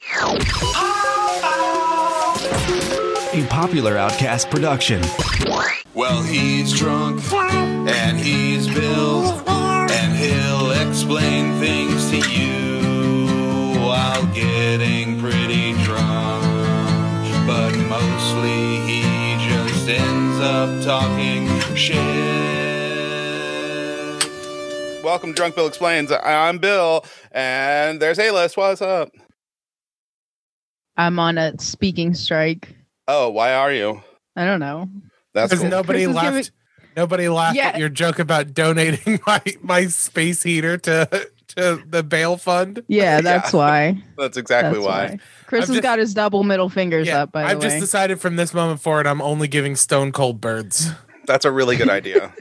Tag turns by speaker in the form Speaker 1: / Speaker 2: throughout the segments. Speaker 1: A popular outcast production.
Speaker 2: Well, he's drunk and he's Bill, and he'll explain things to you while getting pretty drunk. But mostly he just ends up talking shit. Welcome, to Drunk Bill Explains. I'm Bill, and there's A List. What's up?
Speaker 3: I'm on a speaking strike.
Speaker 2: Oh, why are you?
Speaker 3: I don't know.
Speaker 2: That's
Speaker 4: Because
Speaker 2: cool.
Speaker 4: nobody
Speaker 3: Chris is
Speaker 4: laughed. Nobody laughed
Speaker 3: Yeah.
Speaker 4: at your joke about donating my my space heater to to the bail fund.
Speaker 3: Yeah, that's why.
Speaker 2: That's exactly
Speaker 3: That's
Speaker 2: why.
Speaker 3: Chris
Speaker 4: I've
Speaker 3: has
Speaker 4: just-
Speaker 3: got his double middle fingers
Speaker 4: Yeah,
Speaker 3: up. By
Speaker 4: I've
Speaker 3: the way,
Speaker 4: just decided from this moment forward, I'm only giving Stone Cold Birds.
Speaker 2: That's a really good idea.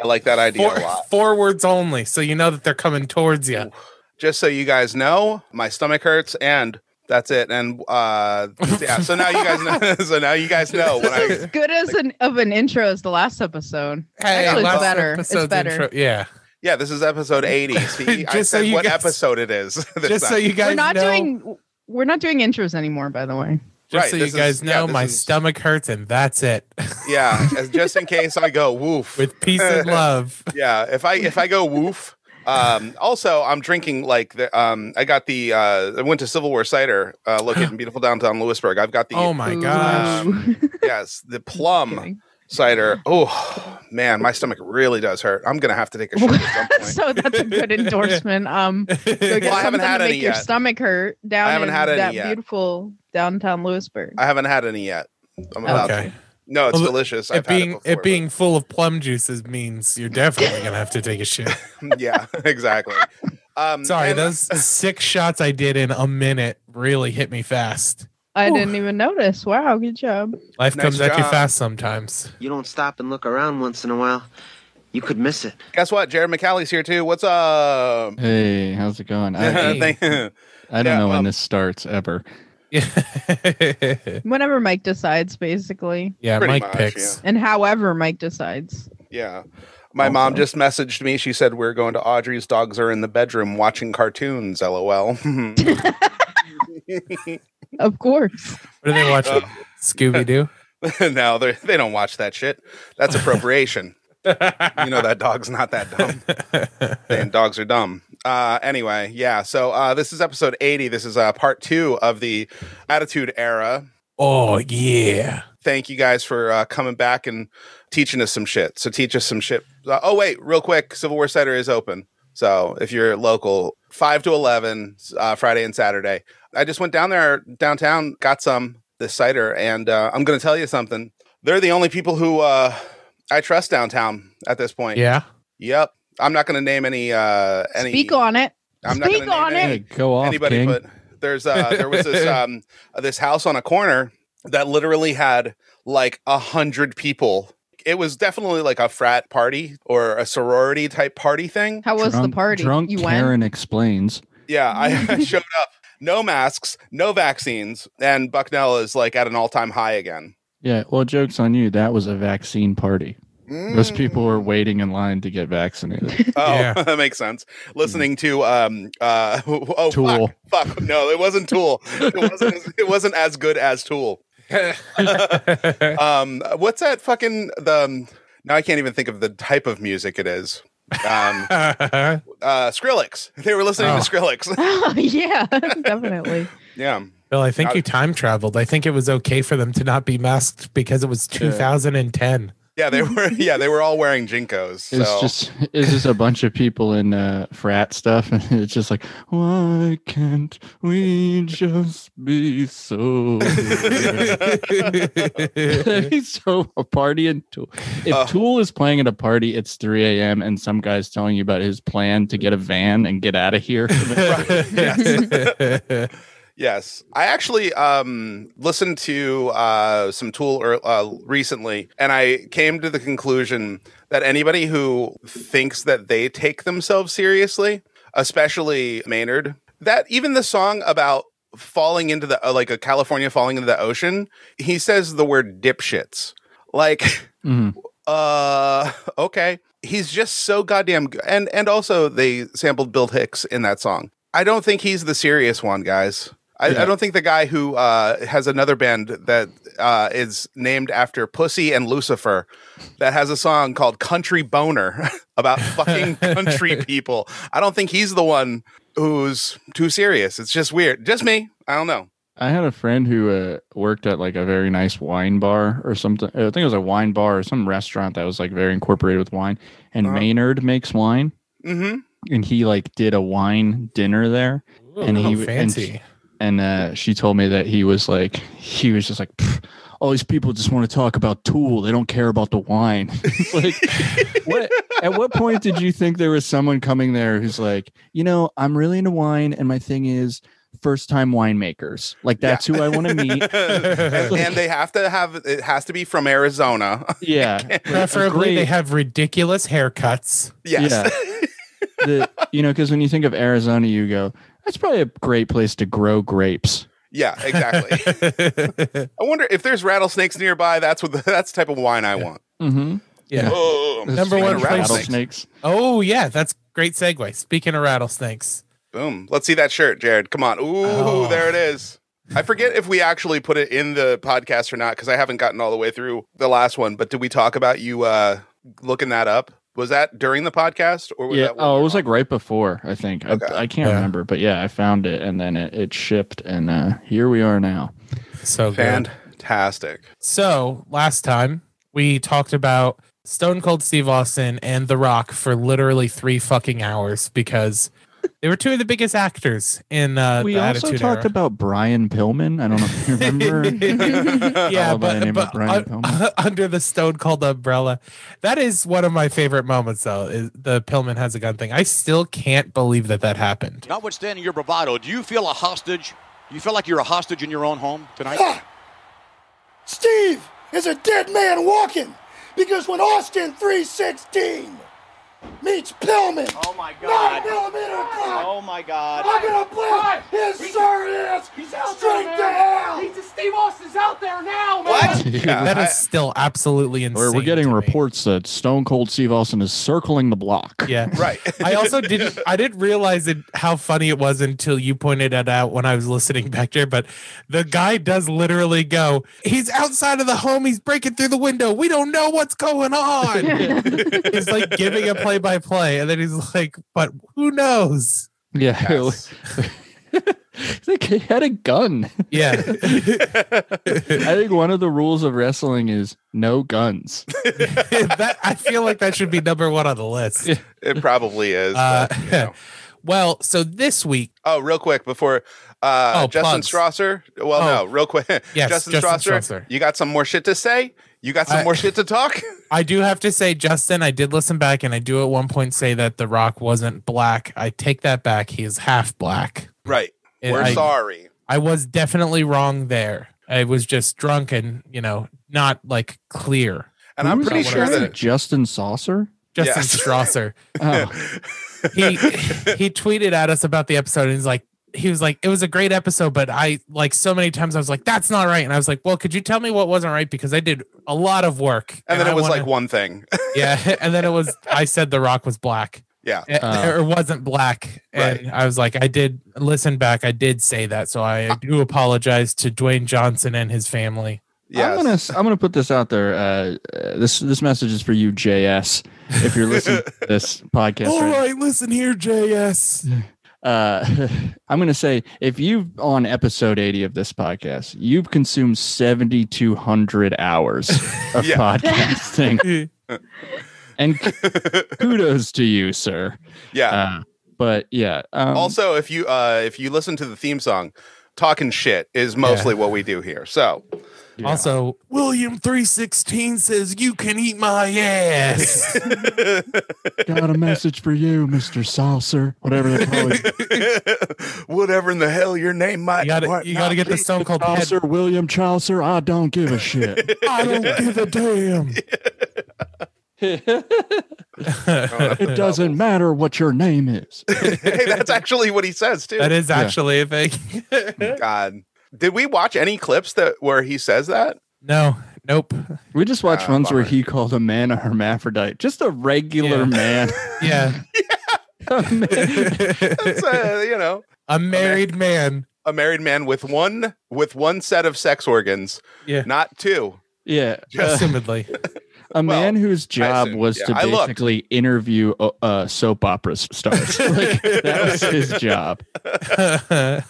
Speaker 2: I like that idea
Speaker 4: Four-
Speaker 2: a lot.
Speaker 4: four words only, so you know that they're coming towards you.
Speaker 2: Just so you guys know, my stomach hurts and that's it. And uh yeah, so now you guys know so now you guys know when
Speaker 3: this is
Speaker 2: I
Speaker 3: as good as an of an intro as the last episode. Actually, it's
Speaker 4: last
Speaker 3: better. It's
Speaker 4: episode's
Speaker 3: better.
Speaker 4: yeah,
Speaker 2: Yeah, this is episode 80. See, I
Speaker 4: Just so
Speaker 2: said
Speaker 4: you
Speaker 2: what
Speaker 4: guys-
Speaker 2: episode it is. this
Speaker 4: just so
Speaker 2: time.
Speaker 4: you guys
Speaker 3: We're not
Speaker 4: know,
Speaker 3: doing we're not doing intros anymore. By the way,
Speaker 4: just
Speaker 2: Right,
Speaker 4: so
Speaker 2: this
Speaker 4: you
Speaker 2: is-
Speaker 4: guys
Speaker 2: yeah,
Speaker 4: know,
Speaker 2: this
Speaker 4: my
Speaker 2: is-
Speaker 4: stomach hurts, and that's it.
Speaker 2: Yeah, as- just in case I go woof.
Speaker 4: With peace and love.
Speaker 2: yeah, if I if I go woof um also i'm drinking like the um i got the uh i went to civil war cider uh located in beautiful downtown lewisburg i've got the
Speaker 4: Oh my gosh!
Speaker 3: Ooh.
Speaker 2: yes the plum cider. Oh man, my stomach really does hurt. I'm gonna have to take a shot at some point.
Speaker 3: so that's a good endorsement. Um, go get
Speaker 2: Well, I
Speaker 3: something
Speaker 2: haven't had
Speaker 3: to make
Speaker 2: any
Speaker 3: your
Speaker 2: yet.
Speaker 3: stomach hurt down
Speaker 2: haven't
Speaker 3: in
Speaker 2: had any
Speaker 3: that
Speaker 2: yet.
Speaker 3: beautiful downtown Lewisburg.
Speaker 2: I haven't had any yet. I'm about
Speaker 4: Okay,
Speaker 2: no, it's
Speaker 4: Well,
Speaker 2: delicious. I've
Speaker 4: it being
Speaker 2: had it, before,
Speaker 4: it being full of plum juices means you're definitely gonna have to take a shit.
Speaker 2: but- yeah, exactly. Um,
Speaker 4: Sorry,
Speaker 2: and-
Speaker 4: those six shots I did in a minute really hit me fast.
Speaker 3: I
Speaker 4: Ooh.
Speaker 3: didn't even notice. Wow, good job.
Speaker 4: Life
Speaker 2: Nice
Speaker 4: comes at you
Speaker 2: job.
Speaker 4: fast sometimes.
Speaker 5: You don't stop and look around once in a while, you could miss it.
Speaker 2: guess what? Jared McCally's here too. What's up?
Speaker 6: Hey, how's it going? I,
Speaker 4: Hey.
Speaker 2: Thank-
Speaker 6: I don't
Speaker 2: yeah,
Speaker 6: know when
Speaker 2: um,
Speaker 6: this starts ever.
Speaker 4: yeah,
Speaker 3: Whenever Mike decides, basically.
Speaker 2: Pretty
Speaker 4: Mike
Speaker 2: much,
Speaker 4: picks.
Speaker 3: and however Mike decides.
Speaker 2: yeah. My mom just messaged me. She said we're going to Audrey's. Dogs are in the bedroom watching cartoons. LOL.
Speaker 3: Of course.
Speaker 4: What are they watching? Scooby Doo.
Speaker 2: Uh, no, they they don't watch that shit. That's appropriation. you know that dog's not that dumb. and dogs are dumb. Uh, anyway, yeah. So uh, this is episode eighty. This is uh, part two of the Attitude Era.
Speaker 4: oh yeah.
Speaker 2: Thank you guys for uh, coming back and teaching us some shit. So teach us some shit. Uh, oh wait, real quick, Civil War Cider is open. So if you're local, five to eleven uh, Friday and Saturday. I just went down there downtown, got some this cider, and uh, I'm going to tell you something. They're the only people who uh, I trust downtown at this point.
Speaker 4: Yeah.
Speaker 2: Yep. I'm not going to name any. Uh, any
Speaker 3: Speak on it.
Speaker 2: I'm
Speaker 3: Speak
Speaker 2: not gonna
Speaker 3: on
Speaker 2: name
Speaker 3: it.
Speaker 6: Hey,
Speaker 2: any-
Speaker 6: go off,
Speaker 2: anybody,
Speaker 6: King.
Speaker 2: but there's uh, there was this um, this house on a corner that literally had like a hundred people. It was definitely like a frat party or a sorority type party thing.
Speaker 3: How was
Speaker 6: drunk,
Speaker 3: the party?
Speaker 6: Drunk
Speaker 3: you went?
Speaker 6: Karen explains.
Speaker 2: Yeah, I, I showed up. No masks, no vaccines, and Bucknell is like at an all time high again.
Speaker 6: Yeah, well, joke's on you. That was a vaccine party. Those
Speaker 2: Mm.
Speaker 6: people were waiting in line to get vaccinated.
Speaker 2: Oh,
Speaker 4: Yeah.
Speaker 2: that makes sense. Listening to um uh oh
Speaker 6: Mm-hmm. Tool.
Speaker 2: fuck fuck no it wasn't Tool it wasn't as, it wasn't as good as Tool. um what's that fucking the um, now i can't even think of the type of music it is um uh skrillex they were listening
Speaker 4: Oh.
Speaker 2: to skrillex
Speaker 3: yeah, definitely.
Speaker 2: yeah
Speaker 4: Bill, I think
Speaker 2: Not-
Speaker 4: you time traveled. I think it was okay for them to not be masked because it was 2010.
Speaker 2: yeah they were yeah they were all wearing jinkos so
Speaker 6: It's just it's just a bunch of people in uh, frat stuff, and it's just like, why can't we just be so? so a party and Tool. If
Speaker 7: Uh,
Speaker 2: Oh.
Speaker 6: Tool is playing at a party, it's 3 a.m. and some guy's telling you about his plan to get a van and get out of here.
Speaker 2: yes i actually um listened to uh some tool er, uh, recently and i came to the conclusion that anybody who thinks that they take themselves seriously especially maynard that even the song about falling into the uh, like a california falling into the ocean he says the word dipshits like
Speaker 6: Mhm.
Speaker 2: uh okay he's just so goddamn good and and also they sampled bill hicks in that song i don't think he's the serious one guys I, I
Speaker 6: Yeah.
Speaker 2: don't think the guy who uh, has another band that uh, is named after Pussy and Lucifer that has a song called Country Boner about fucking country people. I don't think he's the one who's too serious. It's just weird. Just me. I don't know.
Speaker 6: I had a friend who uh, worked at like a very nice wine bar or something. I think it was a wine bar or some restaurant that was like very incorporated with wine. And
Speaker 2: Uh-huh.
Speaker 6: Maynard makes wine,
Speaker 2: Mm-hmm.
Speaker 6: and he like did a wine dinner there. And he-
Speaker 4: oh,
Speaker 6: and-
Speaker 4: fancy.
Speaker 6: And uh, she told me that he was like, he was just like, "Pfft, all these people just want to talk about Tool. They don't care about the wine. It's like, what? At what point did you think there was someone coming there who's like, you know, I'm really into wine, and my thing is first time winemakers. Like
Speaker 2: Yeah.
Speaker 6: that's who I want to meet.
Speaker 2: and,
Speaker 6: Like-
Speaker 2: and they have to have it has to be from Arizona.
Speaker 6: Yeah. like, a
Speaker 4: Preferably, they
Speaker 6: great-
Speaker 4: have ridiculous haircuts.
Speaker 2: yes.
Speaker 6: Yeah. The- you know, because when you think of Arizona, you go, that's probably a great place to grow grapes.
Speaker 2: Yeah, exactly. I wonder if there's rattlesnakes nearby. That's what the, that's the type of wine I want.
Speaker 6: Mm-hmm.
Speaker 4: yeah.
Speaker 2: Oh,
Speaker 4: Number
Speaker 2: speaking
Speaker 4: one
Speaker 2: of
Speaker 4: place-
Speaker 6: rattlesnakes.
Speaker 4: Oh yeah, that's great segue. Speaking of rattlesnakes,
Speaker 2: Boom. Let's see that shirt, Jared. Come on. Ooh,
Speaker 4: Oh.
Speaker 2: there it is. I forget if we actually put it in the podcast or not because I haven't gotten all the way through the last one. But did we talk about you uh, looking that up? Was that during the podcast or was
Speaker 6: Yeah.
Speaker 2: that?
Speaker 6: Oh, it was like right before, I think.
Speaker 2: Okay.
Speaker 6: I, I can't
Speaker 4: Yeah.
Speaker 6: remember, but yeah, I found it and then it, it shipped, and uh, here we are now.
Speaker 4: so good.
Speaker 2: fantastic.
Speaker 4: So last time we talked about Stone Cold Steve Austin and The Rock for literally three fucking hours because they were two of the biggest actors in uh,
Speaker 6: we
Speaker 4: the
Speaker 6: also
Speaker 4: Attitude
Speaker 6: talked
Speaker 4: Era.
Speaker 6: about Brian Pillman. I don't know if you remember.
Speaker 4: yeah,
Speaker 6: Followed by the
Speaker 4: but,
Speaker 6: name
Speaker 4: but
Speaker 6: of Brian
Speaker 4: un-
Speaker 6: Pillman.
Speaker 4: under the Stone Cold umbrella, that is one of my favorite moments. Though is the Pillman has a gun thing. I still can't believe that that happened.
Speaker 7: Notwithstanding your bravado, do you feel a hostage? Do you feel like you're a hostage in your own home tonight?
Speaker 8: Steve is a dead man walking because when Austin 316 meets Pillman,
Speaker 7: Oh, my God. Oh
Speaker 8: 9 millimeter
Speaker 4: Oh
Speaker 8: clock,
Speaker 7: my God.
Speaker 8: I'm gonna blast his sir ass straight to hell.
Speaker 7: What?
Speaker 2: Yeah,
Speaker 4: that is
Speaker 2: I-
Speaker 4: still absolutely insane.
Speaker 6: We're, we're getting
Speaker 4: to me.
Speaker 6: reports that Stone Cold Steve Austin is circling the block.
Speaker 4: Yeah.
Speaker 2: right.
Speaker 4: I also didn't I didn't realize it how funny it was until you pointed it out when I was listening back there. But the guy does literally go, he's outside of the home, he's breaking through the window. We don't know what's going on. he's like giving a play by play, and then he's like, but who knows?
Speaker 6: Yeah.
Speaker 2: Yes.
Speaker 6: It's like he had a gun.
Speaker 4: Yeah.
Speaker 6: I think one of the rules of wrestling is no guns.
Speaker 4: that I feel like that should be number one on the list.
Speaker 2: It probably is.
Speaker 4: Uh,
Speaker 2: but, you know.
Speaker 4: Well, so this week,
Speaker 2: Oh, real quick before uh,
Speaker 4: Oh,
Speaker 2: Justin
Speaker 4: plugs.
Speaker 2: Strasser. Well,
Speaker 4: Oh.
Speaker 2: no, real quick.
Speaker 4: Yes,
Speaker 2: Justin,
Speaker 4: Justin
Speaker 2: Strasser,
Speaker 4: Strasser.
Speaker 2: You got some more shit to say? You got some
Speaker 4: I-
Speaker 2: more shit to talk?
Speaker 4: I do have to say, Justin, I did listen back, and I do at one point say that The Rock wasn't black. I take that back. He is half black.
Speaker 2: right.
Speaker 4: And
Speaker 2: We're
Speaker 4: I,
Speaker 2: sorry.
Speaker 4: I was definitely wrong there. I was just drunk and you know not like clear.
Speaker 2: And
Speaker 6: Who
Speaker 2: I'm
Speaker 6: was
Speaker 2: pretty
Speaker 6: that
Speaker 2: sure
Speaker 6: guy?
Speaker 2: that
Speaker 6: Justin Saucer.
Speaker 4: Justin
Speaker 2: Yes.
Speaker 4: Strasser,
Speaker 6: Oh,
Speaker 4: he he tweeted at us about the episode, and he's like, he was like, it was a great episode, but I like so many times I was like, that's not right, and I was like, well, could you tell me what wasn't right because I did a lot of work,
Speaker 2: and then
Speaker 4: I
Speaker 2: it was
Speaker 4: wanna-
Speaker 2: like one thing.
Speaker 4: yeah, and then it was I said The Rock was black.
Speaker 2: yeah.
Speaker 4: it,
Speaker 6: Oh.
Speaker 4: Eh, or wasn't black and i was like i did listen back i did say that so i
Speaker 6: Ah.
Speaker 4: do apologize to dwayne johnson and his family
Speaker 2: Yes.
Speaker 6: I'm gonna s- I'm gonna put this out there. Uh, uh, this this message is for you, JS. If you're listening to this podcast,
Speaker 4: all
Speaker 6: right now.
Speaker 4: right listen here js
Speaker 6: uh, I'm gonna say if you've on episode 80 of this podcast, you've consumed 7,200 hours of
Speaker 2: Yeah.
Speaker 6: podcasting, and k- kudos to you, sir.
Speaker 2: yeah.
Speaker 6: Uh, but yeah, um,
Speaker 2: also, if you uh if you listen to the theme song, talking shit is mostly what we do here. So
Speaker 6: yeah.
Speaker 4: also william 316 says you can eat my ass
Speaker 6: got a message for you, Mister Saucer, whatever they call you.
Speaker 2: whatever in the hell your name might
Speaker 4: you gotta
Speaker 2: might
Speaker 4: you gotta
Speaker 2: not
Speaker 4: get the
Speaker 2: be.
Speaker 4: stone cold head.
Speaker 6: Chaucer, William Chaucer, I don't give a shit.
Speaker 4: i don't give a damn
Speaker 6: It doesn't matter what your name is.
Speaker 2: hey, that's actually what he says too.
Speaker 4: that is actually a thing
Speaker 2: God. Did we watch any clips that where he says that?
Speaker 4: no nope
Speaker 6: We just watched
Speaker 2: Ah,
Speaker 6: ones where
Speaker 2: bummer.
Speaker 6: he called a man a hermaphrodite, just a regular
Speaker 4: Yeah.
Speaker 6: man.
Speaker 4: yeah
Speaker 6: A man-
Speaker 2: That's uh, you know,
Speaker 4: a married man
Speaker 2: a married man with one with one set of sex organs,
Speaker 4: Yeah.
Speaker 2: not two.
Speaker 6: Yeah. uh,
Speaker 4: Assumedly.
Speaker 6: a man whose job
Speaker 2: assume,
Speaker 6: was
Speaker 2: yeah,
Speaker 6: to
Speaker 2: I looked.
Speaker 6: basically interview uh, uh, soap opera s- stars. like, that was his job.
Speaker 2: All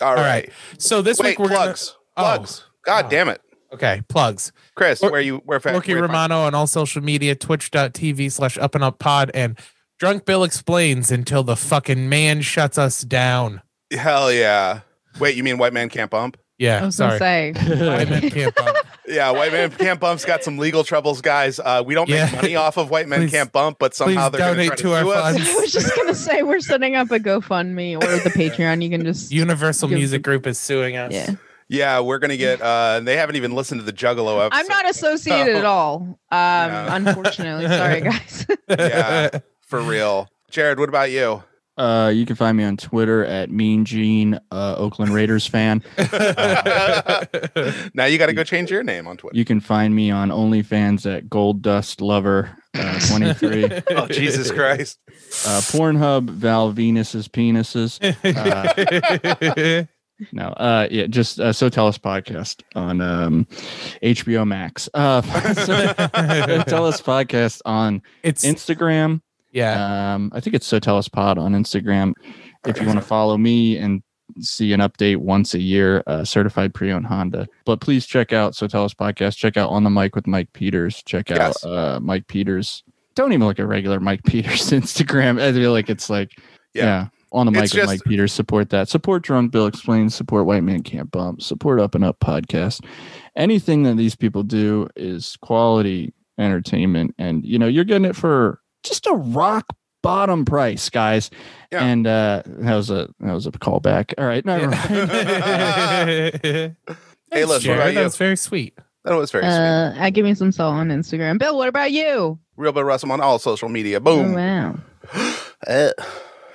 Speaker 4: All
Speaker 2: right.
Speaker 4: right. So this week
Speaker 2: Wait,
Speaker 4: we're
Speaker 2: plugs.
Speaker 4: gonna- Oh.
Speaker 2: Plugs. God damn it.
Speaker 4: Gonna, okay, plugs.
Speaker 2: Chris,
Speaker 4: Or-
Speaker 2: where you where fa-
Speaker 4: Rookie
Speaker 2: where you find-
Speaker 4: Romano on all social media, twitch.tv slash up and up pod, and Drunk Bill explains until the fucking man shuts us down.
Speaker 2: Hell yeah. Wait, you mean white man can't bump?
Speaker 4: Yeah,
Speaker 3: I was
Speaker 4: sorry.
Speaker 3: gonna say.
Speaker 4: I meant Camp Bump.
Speaker 2: Yeah, white man can't bump's got some legal troubles, guys. Uh, we don't make
Speaker 4: Yeah.
Speaker 2: money off of white men
Speaker 4: Please-
Speaker 2: can't bump, but somehow
Speaker 4: please
Speaker 2: they're gonna
Speaker 4: donate
Speaker 2: try to,
Speaker 4: to our
Speaker 2: sue us.
Speaker 4: fund.
Speaker 3: I was just gonna say we're setting up a GoFundMe or the Patreon. You can just
Speaker 4: Universal
Speaker 3: Give
Speaker 4: Music
Speaker 3: the-
Speaker 4: Group is suing us.
Speaker 3: yeah.
Speaker 2: Yeah, we're gonna get. uh They haven't even listened to the Juggalo episode.
Speaker 3: I'm not associated at all. Um,
Speaker 2: Yeah.
Speaker 3: unfortunately, sorry guys.
Speaker 2: yeah, for real. Jared, what about you?
Speaker 6: Uh, you can find me on Twitter at Mean Gene, uh, Oakland Raiders fan.
Speaker 2: now you got to go change your name on Twitter.
Speaker 6: You can find me on OnlyFans at Gold Dust Lover uh, 23. uh,
Speaker 2: oh, Jesus Christ!
Speaker 6: Pornhub, Val Venus's penises. Uh, no, uh, yeah, just uh, So Tell Us podcast on um, HBO Max. Uh, so, So Tell Us podcast on
Speaker 4: it's
Speaker 6: Instagram.
Speaker 4: yeah.
Speaker 6: Um, I think it's Sotellus Pod on Instagram. If you want to follow me and see an update once a year, uh, certified pre-owned Honda. But please check out Sotellus Podcast. Check out On the Mic with Mike Peters. Check out
Speaker 2: Yes.
Speaker 6: uh, Mike Peters. Don't even look at regular Mike Peters Instagram. I feel like it's like
Speaker 2: Yeah.
Speaker 6: yeah. On the mic
Speaker 2: It's
Speaker 6: with
Speaker 2: just-
Speaker 6: Mike Peters, support that. Support Drunk Bill Explains, support White Man Can't Bump, support Up and Up Podcast. Anything that these people do is quality entertainment. And you know, you're getting it for just a rock bottom price, guys.
Speaker 2: Yeah.
Speaker 6: And uh that was a that was a callback. All right, never mind.
Speaker 2: Ah. Hey,
Speaker 4: Thanks,
Speaker 2: Les, what
Speaker 4: Jared.
Speaker 2: about
Speaker 4: That
Speaker 2: you?
Speaker 4: was very sweet.
Speaker 2: That was very sweet.
Speaker 3: Uh, I give me some salt on Instagram. Bill, what about you?
Speaker 2: Real Bill Russell on all social media.
Speaker 3: Oh,
Speaker 2: Boom.
Speaker 3: wow.
Speaker 2: Eh.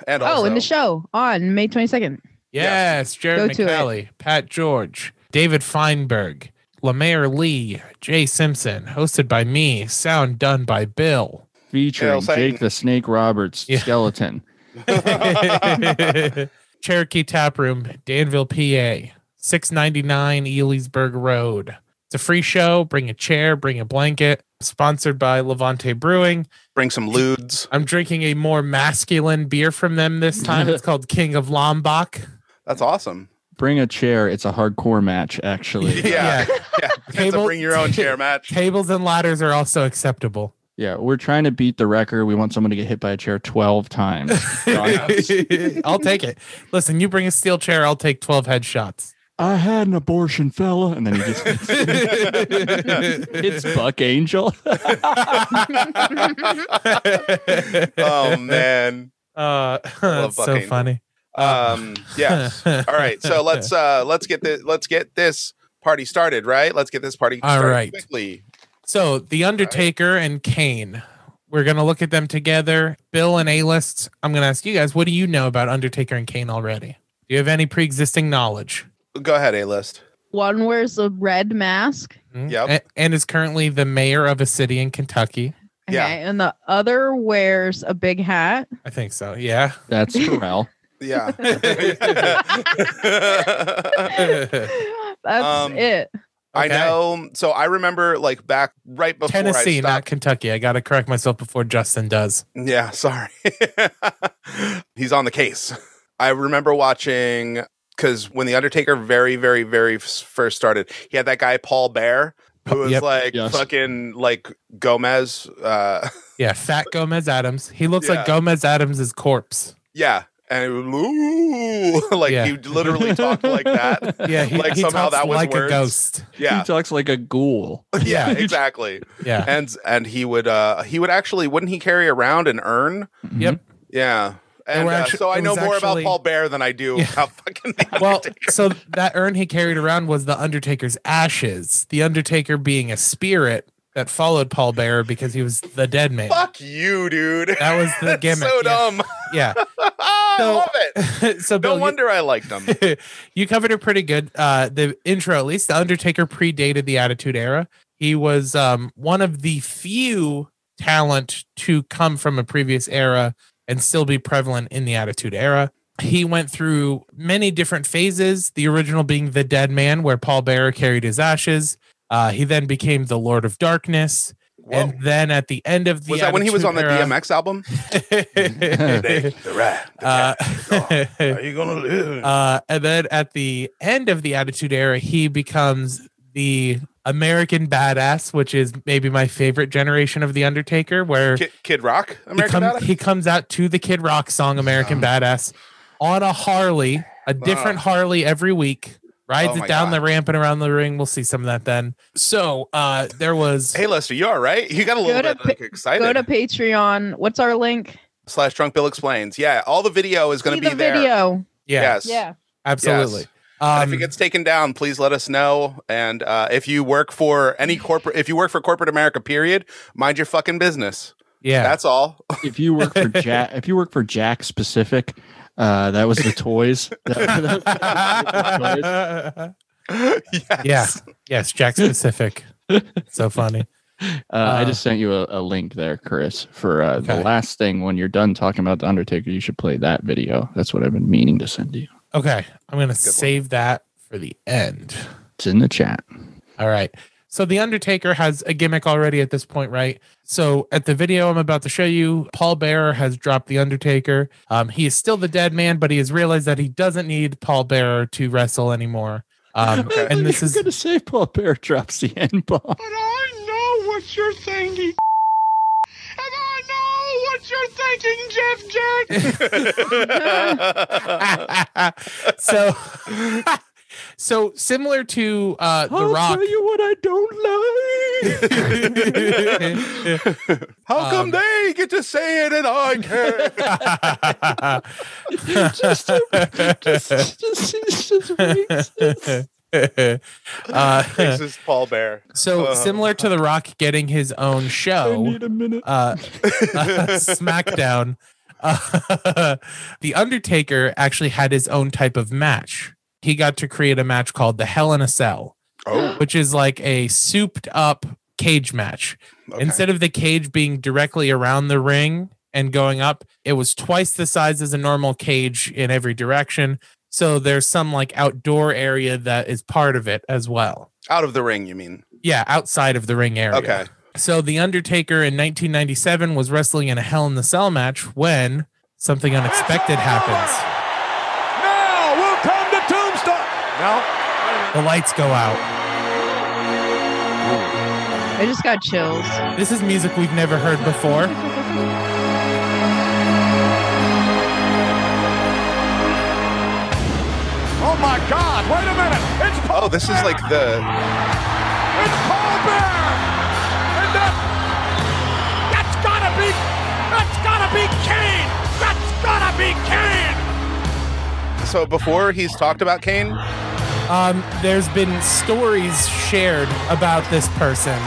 Speaker 2: and also,
Speaker 3: Oh, in the show on May 22nd.
Speaker 4: Yes, Jared
Speaker 3: Go to it.
Speaker 4: McCallie, Pat George, David Feinberg, Lemaire Lee, Jay Simpson, hosted by me, sound done by Bill.
Speaker 6: Featuring
Speaker 2: Hail Satan.
Speaker 6: Jake the Snake Roberts
Speaker 4: Yeah.
Speaker 6: skeleton.
Speaker 4: Cherokee Tap Room, Danville, PA, 699 Elysburg Road. It's a free show. Bring a chair, bring a blanket. Sponsored by Levante Brewing.
Speaker 2: bring some lewds.
Speaker 4: I'm drinking a more masculine beer from them this time. It's called King of Lombok.
Speaker 2: That's awesome.
Speaker 6: Bring a chair. It's a hardcore match, actually.
Speaker 2: Yeah. Yeah, it's a
Speaker 4: Cable-
Speaker 2: bring your own chair match.
Speaker 4: Tables and ladders are also acceptable.
Speaker 6: Yeah, we're trying to beat the record. We want someone to get hit by a chair 12 times.
Speaker 4: I'll take it. Listen, you bring a steel chair, I'll take 12 headshots.
Speaker 6: I had an abortion, fella. And then he just, it's Buck Angel.
Speaker 2: Oh man.
Speaker 4: Uh, that's
Speaker 2: Buck
Speaker 4: so
Speaker 2: Angel.
Speaker 4: funny. Uh,
Speaker 2: Um. Yes. All right. So let's uh let's get this let's get this party started. Right. Let's get this party
Speaker 4: All
Speaker 2: started
Speaker 4: right.
Speaker 2: quickly.
Speaker 4: So, The Undertaker and Kane. We're going to look at them together. Bill and A-List, I'm going to ask you guys, what do you know about Undertaker and Kane already? Do you have any pre-existing knowledge?
Speaker 2: Go ahead, a list.
Speaker 3: One wears a red mask.
Speaker 4: Hmm?
Speaker 2: Yep.
Speaker 4: A- and is currently the mayor of a city in Kentucky.
Speaker 2: Yeah.
Speaker 3: And the other wears a big hat.
Speaker 4: I think so. Yeah.
Speaker 6: That's Pharrell.
Speaker 2: Yeah.
Speaker 4: Tennessee.
Speaker 3: That's
Speaker 2: Um,
Speaker 3: it.
Speaker 2: I
Speaker 4: Okay.
Speaker 2: know. So I remember like back right before I
Speaker 4: not
Speaker 2: stopped.
Speaker 4: Kentucky. I got to correct myself before Justin does.
Speaker 2: yeah, sorry. He's on the case. I remember watching because when the Undertaker very, very, very f- first started, he had that guy Paul Bear who was
Speaker 4: Oh, Yep.
Speaker 2: like
Speaker 6: Yes.
Speaker 2: fucking like Gomez. Uh,
Speaker 4: Yeah, fat Gomez Adams. He looks
Speaker 2: Yeah.
Speaker 4: like Gomez Adams' corpse.
Speaker 2: yeah. And it was, "Ooh," like
Speaker 4: Yeah.
Speaker 2: he literally talked like that.
Speaker 4: Yeah, he,
Speaker 2: Like
Speaker 4: he
Speaker 2: somehow
Speaker 4: talks
Speaker 2: that was
Speaker 4: like
Speaker 2: words.
Speaker 4: a ghost.
Speaker 2: Yeah.
Speaker 6: He talks like a ghoul.
Speaker 2: yeah,
Speaker 4: Yeah.
Speaker 2: exactly.
Speaker 4: Yeah.
Speaker 2: And and he would uh he would actually wouldn't he carry around an urn?
Speaker 4: Yep.
Speaker 2: Yeah. And
Speaker 4: Mm-hmm. we're
Speaker 2: uh,
Speaker 4: actu-
Speaker 2: so I
Speaker 4: it
Speaker 2: know
Speaker 4: was
Speaker 2: more about
Speaker 4: actually-
Speaker 2: Paul Bear than I do about fucking the
Speaker 4: Well,
Speaker 2: Undertaker.
Speaker 4: so that urn he carried around was the Undertaker's ashes. The Undertaker being a spirit that followed Paul Bearer because he was the dead man.
Speaker 2: Fuck you, dude.
Speaker 4: That was the
Speaker 2: That's
Speaker 4: gimmick.
Speaker 2: so
Speaker 4: yeah.
Speaker 2: dumb.
Speaker 4: Yeah.
Speaker 2: I
Speaker 4: So-
Speaker 2: love it.
Speaker 4: so
Speaker 2: No
Speaker 4: Bill, you-
Speaker 2: wonder I liked them.
Speaker 4: you covered it pretty good. Uh, the intro, at least, the Undertaker predated the Attitude Era. He was um, one of the few talent to come from a previous era and still be prevalent in the Attitude Era. he went through many different phases, the original being the dead man, where Paul Bearer carried his ashes. Uh, he then became the Lord of Darkness.
Speaker 2: Whoa.
Speaker 4: And then at the end of the
Speaker 2: was that when he was on the
Speaker 4: Attitude
Speaker 2: DMX album?
Speaker 4: Era-
Speaker 2: the rat. The
Speaker 4: Uh,
Speaker 2: Are you gonna live?
Speaker 4: uh, and then at the end of the Attitude Era, he becomes the American Badass, which is maybe my favorite generation of The Undertaker, where
Speaker 2: Kid, Kid Rock,
Speaker 4: he,
Speaker 2: American
Speaker 4: come-
Speaker 2: Idol?
Speaker 4: he comes out to the Kid Rock song American Badass on a Harley, a different
Speaker 2: Ugh.
Speaker 4: Harley every week, rides
Speaker 2: Oh my
Speaker 4: it down the
Speaker 2: God.
Speaker 4: ramp and around the ring. We'll see some of that then. So uh, there was.
Speaker 2: Hey Lester, you all right? You got a little
Speaker 3: Go to
Speaker 2: bit like, excited.
Speaker 3: Go to Patreon. What's our link?
Speaker 2: Slash drunk Bill explains. Yeah, all the video is going
Speaker 3: See
Speaker 2: to be
Speaker 3: the
Speaker 2: there.
Speaker 3: video.
Speaker 4: yeah,
Speaker 2: Yes.
Speaker 3: Yeah.
Speaker 4: absolutely.
Speaker 2: Yes. And
Speaker 4: Um,
Speaker 2: if it gets taken down, please let us know. And uh, if you work for any corporate, if you work for corporate America, period, mind your fucking business.
Speaker 4: yeah.
Speaker 2: That's all.
Speaker 6: if you work for Jack, if you work for Jack specific, uh, that was the toys. That- uh, that-
Speaker 2: yes.
Speaker 4: yeah. Yes. Jack specific. so funny.
Speaker 6: uh, I
Speaker 4: Uh,
Speaker 6: just sent you a, a link there, Chris, for uh, the
Speaker 4: Okay.
Speaker 6: last thing. When you're done talking about the Undertaker, you should play that video. That's what I've been meaning to send you.
Speaker 4: Okay. I'm going to save that for the end.
Speaker 6: It's in the chat.
Speaker 4: All right. So the Undertaker has a gimmick already at this point, right? So at the video I'm about to show you, Paul Bearer has dropped the Undertaker. Um, he is still the dead man, but he has realized that he doesn't need Paul Bearer to wrestle anymore. Um, and this is
Speaker 6: gonna say Paul Bear drops the N bomb.
Speaker 9: But I know what you're thinking. And I know what you're thinking, Jeff Jack.
Speaker 4: so so similar to uh, the Rock.
Speaker 6: you what I don't like.
Speaker 2: How come
Speaker 4: Um,
Speaker 2: they get to say it and I can't?
Speaker 6: just, just, just, just, just racist.
Speaker 4: uh,
Speaker 2: this is Paul Bear.
Speaker 4: So
Speaker 2: Uh,
Speaker 4: similar to The Rock getting his own
Speaker 6: I
Speaker 4: show,
Speaker 6: need a minute.
Speaker 4: uh, SmackDown, uh, The Undertaker actually had his own type of match. He got to create a match called the Hell in a Cell,
Speaker 2: Oh,
Speaker 4: which is like a souped up cage match.
Speaker 2: okay.
Speaker 4: Instead of the cage being directly around the ring and going up, it was twice the size as a normal cage in every direction. So there's some like outdoor area that is part of it as well.
Speaker 2: out of the ring, you mean?
Speaker 4: Yeah, outside of the ring area.
Speaker 2: Okay.
Speaker 4: So the Undertaker in 1997 was wrestling in a Hell in the Cell match when something unexpected happens.
Speaker 8: Now will come the tombstone. Now,
Speaker 4: The lights go out.
Speaker 3: I just got chills.
Speaker 4: This is music we've never heard before.
Speaker 8: oh my God! Wait a minute! It's Paul.
Speaker 2: Oh, this is like the
Speaker 8: It's Paul Bear. And that, that's gotta be, that's gotta be Kane. That's gotta be Kane.
Speaker 2: so before he's talked about Kane.
Speaker 4: Um, there's been stories shared about this person,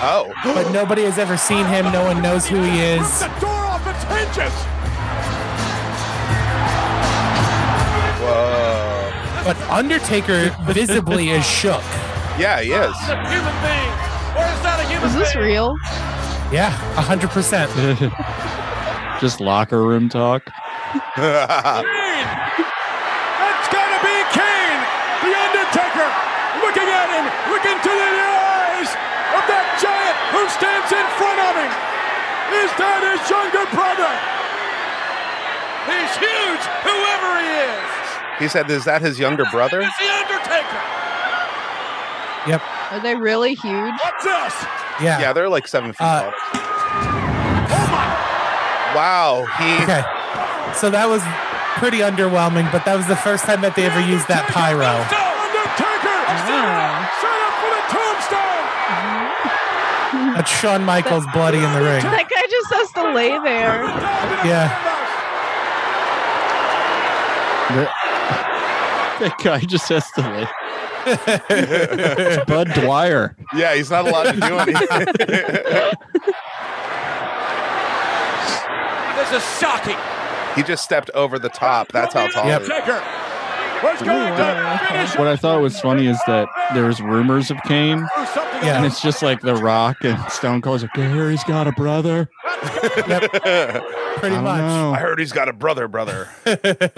Speaker 2: Oh,
Speaker 4: but nobody has ever seen him. No one knows who he is.
Speaker 8: Rip the door off its hinges.
Speaker 2: whoa!
Speaker 4: But Undertaker visibly is shook.
Speaker 2: Yeah, he is.
Speaker 8: The human being. Where is that a human
Speaker 3: Is this
Speaker 8: being?
Speaker 3: real?
Speaker 4: Yeah, 100%.
Speaker 6: just locker room talk.
Speaker 8: Kane. That's gotta be Kane. The Undertaker. Looking at him. Looking to the eyes of that giant who stands in front of him. Is that his younger brother? He's huge, whoever he is.
Speaker 2: He said, "Is that his younger brother?"
Speaker 8: It's the Undertaker.
Speaker 4: Yep.
Speaker 3: Are they really huge?
Speaker 8: What's this?
Speaker 4: Yeah.
Speaker 2: Yeah, they're like seven feet
Speaker 4: Uh,
Speaker 2: tall. Wow, he
Speaker 4: Okay. So that was pretty underwhelming, but that was the first time that they ever used that pyro.
Speaker 8: Undertaker! Undertaker! Set up for the tombstone!
Speaker 4: That's Shawn Michaels bloody in the ring.
Speaker 3: That guy just has to lay there.
Speaker 4: Yeah.
Speaker 6: That guy just has to like. It's Bud Dwyer.
Speaker 2: Yeah, he's not allowed to do anything.
Speaker 8: This is shocking.
Speaker 2: he just stepped over the top. That's how tall.
Speaker 4: Yep. uh,
Speaker 2: he is.
Speaker 8: Undertaker! Let's go! Finish
Speaker 6: What I thought was funny is that there was rumors of Kane,
Speaker 8: something
Speaker 4: Yeah.
Speaker 6: and it's just like The Rock and Stone Cold's like, Gary's got a brother.
Speaker 4: Pretty
Speaker 6: I don't
Speaker 4: much.
Speaker 6: know.
Speaker 2: I heard he's got a brother, brother.
Speaker 4: Hulk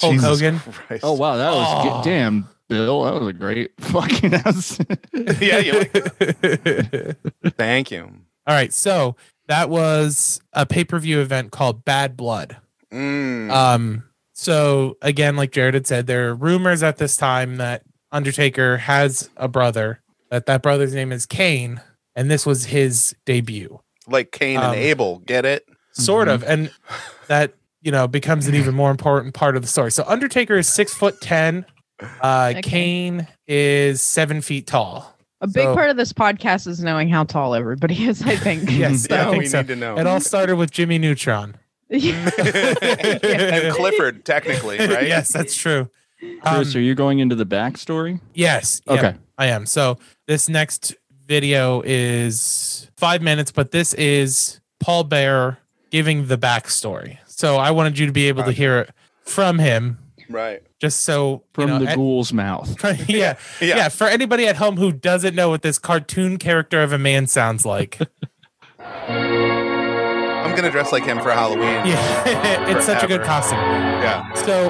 Speaker 2: Jesus
Speaker 4: Hogan.
Speaker 2: Christ.
Speaker 6: Oh wow, that was
Speaker 4: Oh.
Speaker 6: good. damn, Bill. That was a great fucking. ass.
Speaker 2: yeah, you Thank you.
Speaker 4: All right, so that was a pay-per-view event called Bad Blood.
Speaker 2: Mm.
Speaker 4: Um, so again, like Jared had said, there are rumors at this time that Undertaker has a brother. That that brother's name is Kane, and this was his debut,
Speaker 2: like Mm-hmm. Cain
Speaker 4: um,
Speaker 2: and Abel, get it?
Speaker 4: sort
Speaker 6: Mhm.
Speaker 4: of, and that you know becomes an even more important part of the story. So Undertaker is six foot ten. Uh,
Speaker 3: Okay.
Speaker 4: Kane is seven feet tall.
Speaker 3: A big
Speaker 4: So-
Speaker 3: part of this podcast is knowing how tall everybody is, I think.
Speaker 4: Yes,
Speaker 2: Yeah,
Speaker 4: I think
Speaker 2: we
Speaker 4: so.
Speaker 2: need to know.
Speaker 4: It all started with Jimmy Neutron.
Speaker 2: and Clifford, technically, right?
Speaker 4: Yes, that's true. Um,
Speaker 6: Chris, are you going into the backstory?
Speaker 4: Yes. yep,
Speaker 6: Okay.
Speaker 4: I am. So this next video is five minutes, but this is Paul Bear giving the backstory. So I wanted you to be able to hear it from him,
Speaker 2: Right.
Speaker 4: just so
Speaker 6: From
Speaker 4: you know,
Speaker 6: the
Speaker 4: at-
Speaker 6: ghoul's mouth.
Speaker 4: yeah, yeah,
Speaker 2: Yeah.
Speaker 4: For anybody at home who doesn't know what this cartoon character of a man sounds like,
Speaker 2: I'm going to dress like him for Halloween.
Speaker 4: yeah, it's such a good
Speaker 2: Forever.
Speaker 4: costume.
Speaker 2: Yeah.
Speaker 4: So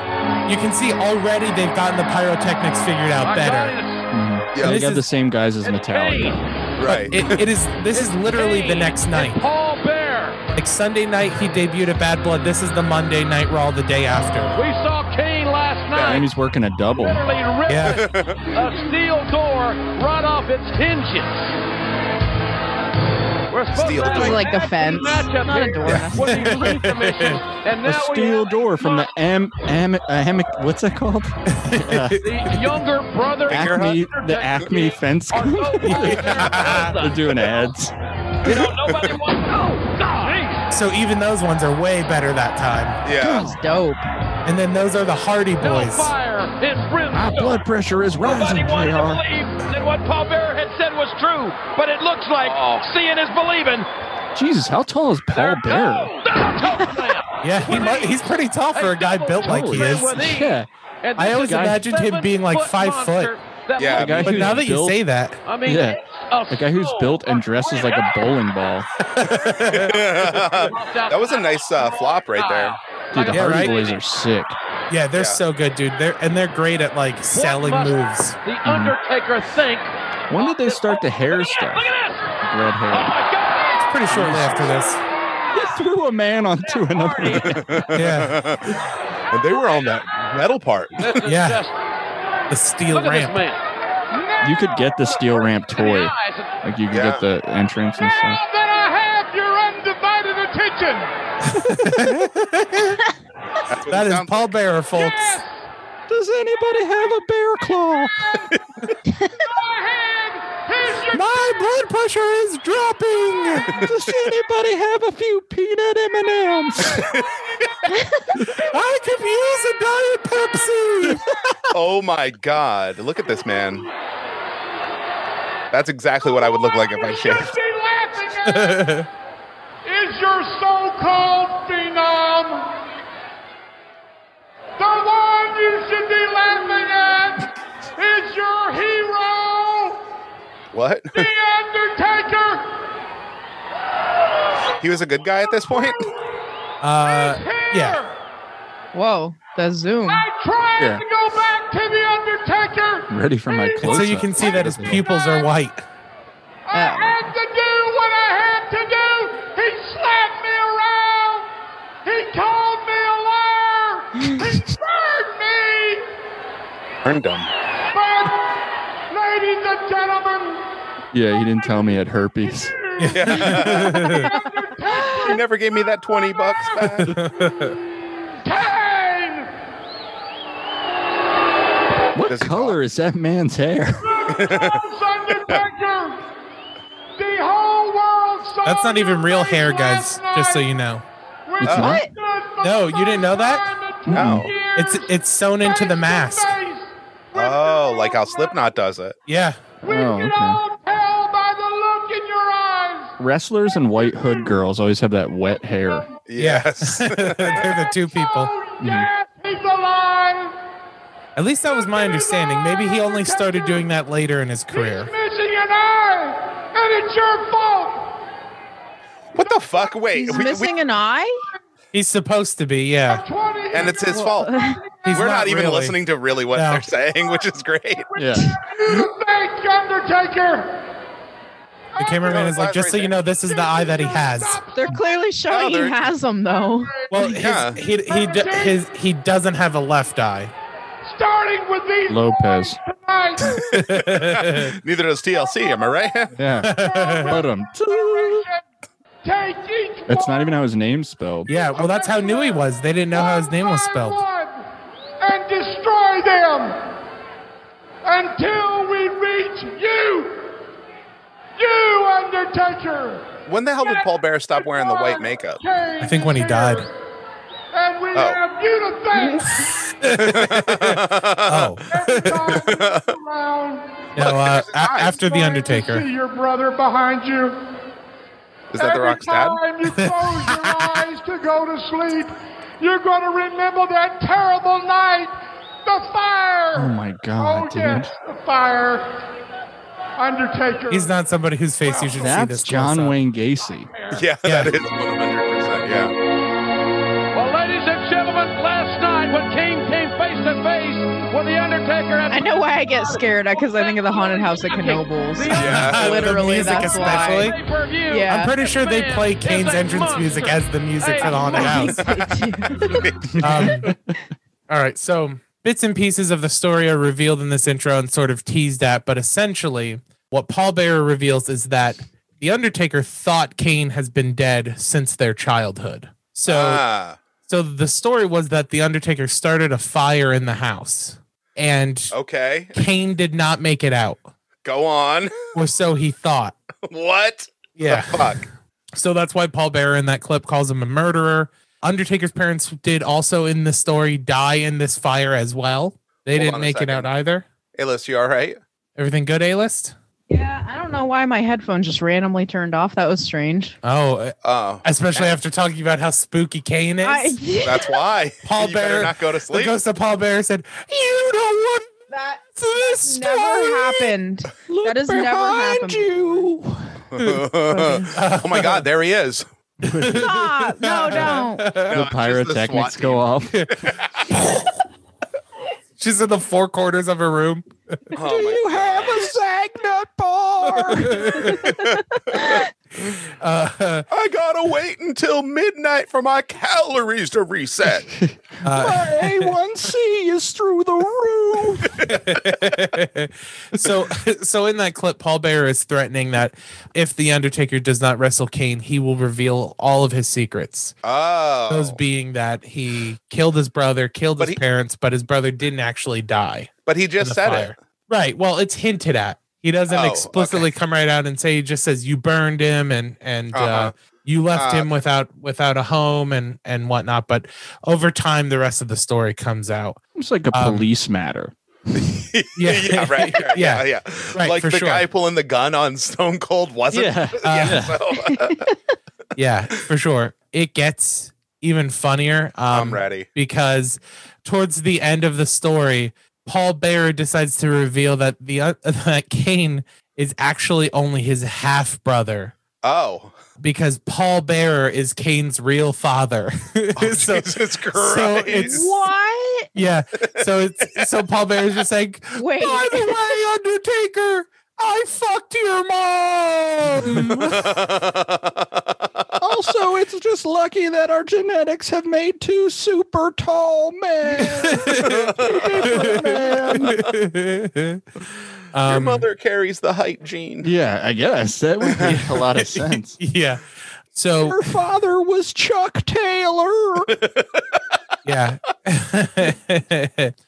Speaker 4: you can see already they've gotten the pyrotechnics figured out better.
Speaker 6: Mhm.
Speaker 2: Yeah.
Speaker 6: They
Speaker 4: This
Speaker 6: got
Speaker 4: is-
Speaker 6: the same guys as Metallica.
Speaker 2: Mm-hmm. Right.
Speaker 4: it, it is this is literally the next night. Paul Bear. Like Sunday night he debuted at Bad Blood. This is the Monday night Raw the day after.
Speaker 8: We saw Kane last
Speaker 6: And he's working a double.
Speaker 8: literally ripped
Speaker 4: Yeah.
Speaker 8: a steel door right off its hinges. We're supposed
Speaker 2: Steel
Speaker 8: to have
Speaker 2: door.
Speaker 3: Like a
Speaker 8: nasty
Speaker 3: fence,
Speaker 8: matchup
Speaker 3: not a
Speaker 8: here
Speaker 3: door.
Speaker 8: with the Elite Commission, and
Speaker 6: A
Speaker 8: now we
Speaker 6: steel
Speaker 8: have
Speaker 6: door from the am am uh, hammock. What's that called? Uh,
Speaker 8: the younger brother.
Speaker 6: Acme, the Acme fence.
Speaker 8: Are so
Speaker 6: They're doing ads.
Speaker 8: you know, nobody wants. Oh, God!
Speaker 4: So even those ones are way better that time.
Speaker 3: That
Speaker 2: yeah.
Speaker 3: was dope.
Speaker 4: And then those are the Hardy
Speaker 8: Jeez.
Speaker 4: Boys.
Speaker 8: Fire is
Speaker 6: My
Speaker 8: brimstone.
Speaker 6: blood pressure is
Speaker 8: Nobody
Speaker 6: rising,
Speaker 8: wanted
Speaker 6: JR.
Speaker 8: to believe that what Paul Bearer had said was true, but it looks like
Speaker 2: Oh.
Speaker 8: seeing is believing.
Speaker 6: Jesus, how tall is Paul Bear?
Speaker 8: Oh, no, no,
Speaker 4: Yeah, he might, he's pretty tall for a guy built like he is.
Speaker 6: Yeah,
Speaker 8: And
Speaker 4: I
Speaker 8: this
Speaker 4: always
Speaker 8: is a
Speaker 4: imagined him being like
Speaker 8: seven-foot
Speaker 4: five foot.
Speaker 8: monster that
Speaker 2: Yeah,
Speaker 8: looks-
Speaker 6: guy
Speaker 4: But
Speaker 6: who's
Speaker 4: now that you
Speaker 6: built-
Speaker 4: say that,
Speaker 8: I mean,
Speaker 6: Yeah.
Speaker 8: it's
Speaker 6: a guy who's
Speaker 8: soul
Speaker 6: built and
Speaker 8: of
Speaker 6: dresses like a
Speaker 8: fire.
Speaker 6: bowling ball.
Speaker 2: that was a nice uh, flop right there.
Speaker 6: Dude, the
Speaker 4: Yeah,
Speaker 6: Hardy
Speaker 4: right?
Speaker 6: Boys are sick.
Speaker 4: yeah, they're
Speaker 2: Yeah.
Speaker 4: so good, dude. They're and they're great at like selling
Speaker 8: must-
Speaker 4: moves.
Speaker 6: Hmm.
Speaker 8: The Undertaker think.
Speaker 6: When did they start the hair stuff?
Speaker 8: Look at this!
Speaker 6: Red
Speaker 8: Oh
Speaker 6: hair.
Speaker 8: my God!
Speaker 4: Pretty shortly after this.
Speaker 6: They threw a man onto another. man.
Speaker 4: Yeah,
Speaker 2: And they were on that metal part.
Speaker 8: This is
Speaker 4: Yeah.
Speaker 8: just,
Speaker 4: the steel
Speaker 8: look at
Speaker 4: ramp.
Speaker 8: this man.
Speaker 6: You could get the steel ramp
Speaker 8: In the
Speaker 6: toy.
Speaker 8: eyes.
Speaker 6: Like you could
Speaker 2: Yeah.
Speaker 6: get the entrance and stuff.
Speaker 9: Now that I have your undivided attention,
Speaker 2: That's what
Speaker 4: That
Speaker 2: it
Speaker 4: is
Speaker 2: sounds-
Speaker 4: Paul Bearer, folks.
Speaker 6: Does anybody have a bear claw?
Speaker 9: go ahead. Here's your
Speaker 4: My blood pressure is dropping.
Speaker 6: Does anybody have a few peanut M&Ms?
Speaker 4: I could use a diet Pepsi.
Speaker 2: Oh my God. Look at this man. That's exactly what I would look like if I
Speaker 9: should
Speaker 2: shaved.
Speaker 9: be laughing at is your so-called phenom the one you should be laughing at is your hero
Speaker 2: What?
Speaker 9: the undertaker
Speaker 2: He was a good guy at this point?
Speaker 4: Uh, yeah.
Speaker 3: Whoa, Oh, the zoom.
Speaker 9: i tried
Speaker 6: Yeah.
Speaker 9: to go back to the undertaker
Speaker 6: I'm ready for my
Speaker 9: And
Speaker 4: And
Speaker 6: close
Speaker 4: so you can see that his pupils are white.
Speaker 9: i
Speaker 3: Uh.
Speaker 9: had to do what i had to do he slapped me around he called me a liar he burned me
Speaker 2: Earned him.
Speaker 9: But, ladies and gentlemen,
Speaker 6: Yeah, he didn't tell me at herpes.
Speaker 2: He never gave me that 20 bucks back.
Speaker 9: Kane!
Speaker 6: What
Speaker 2: Does he
Speaker 6: color is that man's hair?
Speaker 9: Undertaker! The whole world saw
Speaker 4: That's not even
Speaker 9: your
Speaker 4: real
Speaker 9: face
Speaker 4: hair, guys.
Speaker 9: last
Speaker 4: Just so
Speaker 9: night
Speaker 4: you know,
Speaker 9: when
Speaker 6: It's
Speaker 9: you
Speaker 6: not?
Speaker 9: stood for
Speaker 4: No,
Speaker 9: the
Speaker 4: you didn't know
Speaker 9: first
Speaker 4: that?
Speaker 9: time in
Speaker 2: No.
Speaker 9: 20
Speaker 4: it's
Speaker 9: years,
Speaker 4: it's sewn into the
Speaker 9: face
Speaker 4: mask.
Speaker 9: to face with
Speaker 2: Oh,
Speaker 9: the
Speaker 2: like how
Speaker 9: world.
Speaker 2: Slipknot does it.
Speaker 4: Yeah.
Speaker 9: We
Speaker 6: Oh,
Speaker 9: can
Speaker 6: okay.
Speaker 9: all tell by the look in your eyes.
Speaker 6: Wrestlers and white hood girls always have that wet hair.
Speaker 2: Yes. Mm-hmm.
Speaker 4: They're the two people.
Speaker 9: Oh, yes, he's alive!
Speaker 4: At least that was my understanding. Maybe he only started doing that later in his career.
Speaker 9: Missing an eye, and it's your fault.
Speaker 2: the fuck? Wait,
Speaker 3: He's
Speaker 2: we- we-
Speaker 3: missing an eye.
Speaker 4: He's supposed to be, yeah.
Speaker 9: 20
Speaker 2: and it's his fault.
Speaker 4: He's
Speaker 2: We're not, even
Speaker 4: really.
Speaker 2: listening to really what
Speaker 4: No.
Speaker 2: they're saying, which is great.
Speaker 6: Yeah.
Speaker 9: You thank Undertaker.
Speaker 4: The cameraman is like, just so you know, this is the eye that he has.
Speaker 3: They're clearly showing
Speaker 2: Oh, they're-
Speaker 3: he has them though.
Speaker 4: Well, his,
Speaker 2: Yeah.
Speaker 4: he he d- his he doesn't have a left eye.
Speaker 9: Starting with these
Speaker 6: Lopez.
Speaker 9: boys tonight.
Speaker 2: Neither does TLC, am I right?
Speaker 6: Yeah. but um,
Speaker 9: Take each
Speaker 6: that's not
Speaker 9: one
Speaker 6: even how his name's spelled.
Speaker 4: Yeah, well, that's how new he was. They didn't know how his name was
Speaker 9: by
Speaker 4: spelled.
Speaker 9: one And destroy them until we reach you. You, Undertaker.
Speaker 2: When the hell did Paul Bear stop wearing the white makeup?
Speaker 4: I think when he died.
Speaker 9: And we have you to thank
Speaker 4: Oh,
Speaker 9: every time you look around
Speaker 4: no, uh, a- after the
Speaker 9: trying to
Speaker 4: Undertaker.
Speaker 9: See your brother behind you.
Speaker 2: Is that The
Speaker 9: Every
Speaker 2: Rock's dad?
Speaker 9: time you close your eyes to go to sleep, you're going to remember that terrible night, the fire.
Speaker 6: Oh my
Speaker 9: Oh
Speaker 6: god,
Speaker 9: yes,
Speaker 6: dude.
Speaker 9: the fire. Undertaker.
Speaker 4: He's not somebody whose face you should see
Speaker 6: That's
Speaker 4: this
Speaker 6: John
Speaker 4: close up.
Speaker 6: Wayne Gacy.
Speaker 2: Yeah,
Speaker 4: Yeah.
Speaker 2: that is 100%. Yeah.
Speaker 8: Well, ladies and gentlemen, last night when King came face to face with The Undertaker at
Speaker 3: I know why I get scared because I think of the haunted house at Knoebels.
Speaker 2: Yeah.
Speaker 4: The
Speaker 3: Literally,
Speaker 4: music
Speaker 3: that's
Speaker 4: especially.
Speaker 3: why.
Speaker 8: pay-per-view.
Speaker 3: Yeah.
Speaker 4: I'm pretty sure they play Kane's entrance music as the music for the haunted house. Um, all right, so bits and pieces of the story are revealed in this intro and sort of teased at, but essentially, what Paul Bearer reveals is that the Undertaker thought Kane has been dead since their childhood. So,
Speaker 2: Ah,
Speaker 4: so the story was that the Undertaker started a fire in the house, and
Speaker 2: okay.
Speaker 4: Kane did not make it out,
Speaker 2: Go on.
Speaker 4: or so he thought.
Speaker 2: what?
Speaker 4: Yeah.
Speaker 2: The fuck.
Speaker 4: So that's why Paul Bearer in that clip calls him a murderer. Undertaker's parents did also in the story die in this fire as well. They
Speaker 2: Hold on
Speaker 4: didn't
Speaker 2: a
Speaker 4: make it
Speaker 2: second.
Speaker 4: out either.
Speaker 2: Alice, you all right?
Speaker 4: Everything good, A list?
Speaker 3: Yeah, I don't know why my headphone just randomly turned off. That was strange.
Speaker 4: Oh, uh,
Speaker 2: Oh,
Speaker 4: especially after talking about how spooky Kane is.
Speaker 3: I,
Speaker 2: that's why.
Speaker 4: Paul
Speaker 2: you better
Speaker 4: Bear-
Speaker 2: not go to
Speaker 4: the
Speaker 2: sleep.
Speaker 4: ghost of Paul Bear said, "You don't want
Speaker 3: that
Speaker 4: this story.
Speaker 3: never happened.
Speaker 6: Look
Speaker 3: That has never happened.
Speaker 6: behind You.
Speaker 2: oh my God, there he is.
Speaker 4: Ah,
Speaker 3: Stop! No, don't.
Speaker 6: the pyrotechnics go off.
Speaker 4: She's in the four corners of her room.
Speaker 2: Oh my God.
Speaker 4: Uh,
Speaker 2: I gotta wait until midnight for my calories to reset.
Speaker 4: Uh,
Speaker 6: A1C is through the roof.
Speaker 4: so so in that clip paul bearer is threatening that if the undertaker does not wrestle kane he will reveal all of his secrets
Speaker 2: Oh,
Speaker 4: those being that he killed his brother killed
Speaker 2: But
Speaker 4: his
Speaker 2: he-
Speaker 4: parents but his brother didn't actually die
Speaker 2: but he
Speaker 4: in
Speaker 2: just
Speaker 4: the
Speaker 2: said
Speaker 4: fire. right well it's hinted at he doesn't
Speaker 2: Oh,
Speaker 4: explicitly come right out and say he just says you burned him and and uh
Speaker 2: Uh-huh.
Speaker 4: you left
Speaker 2: Uh,
Speaker 4: him without without a home and and whatnot but over time the rest of the story comes out
Speaker 6: It's like a
Speaker 4: Um,
Speaker 6: police matter.
Speaker 4: yeah
Speaker 2: it. Yeah, right. Yeah, yeah. yeah.
Speaker 4: Right,
Speaker 2: like
Speaker 4: for
Speaker 2: the
Speaker 4: sure.
Speaker 2: guy pulling the gun on Stone Cold wasn't.
Speaker 6: Yeah.
Speaker 2: Yeah, so, uh,
Speaker 4: yeah, for sure. It gets even funnier. Um,
Speaker 2: I'm ready.
Speaker 4: Because towards the end of the story, Paul Bearer decides to reveal that the uh, that Kane is actually only his half brother
Speaker 2: Oh,
Speaker 4: because Paul Bearer is Kane's real father. so,
Speaker 2: Oh, Jesus Christ.
Speaker 4: so it's
Speaker 3: What?
Speaker 4: yeah. So it's so Paul Bearer's just like,
Speaker 3: Wait.
Speaker 4: by the way, Undertaker, I fucked your mom.
Speaker 6: also, it's just lucky that our genetics have made two super tall men.
Speaker 2: Your
Speaker 4: Um,
Speaker 2: uh, mother carries the height gene.
Speaker 6: yeah, I guess that would make a lot of sense.
Speaker 4: yeah. So
Speaker 6: Her father was Chuck Taylor.
Speaker 4: yeah.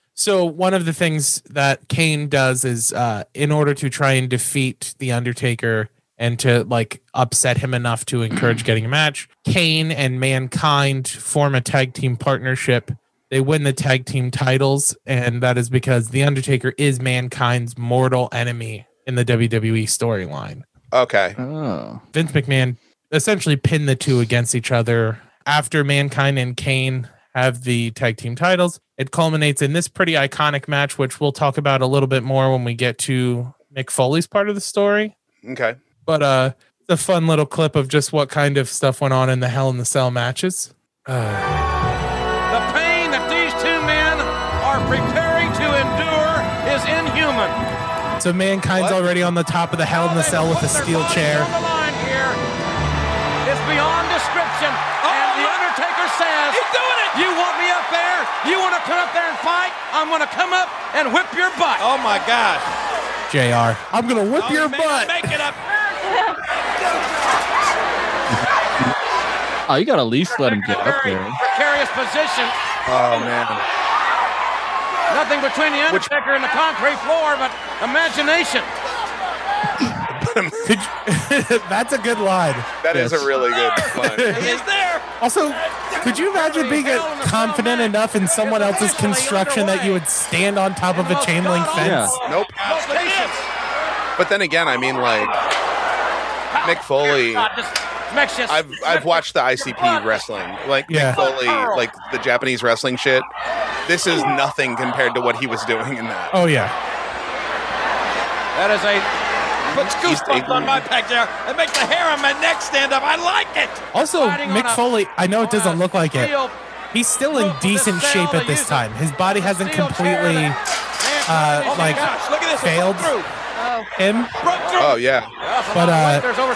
Speaker 4: so one of the things that Kane does is, uh, in order to try and defeat the Undertaker and to like upset him enough to encourage getting a match, Kane and Mankind form a tag team partnership. They win the tag team titles, and that is because the Undertaker is Mankind's mortal enemy in the WWE storyline.
Speaker 2: Okay.
Speaker 6: Oh,
Speaker 4: Vince McMahon essentially pinned the two against each other after Mankind and Kane have the tag team titles. It culminates in this pretty iconic match, which we'll talk about a little bit more when we get to Mick Foley's part of the story.
Speaker 2: Okay.
Speaker 4: But uh It's a fun little clip of just what kind of stuff went on in the Hell in the Cell matches. Uh,
Speaker 7: The pain that these two men are preparing to endure is inhuman.
Speaker 4: So mankind's already on the top of the Hell in the Cell with a steel chair.
Speaker 7: On the line here. It's beyond description. and the Undertaker says, Oh, "He's doing it. You want me up there? You want to come up there and fight? I'm going to come up and whip your butt." Oh my gosh!
Speaker 4: Jr. I'm gonna whip your butt.
Speaker 7: Make it up.
Speaker 6: Oh, you gotta at least let him get up
Speaker 7: Very
Speaker 6: there.
Speaker 7: precarious position.
Speaker 2: Oh man.
Speaker 7: Nothing between the
Speaker 2: Which-
Speaker 7: Undertaker and the concrete floor, but imagination.
Speaker 4: Could you- That's a good line.
Speaker 2: that is
Speaker 6: Yes.
Speaker 2: a really good one.
Speaker 7: He's there.
Speaker 4: Also, could you imagine being uh, confident enough in someone else's construction that you would stand on top
Speaker 3: Oh,
Speaker 4: of a chain link fence?
Speaker 6: Yeah.
Speaker 2: Nope.
Speaker 7: Look at this.
Speaker 2: But then again, I mean like Mick Foley
Speaker 7: God, just makes you-
Speaker 2: I've I've watched the ICP wrestling, like
Speaker 4: Yeah.
Speaker 2: Mick Foley, like the Japanese wrestling shit. This is nothing compared to what he was doing in that.
Speaker 4: Oh yeah.
Speaker 7: That is a puts
Speaker 2: He's
Speaker 7: goosebumps
Speaker 2: taking-
Speaker 7: on my back there. It makes the hair on my neck stand up. I like it.
Speaker 4: Also,
Speaker 7: Riding on
Speaker 4: Mick
Speaker 7: a-
Speaker 4: Foley. I know it
Speaker 7: on
Speaker 4: doesn't
Speaker 7: a
Speaker 4: look like it.
Speaker 7: steel-
Speaker 4: He's still in
Speaker 7: Look,
Speaker 4: decent
Speaker 7: this
Speaker 4: shape
Speaker 7: sail
Speaker 4: at this
Speaker 7: they
Speaker 4: time. His body hasn't
Speaker 7: steel chair
Speaker 4: completely
Speaker 7: that-
Speaker 4: uh,
Speaker 7: Oh my
Speaker 4: like,
Speaker 7: gosh, look at this. It
Speaker 4: failed.
Speaker 7: broke through.
Speaker 3: Oh,
Speaker 4: him.
Speaker 7: Broke through.
Speaker 2: Oh yeah,
Speaker 7: That's a
Speaker 4: But,
Speaker 7: lot of
Speaker 4: uh,
Speaker 7: weight. there's over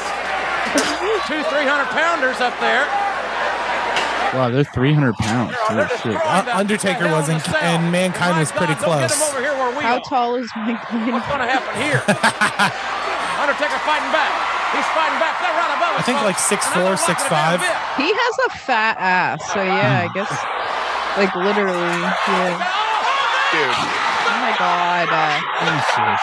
Speaker 7: two, three hundred pounders up there.
Speaker 6: Wow, they're 300 pounds. Holy shit.
Speaker 4: Uh, Undertaker
Speaker 7: Hell in
Speaker 4: wasn't,
Speaker 7: the cell.
Speaker 4: and Mankind
Speaker 7: My
Speaker 4: was pretty
Speaker 7: God, don't get him
Speaker 4: close.
Speaker 7: over here where we
Speaker 3: how
Speaker 7: are.
Speaker 3: tall is Mankind?
Speaker 7: What's going to happen here? Undertaker fighting back. He's fighting back. They're right above us.
Speaker 4: I think
Speaker 7: folks.
Speaker 4: like 6'4",
Speaker 7: And I'm not liking it down
Speaker 4: 6'5".
Speaker 7: a bit.
Speaker 3: He has a fat ass, so yeah, I guess like literally. Yeah.
Speaker 2: dude.
Speaker 3: Oh my god. Uh,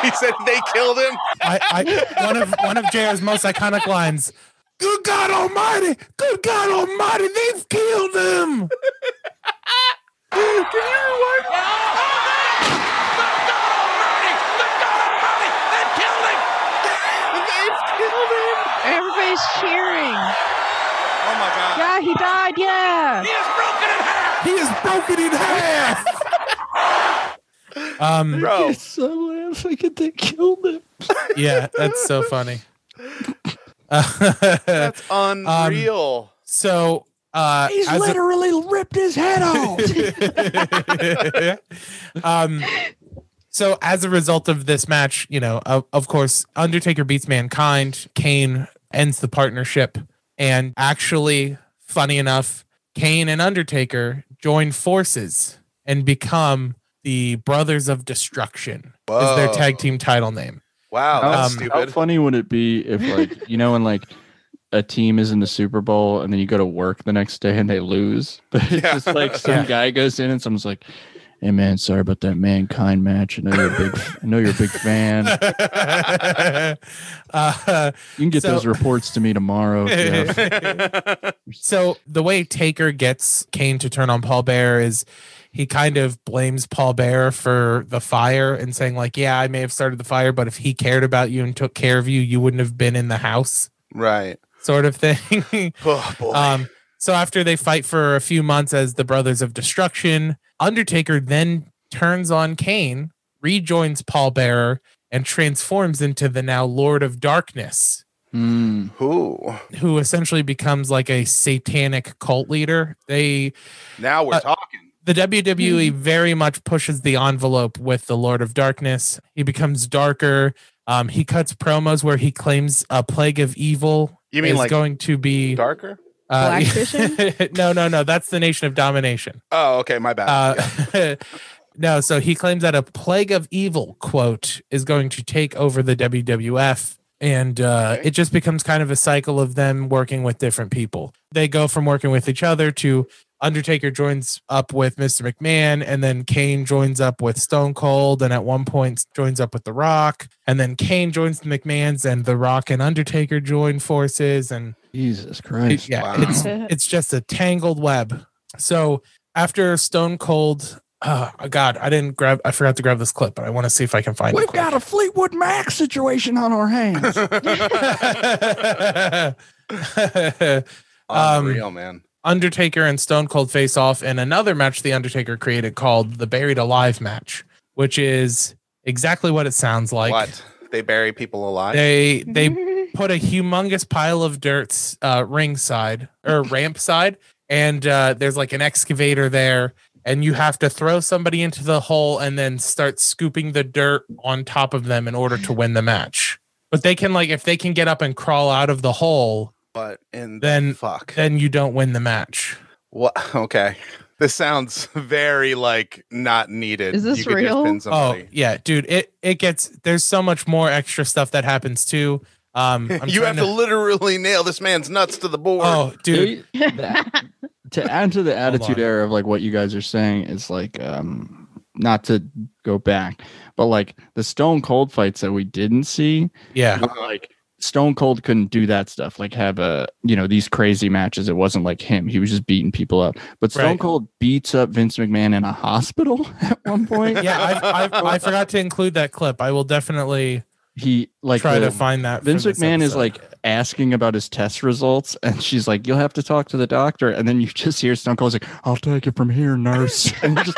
Speaker 2: He said they killed him.
Speaker 4: I, I one of one of JR's most iconic lines. Good God Almighty! Good God Almighty! They've killed him.
Speaker 3: everybody's cheering. Oh my god. Yeah, he died. Yeah.
Speaker 4: He is broken in half. um.
Speaker 2: Bro,
Speaker 6: Someone else, I could they killed him.
Speaker 4: Yeah, that's so funny. Uh,
Speaker 2: that's unreal.
Speaker 4: so. Uh, as a-
Speaker 6: literally ripped his head off.
Speaker 4: um, so as a result of this match, you know, of, of course, Undertaker beats Mankind. Kane ends the partnership, and actually, funny enough, Kane and Undertaker join forces and become the Brothers of Destruction. Is their
Speaker 2: Whoa.
Speaker 4: tag team title name?
Speaker 2: Wow, that's
Speaker 4: Um,
Speaker 6: How
Speaker 2: stupid.
Speaker 6: funny would it be if, like, you know, when like a team is in the Super Bowl and then you go to work the next day and they lose, but it's
Speaker 2: Yeah.
Speaker 6: just like some
Speaker 4: Yeah.
Speaker 6: guy goes in and someone's like, "Hey man, sorry about that mankind match. I know you're a big, I know you're a big fan. You
Speaker 4: Uh,
Speaker 6: can get
Speaker 4: So-
Speaker 6: those reports to me tomorrow." Jeff."
Speaker 4: So the way Taker gets Kane to turn on Paul Bear is he kind of blames Paul Bear for the fire and saying like, "Yeah, I may have started the fire, but if he cared about you and took care of you, you wouldn't have been in the house,"
Speaker 2: Right.
Speaker 4: sort of thing.
Speaker 2: Oh boy.
Speaker 4: um, so after they fight for a few months as the Brothers of Destruction, Undertaker then turns on Kane, rejoins Paul Bearer, and transforms into the now Lord of Darkness
Speaker 6: Mm.
Speaker 2: Who?
Speaker 4: who essentially becomes like a satanic cult leader. They
Speaker 2: Now we're
Speaker 4: Uh,
Speaker 2: talking.
Speaker 4: the WWE very much pushes the envelope with the Lord of Darkness. He becomes darker. Um, he cuts promos where he claims a plague of evil
Speaker 2: You mean
Speaker 4: is
Speaker 2: like
Speaker 4: going to be
Speaker 2: darker?
Speaker 4: uh,
Speaker 3: Black Vision?
Speaker 4: no, no, no. That's the Nation of Domination.
Speaker 2: Oh, okay, my bad.
Speaker 4: Uh, no, so he claims that a plague of evil, quote, is going to take over the WWF. And uh, it just becomes kind of a cycle of them working with different people. They go from working with each other to Undertaker joins up with Mr. McMahon, and then Kane joins up with Stone Cold, and at one point joins up with The Rock, and then Kane joins the McMahons, and The Rock and Undertaker join forces, and
Speaker 6: Jesus
Speaker 4: it-
Speaker 6: Christ.
Speaker 4: yeah,
Speaker 2: Wow.
Speaker 4: it's it's just a tangled web. So after Stone Cold, uh, God, I didn't grab, I forgot to grab this clip, but I want to see if I can find it. quick.
Speaker 6: a Fleetwood Mac situation on our hands.
Speaker 4: um,
Speaker 2: Unreal, man.
Speaker 4: Undertaker and Stone Cold face off in another match the Undertaker created called the Buried Alive match, which is exactly what it sounds like.
Speaker 2: what? They bury people alive.
Speaker 4: They they put a humongous pile of dirt uh, ringside or ramp side, and uh, there's like an excavator there, and you have to throw somebody into the hole and then start scooping the dirt on top of them in order to win the match. But they can like if they can get up and crawl out of the hole,
Speaker 2: but in
Speaker 4: Then-
Speaker 2: the fuck.
Speaker 4: then you don't win the match.
Speaker 2: what? Okay. This sounds very like not needed.
Speaker 3: Is this
Speaker 2: could just
Speaker 3: real?
Speaker 2: pin somebody.
Speaker 4: Oh yeah, dude, it it gets there's so much more extra stuff that happens too. Um, I'm
Speaker 2: you have
Speaker 4: trying
Speaker 2: to, literally nail this man's nuts to the board.
Speaker 4: Oh, dude,
Speaker 6: They- that- to add to the attitude
Speaker 4: on.
Speaker 6: error of like what you guys are saying is like um not to go back, but like the Stone Cold fights that we didn't see,
Speaker 4: yeah.
Speaker 6: like Stone Cold couldn't do that stuff. Like have a you know these crazy matches. It wasn't like him. He was just beating people up. But Stone
Speaker 4: Right.
Speaker 6: Cold beats up Vince McMahon in a hospital at one point.
Speaker 4: yeah, I, I, I forgot to include that clip. I will definitely
Speaker 6: he like
Speaker 4: try to
Speaker 6: the-
Speaker 4: find that. for
Speaker 6: um, Vince
Speaker 4: this
Speaker 6: McMahon is
Speaker 4: episode.
Speaker 6: like asking about his test results, and she's like, "You'll have to talk to the doctor." And then you just hear Stone Cold's like, "I'll take it from here, nurse." And just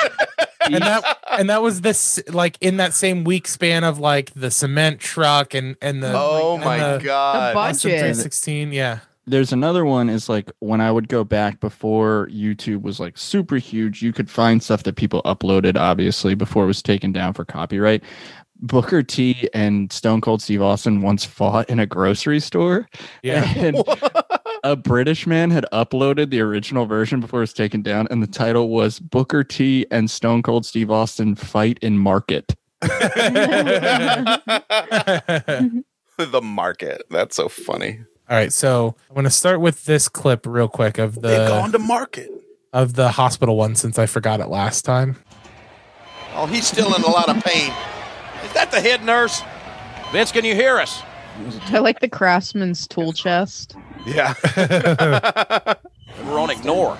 Speaker 4: and that and that was this like in that same week span of like the cement truck and and the
Speaker 2: Oh
Speaker 4: and
Speaker 2: my
Speaker 4: the
Speaker 2: god.
Speaker 3: bu-
Speaker 4: Austin
Speaker 3: Budget.
Speaker 4: 316. Yeah,
Speaker 6: there's another one is like when I would go back before YouTube was like super huge, you could find stuff that people uploaded obviously before it was taken down for copyright. Booker T and Stone Cold Steve Austin once fought in a grocery store.
Speaker 4: yeah.
Speaker 6: And a British man had uploaded the original version before it was taken down, and the title was Booker T and Stone Cold Steve Austin Fight in Market.
Speaker 2: the market. That's so funny.
Speaker 4: All right, so I'm gonna start with this clip real quick of
Speaker 2: They've gone
Speaker 4: the
Speaker 2: to market.
Speaker 4: of the hospital one since I forgot it last time.
Speaker 7: Oh, he's still in a lot of pain. Is that the head nurse? Vince, can you hear us?
Speaker 3: I like the craftsman's tool chest.
Speaker 2: Yeah.
Speaker 7: We're on ignore.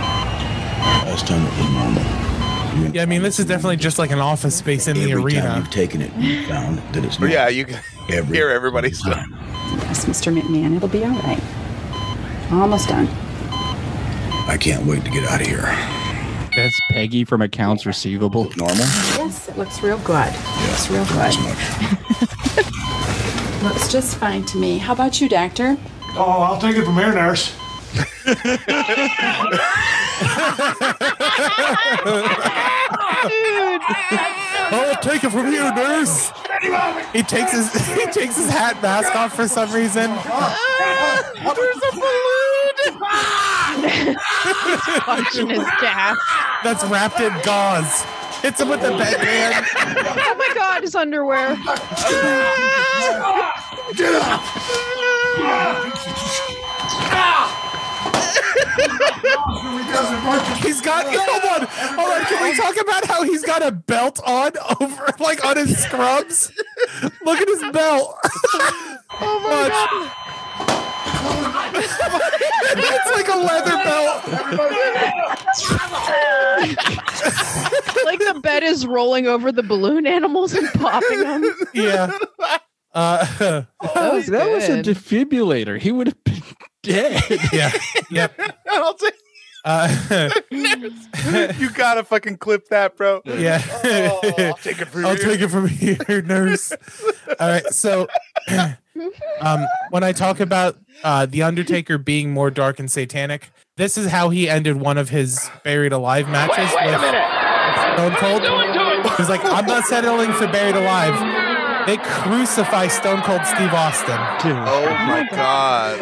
Speaker 10: Last time it was normal. You're in
Speaker 4: Yeah, I mean this is definitely just like an office space in the
Speaker 10: Every time
Speaker 4: arena.
Speaker 10: you've taken it, you found that it's
Speaker 2: But
Speaker 10: not.
Speaker 2: yeah, you can
Speaker 10: Every
Speaker 2: hear everybody's
Speaker 10: time.
Speaker 11: Mr. McMahon, it'll be all right. Almost done.
Speaker 10: I can't wait to get out of here.
Speaker 6: That's Peggy from Accounts Receivable.
Speaker 10: Normal?
Speaker 11: Yes, it looks real good. Looks real
Speaker 10: As much.
Speaker 11: good. Looks just fine to me. How about you, doctor?
Speaker 8: Oh, I'll take it from here, nurse.
Speaker 4: Oh, take it from here, nurse. He takes his he takes his hat mask off for some reason.
Speaker 3: Punching his gas.
Speaker 4: That's wrapped in gauze. Hits him with the bedpan.
Speaker 3: Oh my god, his underwear.
Speaker 4: He's got hold on, hold on. Can we talk about how he's got a belt on over, like on his scrubs? Look at his belt. oh my god! it's like a leather belt.
Speaker 3: Like the bed is rolling over the balloon animals and popping them.
Speaker 4: Yeah. Uh,
Speaker 3: That was,
Speaker 6: That was a
Speaker 3: good.
Speaker 6: defibrillator. He would have been dead.
Speaker 4: yeah. Yep.
Speaker 2: I'll take
Speaker 4: Uh,
Speaker 2: you gotta fucking clip that, bro.
Speaker 4: yeah.
Speaker 2: Oh, Take it for
Speaker 4: I'll
Speaker 2: you.
Speaker 4: take it from here, nurse. All right, so um, when I talk about uh, the Undertaker being more dark and satanic, this is how he ended one of his buried alive matches. Wait, a minute, Stone Cold. He's like, I'm not settling for buried alive. They crucify Stone Cold Steve Austin.
Speaker 2: Oh my god.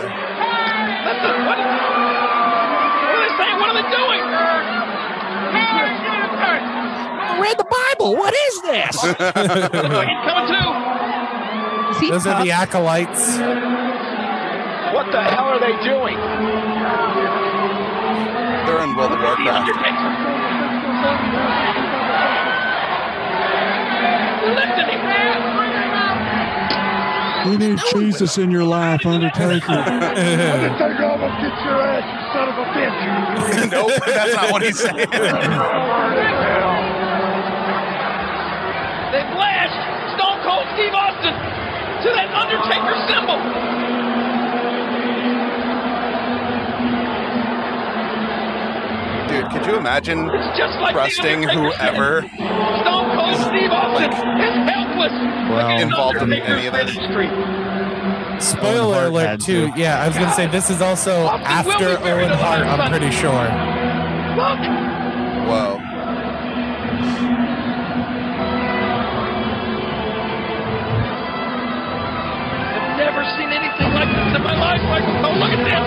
Speaker 6: read the Bible. What is this?
Speaker 3: Is he
Speaker 4: Those are the
Speaker 3: tough?
Speaker 4: acolytes.
Speaker 8: What the hell are they doing?
Speaker 2: They're in World of Warcraft.
Speaker 6: You need Jesus in your life, Undertaker.
Speaker 2: nope, that's not what he's saying.
Speaker 9: They flashed Stone Cold Steve Austin to that Undertaker symbol.
Speaker 2: Dude, can Could you imagine trusting whoever
Speaker 9: Stone Cold Steve Austin is helpless.
Speaker 6: Wow.
Speaker 2: involved in any of this?
Speaker 4: Spoiler alert, too. Yeah, I was going to say this is also after Owen Hart, I'm pretty sure.
Speaker 2: Whoa.
Speaker 9: I've never seen anything like this in my life, Michael Cole. Look at this.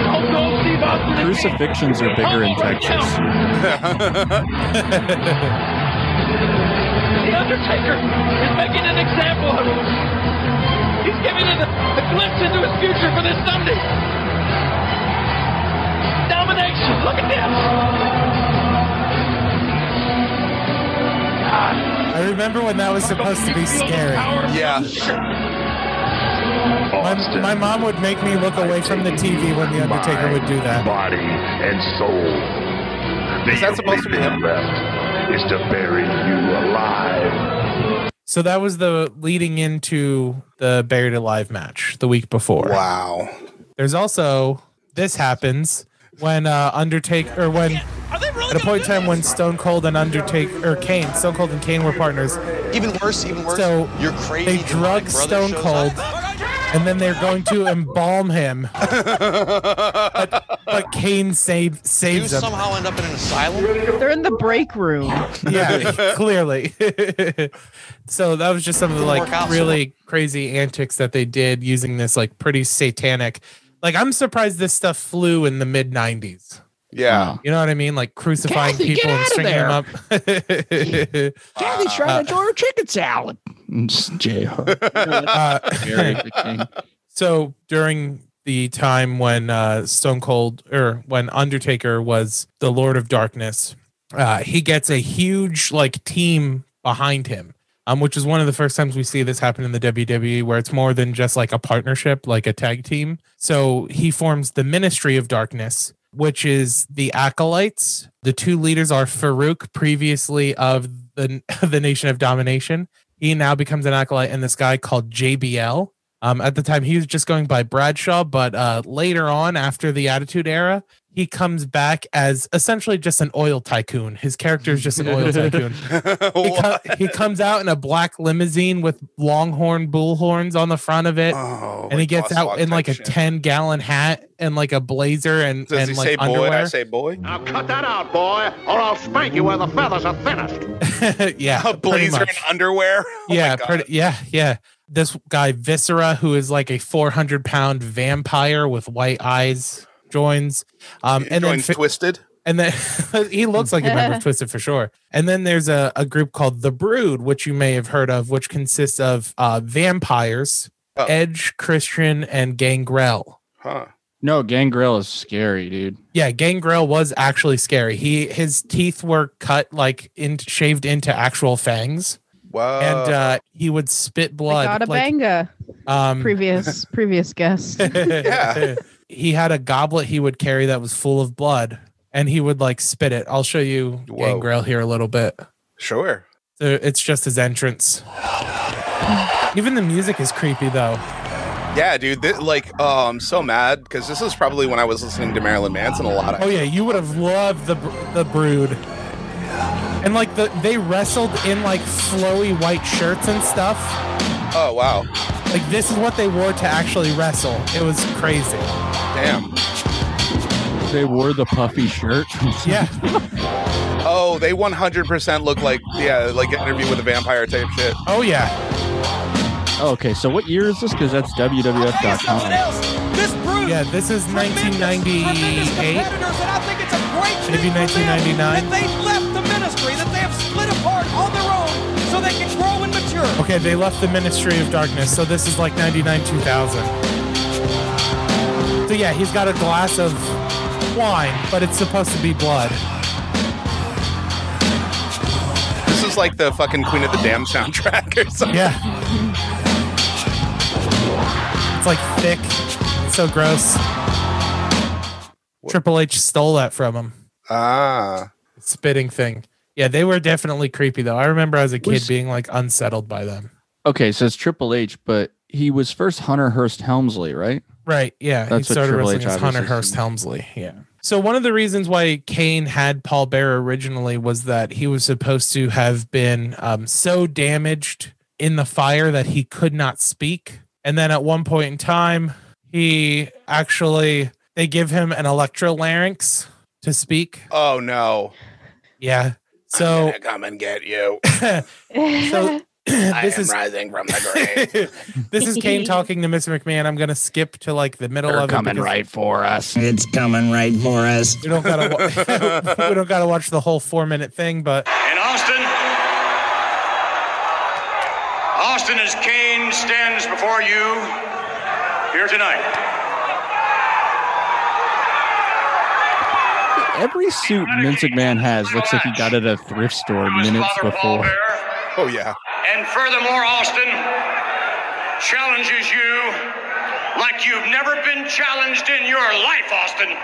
Speaker 9: Stone Cold Steve Austin. again.
Speaker 6: Crucifixions are bigger in Texas.
Speaker 9: The Undertaker is making an example of him. He's giving it a, a glimpse into his future for this Sunday. Domination. Look at this.
Speaker 4: I remember when that was supposed to be scary.
Speaker 2: Yeah.
Speaker 4: My, my mom would make me look away from the TV when The Undertaker would do that.
Speaker 12: Body and soul. The is that supposed to be him? Left is to bury you alive.
Speaker 4: So that was the leading into the Buried Alive match the week before.
Speaker 2: Wow.
Speaker 4: There's also this happens when uh, Undertaker or when at a point in time when Stone Cold and Undertaker or Kane, Stone Cold and Kane were partners.
Speaker 7: Even worse, even worse.
Speaker 4: So
Speaker 7: you're crazy.
Speaker 4: They
Speaker 7: demonic
Speaker 4: drug
Speaker 7: brother
Speaker 4: Stone
Speaker 7: shows
Speaker 4: Cold,
Speaker 7: up.
Speaker 4: and then they're going to embalm him. but, but Kane save,
Speaker 7: You
Speaker 4: saves him.
Speaker 7: somehow end up in an asylum.
Speaker 3: They're in the break room.
Speaker 4: Yeah, clearly. so that was just some of the
Speaker 7: work
Speaker 4: like
Speaker 7: out so
Speaker 4: really crazy antics that they did using this like pretty satanic. Like I'm surprised this stuff flew in the mid '90s.
Speaker 2: Yeah.
Speaker 4: You know what I mean? Like crucifying
Speaker 13: Kathy, get
Speaker 4: people and
Speaker 13: outta
Speaker 4: stringing Uh, them up.
Speaker 13: Kathy's trying to enjoy her chicken salad.
Speaker 6: J Hart.
Speaker 4: Uh,
Speaker 6: Barry the King.
Speaker 4: so during the time when uh, Stone Cold or when Undertaker was the Lord of Darkness, uh, he gets a huge like team behind him, um, which is one of the first times we see this happen in the WWE, where it's more than just like a partnership, like a tag team. So he forms the Ministry of Darkness, which is the acolytes. The two leaders are Farouk, previously of the the Nation of Domination. He now becomes an acolyte, and this guy called JBL. Um, at the time, he was just going by Bradshaw, but uh, later on, after the Attitude Era, he comes back as essentially just an oil tycoon. His character is just an oil tycoon. He, co-
Speaker 2: What?
Speaker 4: he comes out in a black limousine with longhorn bull horns on the front of it,
Speaker 2: Oh,
Speaker 4: and he
Speaker 2: like
Speaker 4: gets out
Speaker 2: crosswalk
Speaker 4: in like a
Speaker 2: type shit.
Speaker 4: ten gallon hat and like a blazer and
Speaker 2: Does
Speaker 4: and
Speaker 2: he
Speaker 4: like
Speaker 2: say boy?
Speaker 4: underwear.
Speaker 2: and I say boy.
Speaker 12: Now cut that out, boy, or I'll spank you where the feathers are thinnest.
Speaker 4: yeah,
Speaker 2: A
Speaker 4: pretty
Speaker 2: blazer and
Speaker 4: much.
Speaker 2: underwear. Oh my
Speaker 4: yeah,
Speaker 2: God.
Speaker 4: pretty, yeah, yeah. This guy Viscera, who is like a 400 pound vampire with white eyes, joins. Um,
Speaker 2: He
Speaker 4: and then,
Speaker 2: joins
Speaker 4: fi-
Speaker 2: twisted.
Speaker 4: and then he looks like a member of Twisted for sure. And then there's a, a group called the Brood, which you may have heard of, which consists of uh, vampires,
Speaker 2: Oh.
Speaker 4: Edge, Christian, and Gangrel.
Speaker 2: Huh.
Speaker 6: No, Gangrel is scary, dude.
Speaker 4: Yeah, Gangrel was actually scary. He his teeth were cut like in, shaved into actual fangs,
Speaker 2: Wow.
Speaker 4: and uh, he would spit
Speaker 3: I
Speaker 4: blood.
Speaker 3: got a
Speaker 4: like,
Speaker 3: banga.
Speaker 4: um,
Speaker 3: Previous previous guest.
Speaker 2: Yeah.
Speaker 4: he had a goblet he would carry that was full of blood and he would like spit it. I'll show you
Speaker 2: Whoa.
Speaker 4: Gangrel here a little bit.
Speaker 2: sure.
Speaker 4: So it's just his entrance. Even the music is creepy though.
Speaker 2: Yeah, dude. thi- like, oh, I'm so mad because this is probably when I was listening to Marilyn Manson a lot.
Speaker 4: Oh yeah, you would have loved the br- the brood. And like the they wrestled in like flowy white shirts and stuff.
Speaker 2: Oh wow.
Speaker 4: Like this is what they wore to actually wrestle. It was crazy.
Speaker 2: Damn.
Speaker 6: They wore the puffy shirt.
Speaker 4: Yeah.
Speaker 2: Oh, they 100% look like yeah, like an interview with a vampire type shit.
Speaker 4: Oh yeah.
Speaker 6: Oh, okay, so what year is this? Because that's WWF.com.
Speaker 7: This proves
Speaker 4: Yeah, this is 1998.
Speaker 7: competitors, and I think it's a great
Speaker 4: Maybe
Speaker 7: thing for them
Speaker 4: 1999.
Speaker 7: that they've left the ministry, that they have split apart on their own, so they can grow and mature.
Speaker 4: Okay, they left the Ministry of Darkness, so this is like 99 2000. So yeah, he's got a glass of wine, but it's supposed to be blood.
Speaker 2: This is like the fucking Queen of the Dam soundtrack or something.
Speaker 4: Yeah. It's like thick. It's so gross. Triple H stole that from him.
Speaker 2: Ah.
Speaker 4: Spitting thing. Yeah, they were definitely creepy though. I remember as a kid
Speaker 6: Was-
Speaker 4: being like unsettled by them.
Speaker 6: Okay, so it's Triple H, but he was first Hunter Hearst Helmsley, right?
Speaker 4: Right. Yeah.
Speaker 6: That's
Speaker 4: he
Speaker 6: what
Speaker 4: started
Speaker 6: Triple
Speaker 4: wrestling
Speaker 6: H
Speaker 4: as Hunter
Speaker 6: obviously-
Speaker 4: Hearst Helmsley. Yeah. So one of the reasons why Kane had Paul Bearer originally was that he was supposed to have been um, so damaged in the fire that he could not speak. And then at one point in time, he actually they give him an electrolarynx to speak.
Speaker 2: Oh no!
Speaker 4: Yeah. So
Speaker 2: I come and get you.
Speaker 4: so
Speaker 2: I
Speaker 4: this
Speaker 2: am
Speaker 4: is
Speaker 2: rising from the grave.
Speaker 4: this is Kane talking to Mr. McMahon. I'm gonna skip to like the middle of it because-
Speaker 6: for us.
Speaker 13: It's coming right for us.
Speaker 4: We don't gotta. Wa- we don't gotta watch the whole four minute thing, but
Speaker 14: And Austin, Austin as Kane stands before you here tonight.
Speaker 6: Every suit Vince McMahon has looks like he got it at a thrift store minutes before.
Speaker 2: Oh yeah.
Speaker 14: And furthermore, Austin challenges you like you've never been challenged in your life, Austin.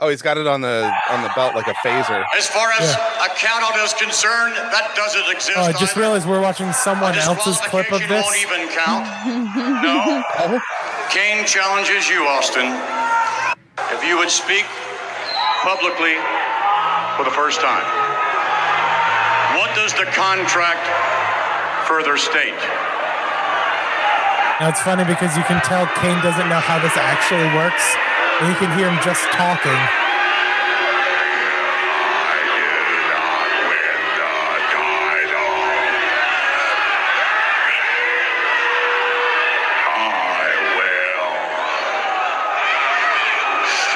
Speaker 2: Oh, he's got it on the on the belt like a phaser.
Speaker 14: As far as a count out is concerned, that doesn't exist.
Speaker 4: oh, I just realized we're watching someone else's clip of
Speaker 14: Won't
Speaker 4: this.
Speaker 14: even count. No. Kane challenges you, Austin. If you would speak publicly for the first time, what does the contract further state?
Speaker 4: Now it's funny because you can tell Kane doesn't know how this actually works, and you can hear him just talking.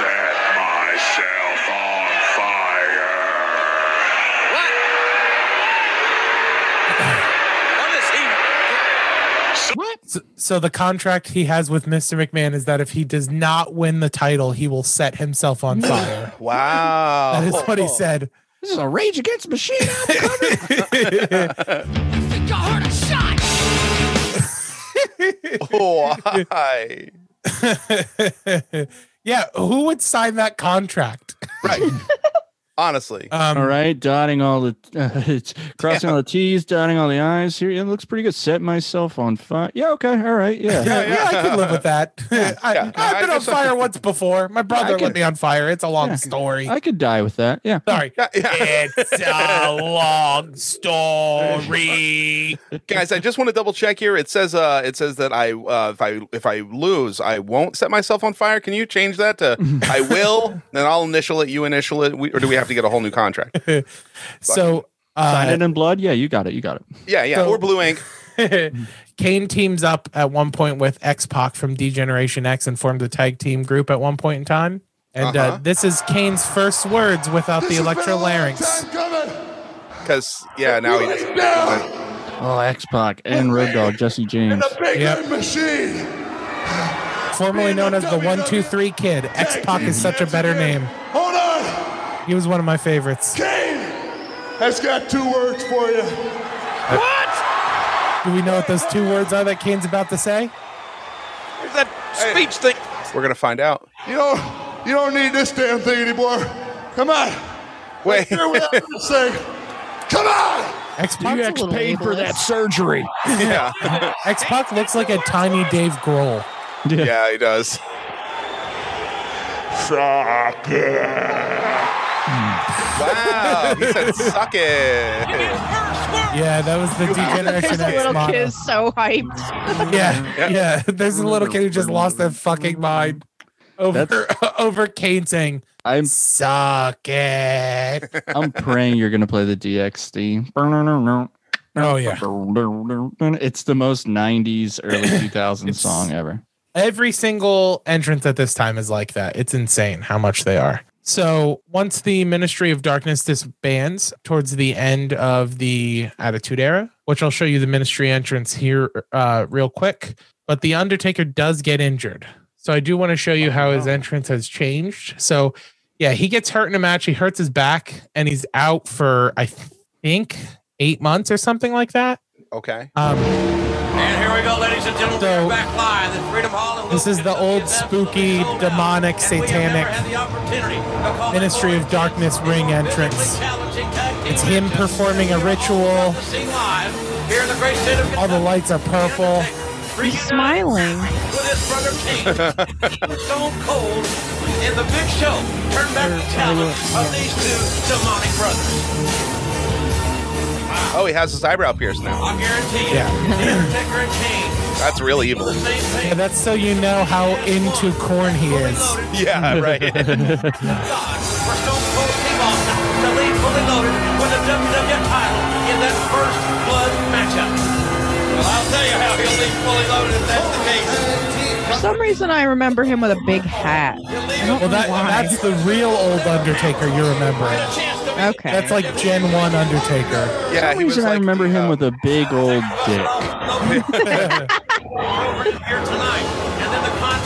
Speaker 12: Set myself on fire.
Speaker 14: What?
Speaker 4: So, so the contract he has with Mr. McMahon is that if he does not win the title, he will set himself on fire.
Speaker 2: wow.
Speaker 4: That is what
Speaker 8: Oh.
Speaker 4: he said.
Speaker 13: This is a Rage Against the Machine.
Speaker 9: think I heard a
Speaker 2: Why?
Speaker 9: shot.
Speaker 4: yeah, who would sign that contract?
Speaker 2: Right. Honestly.
Speaker 4: Um,
Speaker 6: all right, dotting all the crossing all the T's, dotting all the I's. Here, it looks pretty good. Set myself on fire. Yeah, okay, all right, yeah,
Speaker 4: Yeah, yeah, I could live with that. I, I've been on fire once before. My brother
Speaker 6: can-
Speaker 4: lit me on fire. It's a long
Speaker 6: Yeah.
Speaker 4: story.
Speaker 6: I could die with that. Yeah,
Speaker 4: Sorry. It's a long story.
Speaker 2: Guys, I just want to double check here. It says uh it says that I uh if I if I lose, I won't set myself on fire. Can you change that to I will? Then I'll initial it, you initial it, we, or do we have to get a whole new contract?
Speaker 4: So,
Speaker 6: sign
Speaker 4: uh,
Speaker 6: it in blood. Yeah, you got it. You got it.
Speaker 2: Yeah, yeah,
Speaker 4: So-
Speaker 2: or blue ink.
Speaker 4: Kane teams up at one point with X Pac from D Generation X and formed a tag team group at one point in time. And uh
Speaker 2: Uh-huh.
Speaker 4: this is Kane's first words without the electrolarynx.
Speaker 2: Cuz yeah, now he doesn't. Down.
Speaker 6: Oh, X Pac and Road Dog Jesse James.
Speaker 4: Yep. Formerly known as the One Two
Speaker 3: E
Speaker 4: Three Kid, X Pac is such a better name.
Speaker 15: Hold on.
Speaker 4: He was one of my favorites.
Speaker 15: Kane has got two words for you.
Speaker 4: Uh, Do we know what those two words are that Kane's about to say?
Speaker 15: that speech thing.
Speaker 2: We're going to find out.
Speaker 15: You don't, you don't need this damn thing anymore. Come on. Wait. Here we are with this thing. Come on.
Speaker 4: X Pac
Speaker 15: little paid for ableist. that
Speaker 6: surgery.
Speaker 2: Yeah.
Speaker 4: X Pac looks like a tiny Dave Grohl.
Speaker 2: Yeah, he does. Suck Wow, he said suck it.
Speaker 4: Yeah, that was the D
Speaker 3: There's
Speaker 4: Generation
Speaker 3: a
Speaker 4: X
Speaker 3: little
Speaker 4: motto.
Speaker 3: kid so hyped.
Speaker 4: Yeah, yeah. There's a little kid who just lost their fucking mind over over Kane saying,
Speaker 6: "I'm
Speaker 4: suck it."
Speaker 6: I'm praying you're gonna play the DX theme.
Speaker 4: Oh, yeah.
Speaker 6: it's the most '90s, early 2000s song ever.
Speaker 4: Every single entrance at this time is like that. It's insane how much they are. So once the Ministry of Darkness disbands towards the end of the Attitude Era, which I'll show you the Ministry entrance here uh, real quick, but the Undertaker does get injured. So I do want to show you how his entrance has changed. So yeah, he gets hurt in a match. He hurts his back and he's out for I think eight months or something like that.
Speaker 2: Okay.
Speaker 4: Um,
Speaker 7: And here we go, ladies and gentlemen.
Speaker 4: So-
Speaker 7: we're back live at Freedom Hall in
Speaker 4: this is the old spooky, demonic, satanic
Speaker 7: the opportunity to call
Speaker 4: Ministry of Darkness ring entrance. It's him performing a ritual.
Speaker 7: the scene live here in the great state of
Speaker 4: All the lights are purple.
Speaker 3: He's smiling.
Speaker 7: With his brother King, Stone Cold, in the Big Show, turn back the talent of these two demonic brothers.
Speaker 2: Oh, he has his eyebrow pierced now.
Speaker 7: I guarantee you. Yeah.
Speaker 2: that's real evil.
Speaker 4: Yeah, that's so you know how into corn he is.
Speaker 2: Yeah, right.
Speaker 7: fully loaded with the WWE title in that first blood matchup. Well, I'll tell you how he'll leave fully loaded if that's the case.
Speaker 3: For some reason, I remember him with a big hat.
Speaker 4: Well, that, that's the real old uh, Undertaker you remember.
Speaker 3: Okay.
Speaker 4: That's like Gen 1
Speaker 6: Yeah,
Speaker 4: Undertaker.
Speaker 6: For some reason, I like remember the, uh, him with a big old
Speaker 2: dick.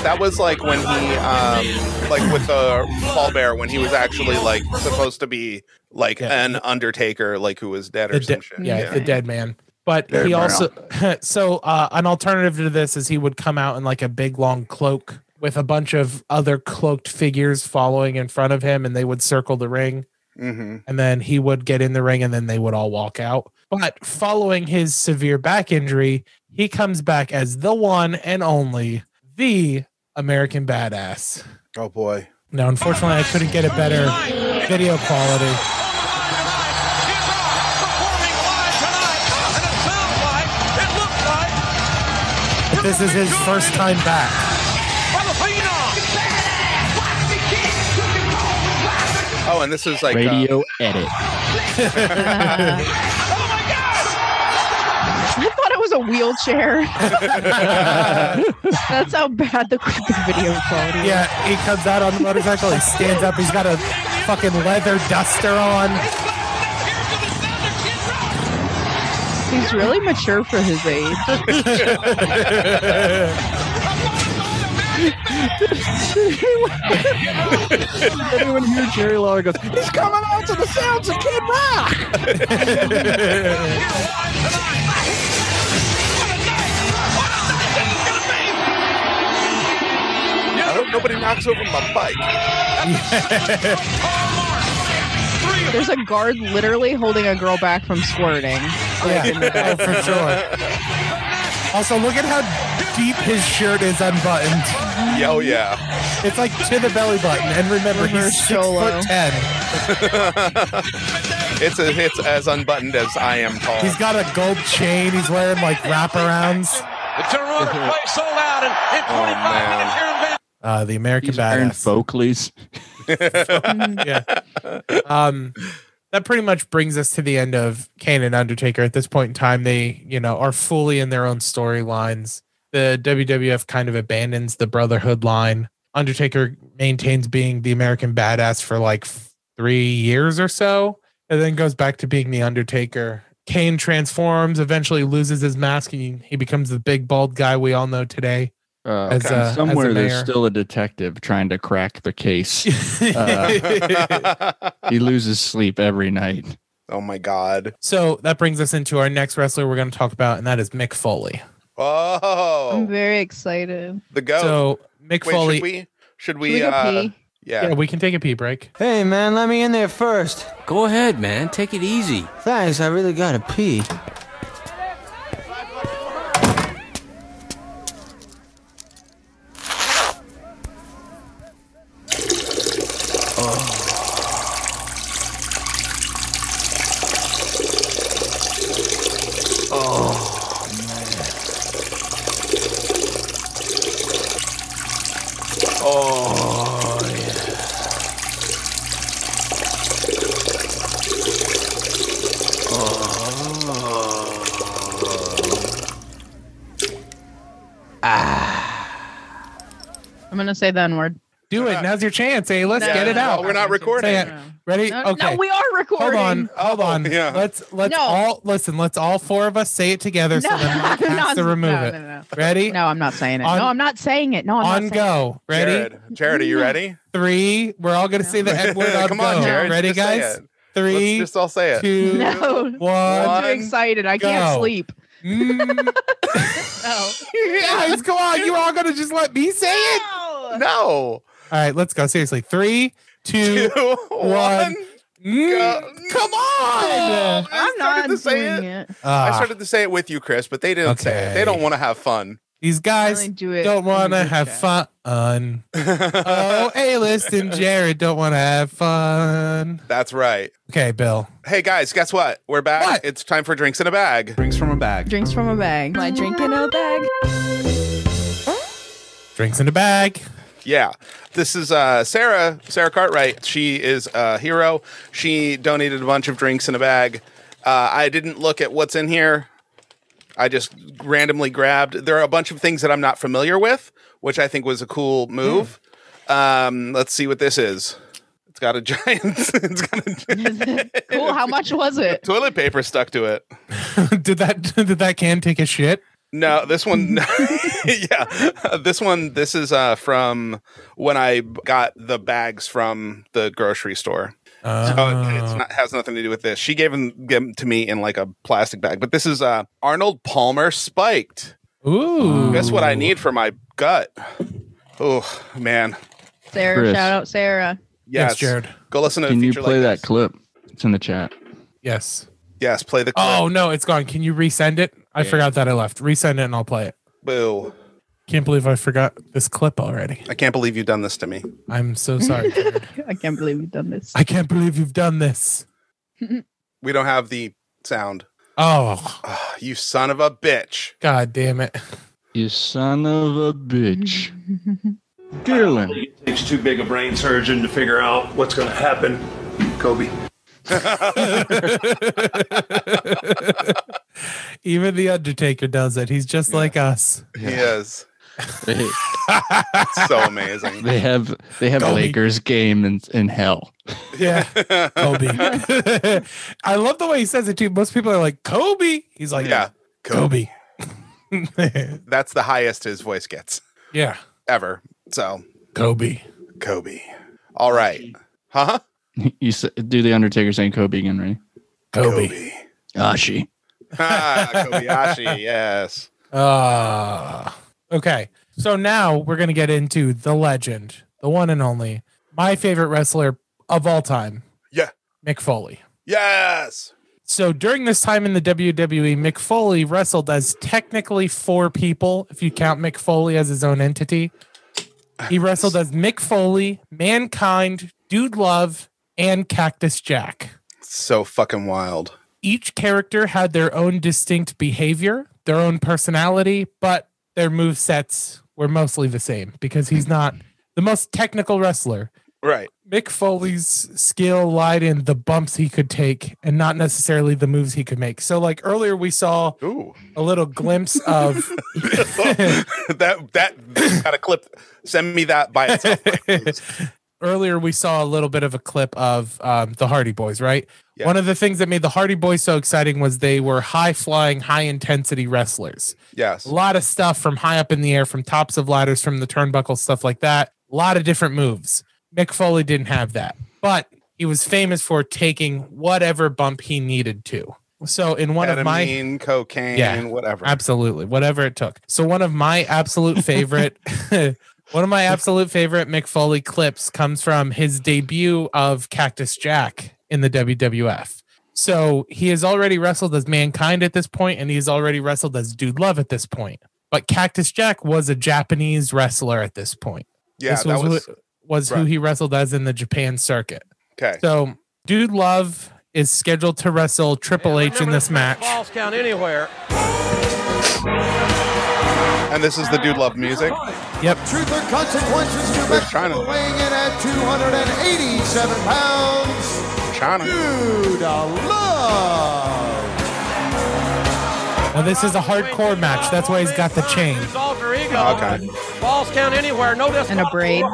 Speaker 2: that was like when he um like with the Paul Bear when he was actually like supposed to be like yeah. an undertaker like who was dead or
Speaker 4: the
Speaker 2: some
Speaker 4: de-
Speaker 2: shit.
Speaker 4: Yeah, yeah, the dead man. But dead he man also so uh an alternative to this is he would come out in like a big long cloak with a bunch of other cloaked figures following in front of him and they would circle the ring. Mm-hmm. And then he would get in the ring and then they would all walk out. But following his severe back injury, he comes back as the one and only the American Badass.
Speaker 2: Oh boy.
Speaker 4: Now, unfortunately, I couldn't get a better video quality. But this is his first time back.
Speaker 2: Oh, and this is like
Speaker 6: radio uh, edit.
Speaker 3: I thought it was a wheelchair. That's how bad the, the video quality. Is.
Speaker 4: Yeah, he comes out on the motorcycle. He stands up. He's got a fucking leather duster on.
Speaker 3: He's really mature for his age.
Speaker 6: Did anyone hear Jerry Lawler goes, he's coming out to the sounds of Kid Rock!
Speaker 2: I hope nobody knocks over my bike.
Speaker 3: Yeah. There's a guard literally holding a girl back from squirting.
Speaker 4: Yeah, oh, for sure. Also, look at how deep his shirt is unbuttoned.
Speaker 2: Yeah, oh yeah.
Speaker 4: It's like to the belly button. And remember, Reverse he's six solo. foot ten.
Speaker 2: it's a, it's as unbuttoned as I am tall.
Speaker 4: He's got a gold chain. He's wearing like wraparounds.
Speaker 7: The turnaround play sold out in, in 25 oh, minutes here in Van.
Speaker 4: Uh, the American He's Badass.
Speaker 6: Folkleys.
Speaker 4: yeah. Um, that pretty much brings us to the end of Kane and Undertaker. At this point in time, they you know are fully in their own storylines. The WWF kind of abandons the Brotherhood line. Undertaker maintains being the American Badass for like three years or so, and then goes back to being the Undertaker. Kane transforms, eventually loses his mask, and he becomes the big bald guy we all know today.
Speaker 6: Uh, as, okay. uh, Somewhere there's still a detective trying to crack the case. Uh, he loses sleep every night.
Speaker 2: Oh my God.
Speaker 4: So that brings us into our next wrestler we're going to talk about, and that is Mick Foley.
Speaker 2: Oh,
Speaker 3: I'm very excited.
Speaker 2: The go.
Speaker 4: So Mick Wait, Foley.
Speaker 2: Should we? uh, Should we, should we yeah.
Speaker 4: yeah, we can take a pee break.
Speaker 16: Hey, man, let me in there first.
Speaker 17: Go ahead, man. Take it easy.
Speaker 16: Thanks, I really gotta pee.
Speaker 13: Oh.
Speaker 18: Uh-huh.
Speaker 3: I'm gonna say the N word.
Speaker 4: Do it. Now's your chance. Hey, let's no, get it out.
Speaker 2: No, we're not recording.
Speaker 4: Ready?
Speaker 3: No,
Speaker 4: okay.
Speaker 3: No, we are recording.
Speaker 4: Hold on. Hold on. Oh, yeah. Let's let's no. all listen. Let's all four of us say it together so that Mike has not, to remove it. Ready?
Speaker 3: No, I'm not saying it. On, no, I'm not saying it. No, I'm
Speaker 4: on
Speaker 3: not
Speaker 4: go. Ready?
Speaker 2: Jared, Jared, are you ready?
Speaker 4: Three. We're all gonna say the N word on Come on, go. Jared, ready, guys? Three.
Speaker 2: Let's just all say it.
Speaker 4: Two.
Speaker 3: No.
Speaker 4: One.
Speaker 3: I'm too excited. I
Speaker 4: go.
Speaker 3: can't sleep.
Speaker 4: Mm. no. Guys, come on. You all gonna just let me say it?
Speaker 2: No. All
Speaker 4: right, let's go. Seriously. three, two, two one. Mm. Come on.
Speaker 3: Oh, I'm not
Speaker 2: to say
Speaker 3: it. it.
Speaker 4: ah.
Speaker 2: Uh, I started to say it with you, Chris, but they didn't okay. say it. They don't want to have fun.
Speaker 4: These guys
Speaker 3: Really do it
Speaker 4: do not
Speaker 3: in
Speaker 4: want to
Speaker 3: group
Speaker 4: have fun. oh, A list and Jared don't want to have fun.
Speaker 2: That's right.
Speaker 4: Okay, Bill.
Speaker 2: Hey guys, guess what? We're back. It's time for drinks in a bag. Drinks from a bag.
Speaker 19: Drinks from a bag. My drink in a bag.
Speaker 4: Drinks in a bag.
Speaker 2: Yeah. This is uh, Sarah, Sarah Cartwright. She is a hero. She donated a bunch of drinks in a bag. Uh, I didn't look at what's in here. I just randomly grabbed. There are a bunch of things that I'm not familiar with, which I think was a cool move. Um, let's see what this is. It's got a giant. it's got a
Speaker 3: cool. How much was it?
Speaker 2: toilet paper stuck to it.
Speaker 4: did that did that can take a shit?
Speaker 2: No, this one, yeah, this one. This is uh, from when I got the bags from the grocery store. So
Speaker 4: Uh,
Speaker 2: it it's not, has nothing to do with this. She gave them, gave 'em to me in like a plastic bag. But this is uh, Arnold Palmer spiked.
Speaker 4: Ooh,
Speaker 2: guess what I need for my gut? Oh man,
Speaker 3: Sarah,
Speaker 6: Chris.
Speaker 3: shout out Sarah.
Speaker 2: yes,
Speaker 4: Jared.
Speaker 2: Go listen to. a
Speaker 6: Can you
Speaker 2: feature like
Speaker 6: play that clip? It's in the chat.
Speaker 4: Yes.
Speaker 2: Yes, play the clip.
Speaker 4: Oh no, it's gone. Can you resend it? I forgot that I left. Resend it and I'll play it.
Speaker 2: Boo!
Speaker 4: Can't believe I forgot this clip already.
Speaker 2: I can't believe you've done this to me.
Speaker 4: I'm so sorry.
Speaker 3: I can't believe you've done this.
Speaker 4: I can't believe you've done this.
Speaker 2: We don't have the sound. Ah,
Speaker 4: Oh,
Speaker 2: You son of a bitch.
Speaker 4: god damn it.
Speaker 6: You son of a bitch. Dylan.
Speaker 18: It takes too big a brain surgeon to figure out what's going to happen. Kobe.
Speaker 4: Even the Undertaker does it. He's just like us.
Speaker 2: He is.
Speaker 6: They,
Speaker 2: so amazing.
Speaker 6: they have they have a
Speaker 4: Kobe.
Speaker 6: Lakers game in, in hell.
Speaker 4: Yeah. Kobe. I love the way he says it too. Most people are like, Kobe. He's like,
Speaker 2: Yeah,
Speaker 4: Kobe.
Speaker 2: That's the highest his voice gets
Speaker 4: Yeah.
Speaker 2: ever. So
Speaker 4: Kobe.
Speaker 2: Kobe. All right. Huh?
Speaker 6: You s- do the Undertaker saying Kobe again, right?
Speaker 4: Kobe.
Speaker 6: Ashi.
Speaker 2: Ah, Kobayashi, yes.
Speaker 4: Uh, okay. So now we're going to get into the legend, the one and only, my favorite wrestler of all time.
Speaker 2: Yeah.
Speaker 4: Mick Foley.
Speaker 2: Yes.
Speaker 4: So during this time in the WWE, Mick Foley wrestled as technically four people, if you count Mick Foley as his own entity. He wrestled as Mick Foley, Mankind, Dude Love, and Cactus Jack.
Speaker 2: So fucking wild.
Speaker 4: Each character had their own distinct behavior, their own personality, but their move sets were mostly the same because he's not the most technical wrestler.
Speaker 2: Right.
Speaker 4: Mick Foley's skill lied in the bumps he could take and not necessarily the moves he could make. So, like earlier, we saw a little glimpse of
Speaker 2: that that got a clip. Send me that by itself.
Speaker 4: earlier, we saw a little bit of a clip of um, the Hardy Boys, right? One of the things that made the Hardy Boys so exciting was they were high flying, high intensity wrestlers.
Speaker 2: Yes.
Speaker 4: A lot of stuff from high up in the air, from tops of ladders, from the turnbuckle, stuff like that. A lot of different moves. Mick Foley didn't have that, but he was famous for taking whatever bump he needed to. So in one of my
Speaker 2: Ketamine, cocaine,
Speaker 4: Yeah.
Speaker 2: whatever.
Speaker 4: Absolutely. Whatever it took. So one of my absolute favorite one of my absolute favorite Mick Foley clips comes from his debut of Cactus Jack in the WWF. So he has already wrestled as Mankind at this point and he's already wrestled as Dude Love at this point. But Cactus Jack was a Japanese wrestler at this point.
Speaker 2: Yeah,
Speaker 4: this
Speaker 2: that
Speaker 4: was
Speaker 2: was-
Speaker 4: who, was who
Speaker 2: right.
Speaker 4: he wrestled as in the Japan circuit.
Speaker 2: Okay.
Speaker 4: So Dude Love is scheduled to wrestle Triple H in this match.
Speaker 7: Falls count anywhere.
Speaker 2: And this is the dude love music.
Speaker 4: Yep.
Speaker 13: Truth or consequences, New
Speaker 2: Where's China?
Speaker 13: Mexico, weighing in at 287 pounds. Oh.
Speaker 2: China.
Speaker 13: Dude, love.
Speaker 4: Now this is a hardcore match. That's why he's got the chain.
Speaker 7: Alter ego. Falls count anywhere. No disqualification.
Speaker 3: And a braid.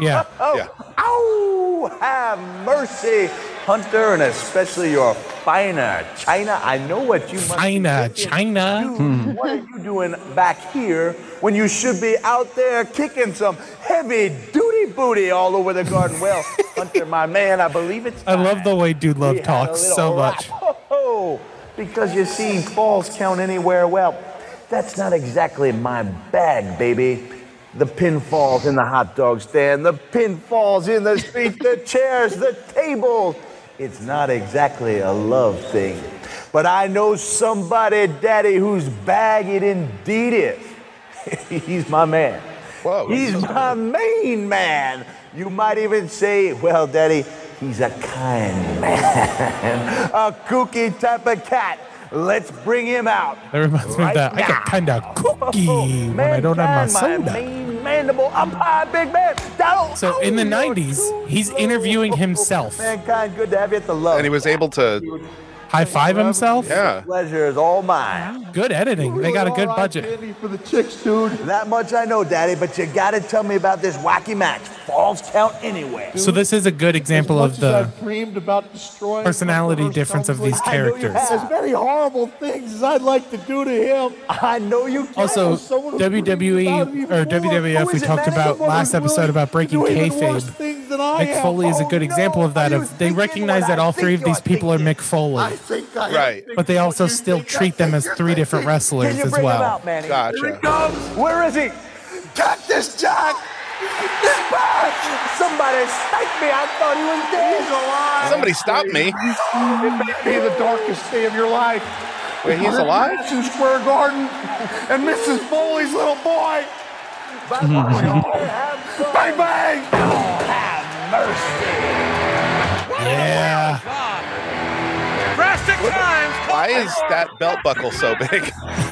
Speaker 4: Yeah.
Speaker 2: Yeah.
Speaker 20: Oh, Ow! Have mercy, Hunter, and especially your finer China. I know what you must
Speaker 4: China, China.
Speaker 20: What are you doing back here when you should be out there kicking some heavy duty booty all over the garden? Well, Hunter, my man, I believe it's
Speaker 4: I love the way Dude Love
Speaker 20: we had a
Speaker 4: talks
Speaker 20: little
Speaker 4: so
Speaker 20: rap.
Speaker 4: much.
Speaker 20: Ho-ho. Because you see, falls count anywhere. Well, that's not exactly my bag, baby. The pin falls in the hot dog stand, the pin falls in the street, the chairs, the tables. It's not exactly a love thing. But I know somebody, Daddy, whose bag it indeed is. He's my man.
Speaker 2: Whoa.
Speaker 20: He's my main man. You might even say, well, Daddy, he's a kind man, a kooky type of cat. Let's bring him out.
Speaker 4: That reminds me of
Speaker 20: Right
Speaker 4: that. I got kind of cookie when I don't have my
Speaker 20: Mankind,
Speaker 4: soda.
Speaker 20: main mandible. I'm high, big man. Donald.
Speaker 4: So in the 90s, he's interviewing himself.
Speaker 20: Mankind, good to have you at the love.
Speaker 2: And he was able to
Speaker 4: High five himself?
Speaker 20: Pleasure is all mine.
Speaker 4: Good editing. They got a good budget.
Speaker 20: For the chicks, dude. That much I know, Daddy, but you gotta tell me about this wacky match. Falls count anywhere.
Speaker 4: So this is a good example of the
Speaker 15: dreamed about destroying
Speaker 4: personality difference of these characters.
Speaker 15: as many horrible things as I'd like to do to him.
Speaker 20: I know you
Speaker 4: Also, WWE or WWF, we talked about last episode about breaking kayfabe.
Speaker 15: things that I
Speaker 4: Mick Foley is a good example of that. Of they recognize that all three of these people are Mick Foley,
Speaker 2: Right.
Speaker 4: but they also still treat them as three different wrestlers as well.
Speaker 20: Manny?
Speaker 2: Gotcha.
Speaker 20: comes. Where is he? Cactus Jack! This bird! Somebody sniped me. I thought he was dead. He's alive.
Speaker 2: Somebody stop me.
Speaker 15: It may be the darkest day of your life.
Speaker 2: Wait, he's alive?
Speaker 15: Madison Square Garden and Mrs. Foley's little boy.
Speaker 12: Mm-hmm.
Speaker 15: bang bang!
Speaker 4: Yeah.
Speaker 7: Drastic times.
Speaker 2: Why is that belt buckle so big?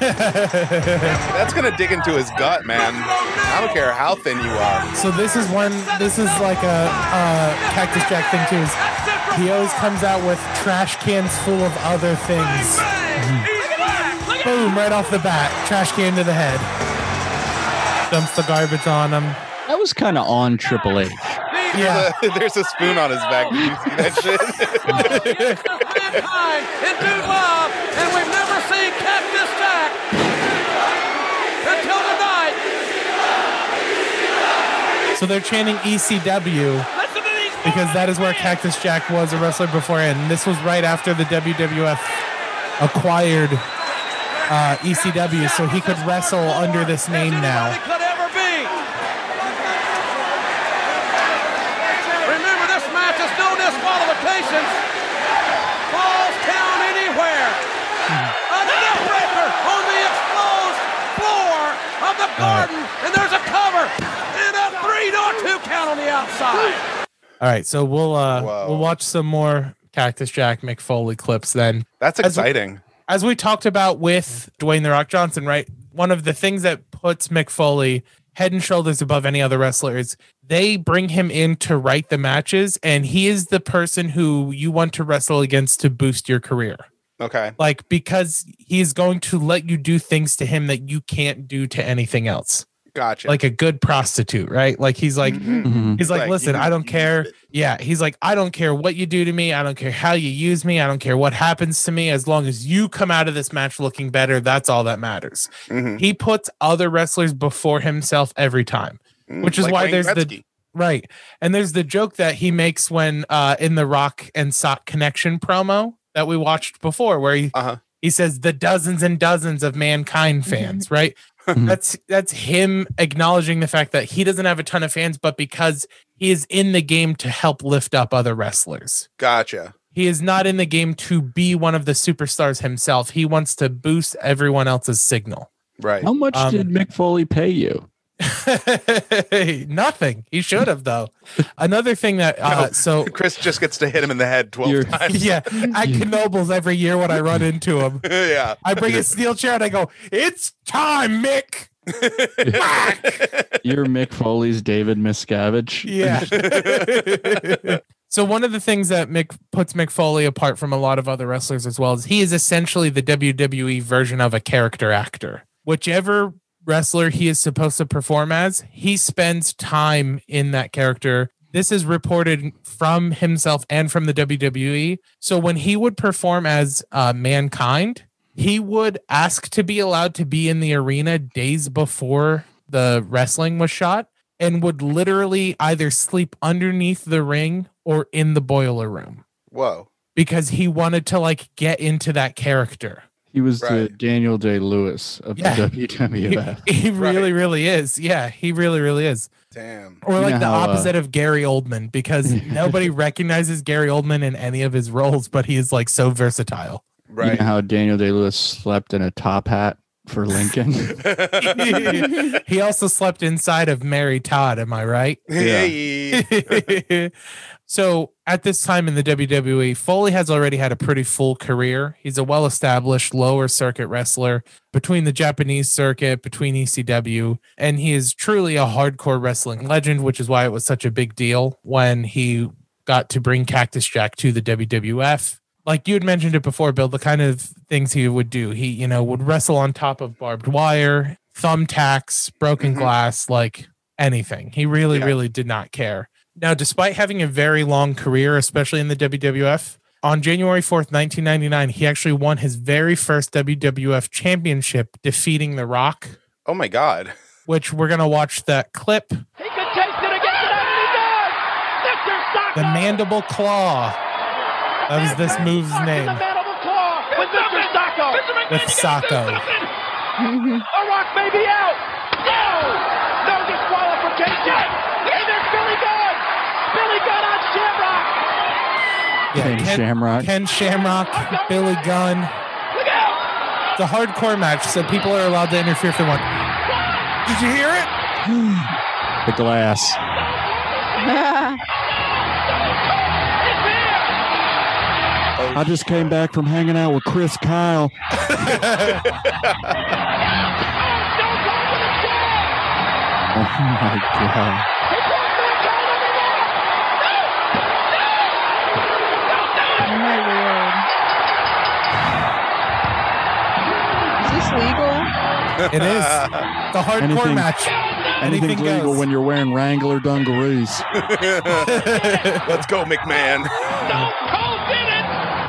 Speaker 2: That's gonna dig into his gut, man. I don't care how thin you are.
Speaker 4: So this is one. This is like a, a Cactus Jack thing too. Is he always comes out with trash cans full of other things. Boom! Right off the bat, trash can to the head. Dumps the garbage on him.
Speaker 6: That was kind of on Triple H.
Speaker 4: Yeah.
Speaker 2: There's a, there's a spoon on his back. Did you see that shit?
Speaker 7: mankind in new love, and we've never seen Cactus Jack until tonight.
Speaker 4: So they're chanting ECW because that is where Cactus Jack was a wrestler before, and this was right after the WWF acquired uh, ECW, so he could wrestle under this name now.
Speaker 7: Could ever be. Remember, this match is no disqualifications. Falls down anywhere. A neckbreaker on the exposed floor of the garden, and there's a cover and a three or two count on the outside.
Speaker 4: All right, so we'll uh, we'll watch some more Cactus Jack McFoley clips then.
Speaker 2: That's
Speaker 4: As we-
Speaker 2: exciting.
Speaker 4: as we talked about with Dwayne the Rock Johnson, right? One of the things that puts Mick Foley head and shoulders above any other wrestler is they bring him in to write the matches, and he is the person who you want to wrestle against to boost your career.
Speaker 2: Okay.
Speaker 4: Like because he is going to let you do things to him that you can't do to anything else.
Speaker 2: Gotcha.
Speaker 4: Like a good prostitute, right? Like he's like
Speaker 8: Mm-hmm.
Speaker 4: he's like,
Speaker 2: Like,
Speaker 4: listen,
Speaker 2: you-
Speaker 4: I don't care. Yeah, he's like, I don't care what you do to me. I don't care how you use me. I don't care what happens to me. As long as you come out of this match looking better, that's all that matters.
Speaker 2: Mm-hmm.
Speaker 4: He puts other wrestlers before himself every time,
Speaker 2: Mm,
Speaker 4: which is
Speaker 2: like
Speaker 4: why
Speaker 2: Wayne
Speaker 4: there's
Speaker 2: Gretzky.
Speaker 4: the right. And there's the joke that he makes when uh in the Rock and Sock Connection promo that we watched before, where he
Speaker 2: Uh-huh.
Speaker 4: he says the dozens and dozens of mankind fans, right? that's that's him acknowledging the fact that he doesn't have a ton of fans, but because he is in the game to help lift up other wrestlers.
Speaker 2: Gotcha.
Speaker 4: He is not in the game to be one of the superstars himself. He wants to boost everyone else's signal.
Speaker 2: Right.
Speaker 6: How much
Speaker 4: Um,
Speaker 6: did Mick Foley pay you?
Speaker 4: Nothing. He should have though. Another thing that uh, so
Speaker 2: Chris just gets to hit him in the head 12 times.
Speaker 4: yeah, at Knobles every year when I run into him,
Speaker 2: yeah.
Speaker 4: I bring a steel chair and I go, "It's time, Mick."
Speaker 6: You're Mick Foley's David Miscavige.
Speaker 4: Yeah. so one of the things that Mick puts Mick Foley apart from a lot of other wrestlers as well is he is essentially the E WWE version of a character actor. Whichever wrestler he is supposed to perform as, he spends time in that character. This is reported from himself and from the WWE. So when he would perform as uh, Mankind, he would ask to be allowed to be in the arena days before the wrestling was shot and would literally either sleep underneath the ring or in the boiler room
Speaker 2: Whoa.
Speaker 4: because he wanted to like get into that character.
Speaker 6: He was the
Speaker 2: Right.
Speaker 6: Daniel Day Lewis of
Speaker 4: Yeah.
Speaker 6: the WWF.
Speaker 4: He, he really, really is. Yeah, he really, really is.
Speaker 2: Damn.
Speaker 4: Or
Speaker 6: You
Speaker 4: like
Speaker 6: know
Speaker 4: the
Speaker 6: how, uh,
Speaker 4: opposite of Gary Oldman because nobody recognizes Gary Oldman in any of his roles, but he is like so versatile.
Speaker 6: You
Speaker 2: Right.
Speaker 6: know how Daniel Day Lewis slept in a top hat? for Lincoln. Oh
Speaker 4: he also slept inside of Mary Todd. Am I right?
Speaker 2: Yeah.
Speaker 4: so at this time in the WWE, Foley has already had a pretty full career. He's a well established lower circuit wrestler between the Japanese circuit, between ECW, and he is truly a hardcore wrestling legend, which is why it was such a big deal when he got to bring Cactus Jack to the WWF like you had mentioned it before, Bill, the kind of things he would do. He, you know, would wrestle on top of barbed wire, thumbtacks, broken mm-hmm. glass, like anything. He really, yeah. really did not care. Now, despite having a very long career, especially in the WWF, on January 4th, 1999, he actually won his very first WWF championship, defeating The Rock.
Speaker 2: Oh, my God.
Speaker 4: Which we're going to watch that clip. The mandible claw. That was this move's name.
Speaker 9: With Mr. Sacco.
Speaker 4: With Sacco.
Speaker 6: Mm-hmm.
Speaker 9: A rock may be out. No! No disqualification. And there's Billy Gunn. Billy Gunn on Shamrock.
Speaker 6: Yeah, Ken, Ken Shamrock.
Speaker 4: Ken Shamrock, Billy Gunn.
Speaker 9: Look out!
Speaker 4: It's a hardcore match, so people are allowed to interfere if they want. Did you hear it?
Speaker 6: the glass. I just came back from hanging out with Chris Kyle. oh my god.
Speaker 3: Oh my lord. Is this legal?
Speaker 4: It is. The hardcore anything, match.
Speaker 6: Anything, anything legal goes. when you're wearing Wrangler dungarees.
Speaker 2: Let's go, McMahon.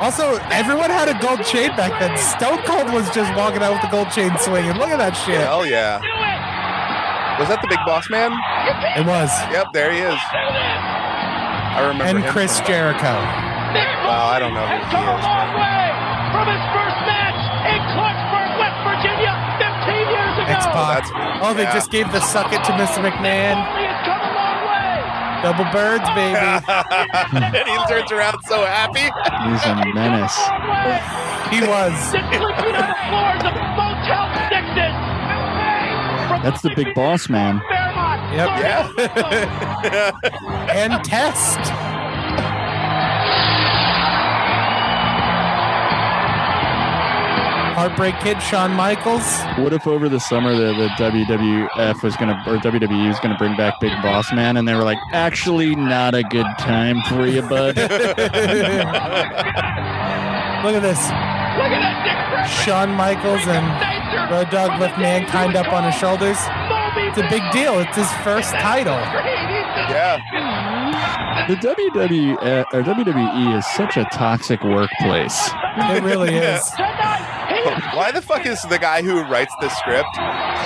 Speaker 4: Also, everyone had a gold chain back then. Stone Cold was just walking out with the gold chain swinging. Look at that shit.
Speaker 2: Hell yeah. Was that the big boss man?
Speaker 4: It was.
Speaker 2: Yep, there he is. I remember.
Speaker 4: And
Speaker 2: him.
Speaker 4: Chris Jericho.
Speaker 2: Wow, I don't know who he
Speaker 9: come a long way from his first match in Clarksburg, West Virginia, 15 years ago.
Speaker 4: X-Pac. Oh, they just gave the suck it to Mr. McMahon. Double birds, baby.
Speaker 2: and he turns around so happy.
Speaker 6: He's a menace.
Speaker 4: he was.
Speaker 6: That's the big boss man.
Speaker 4: Yep.
Speaker 2: Yeah.
Speaker 4: and test. Heartbreak Kid, Shawn Michaels.
Speaker 6: What if over the summer the, the WWF was gonna or WWE was gonna bring back Big Boss Man, and they were like, actually, not a good time for you, bud. Look
Speaker 4: at this.
Speaker 9: Look at that
Speaker 4: Dick Shawn Michaels and Road Dogg lift mankind up on his shoulders. It's a big deal. It's his first title.
Speaker 2: Yeah.
Speaker 6: The WWE E, or WWE is such a toxic workplace.
Speaker 4: It really is.
Speaker 2: Why the fuck is the guy who writes the script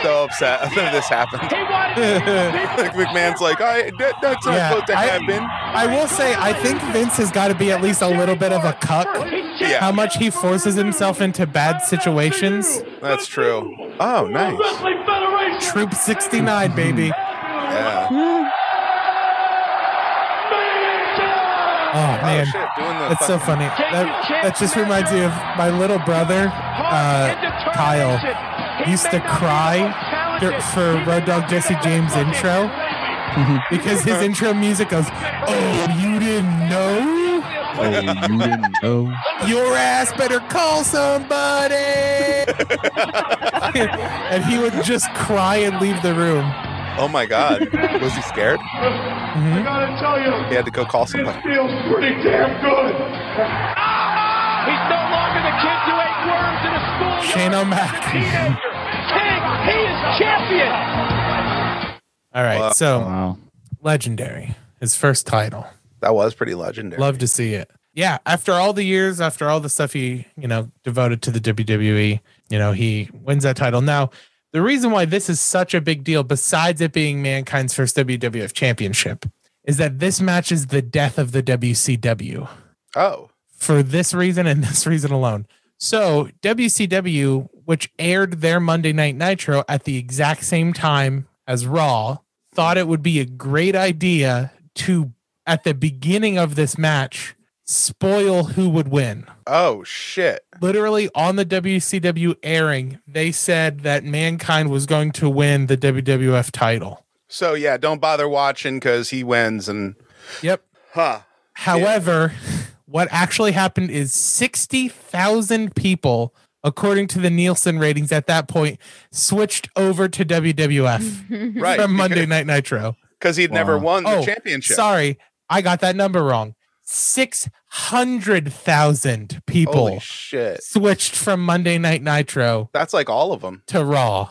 Speaker 2: so upset that this happened? like McMahon's like, I that, that's not yeah, supposed to happen.
Speaker 4: I, I will say, I think Vince has got to be at least a little bit of a cuck. Yeah. How much he forces himself into bad situations.
Speaker 2: That's true. Oh, nice.
Speaker 4: Troop sixty nine, baby.
Speaker 2: Yeah.
Speaker 4: Oh man, oh, that's so funny. That, that just reminds me of my little brother, uh, Kyle, used to cry for Road Dog Jesse James intro because his intro music goes, "Oh, you didn't know."
Speaker 6: Oh, you didn't know.
Speaker 4: Your ass better call somebody. and he would just cry and leave the room.
Speaker 2: Oh my God. Was he scared?
Speaker 9: Mm-hmm. I gotta tell you.
Speaker 2: He had to go call somebody.
Speaker 9: It feels pretty damn good. Ah! He's no longer the kid who ate
Speaker 4: Shane
Speaker 9: worms in a school.
Speaker 4: O'Mac.
Speaker 9: King, he is champion.
Speaker 4: All right. Wow. So, wow. legendary. His first title.
Speaker 2: That was pretty legendary.
Speaker 4: Love to see it. Yeah. After all the years, after all the stuff he, you know, devoted to the WWE, you know, he wins that title. Now, the reason why this is such a big deal, besides it being mankind's first WWF championship, is that this match is the death of the WCW.
Speaker 2: Oh.
Speaker 4: For this reason and this reason alone. So, WCW, which aired their Monday Night Nitro at the exact same time as Raw, thought it would be a great idea to, at the beginning of this match, spoil who would win.
Speaker 2: Oh shit.
Speaker 4: Literally on the WCW airing, they said that Mankind was going to win the WWF title.
Speaker 2: So yeah, don't bother watching cuz he wins and
Speaker 4: Yep.
Speaker 2: Huh.
Speaker 4: However, yeah. what actually happened is 60,000 people according to the Nielsen ratings at that point switched over to WWF
Speaker 2: right.
Speaker 4: from Monday Night Nitro.
Speaker 2: Cuz he'd wow. never won the oh, championship.
Speaker 4: Sorry, I got that number wrong. 600,000 people switched from Monday Night Nitro.
Speaker 2: That's like all of them
Speaker 4: to Raw.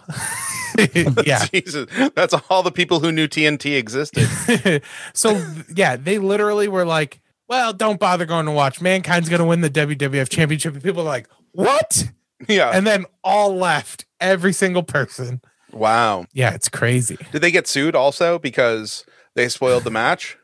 Speaker 4: yeah.
Speaker 2: Jesus. That's all the people who knew TNT existed.
Speaker 4: so, yeah, they literally were like, well, don't bother going to watch. Mankind's going to win the WWF championship. And people are like, what?
Speaker 2: Yeah.
Speaker 4: And then all left, every single person.
Speaker 2: Wow.
Speaker 4: Yeah, it's crazy.
Speaker 2: Did they get sued also because they spoiled the match?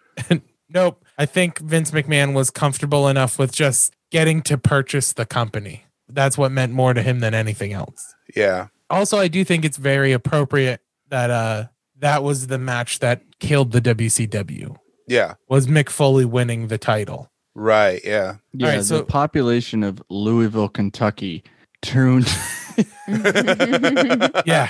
Speaker 4: nope. I think Vince McMahon was comfortable enough with just getting to purchase the company. That's what meant more to him than anything else.
Speaker 2: Yeah.
Speaker 4: Also, I do think it's very appropriate that uh that was the match that killed the WCW.
Speaker 2: Yeah.
Speaker 4: Was Mick Foley winning the title?
Speaker 2: Right, yeah.
Speaker 6: Yeah, right, the so- population of Louisville, Kentucky tuned
Speaker 4: yeah.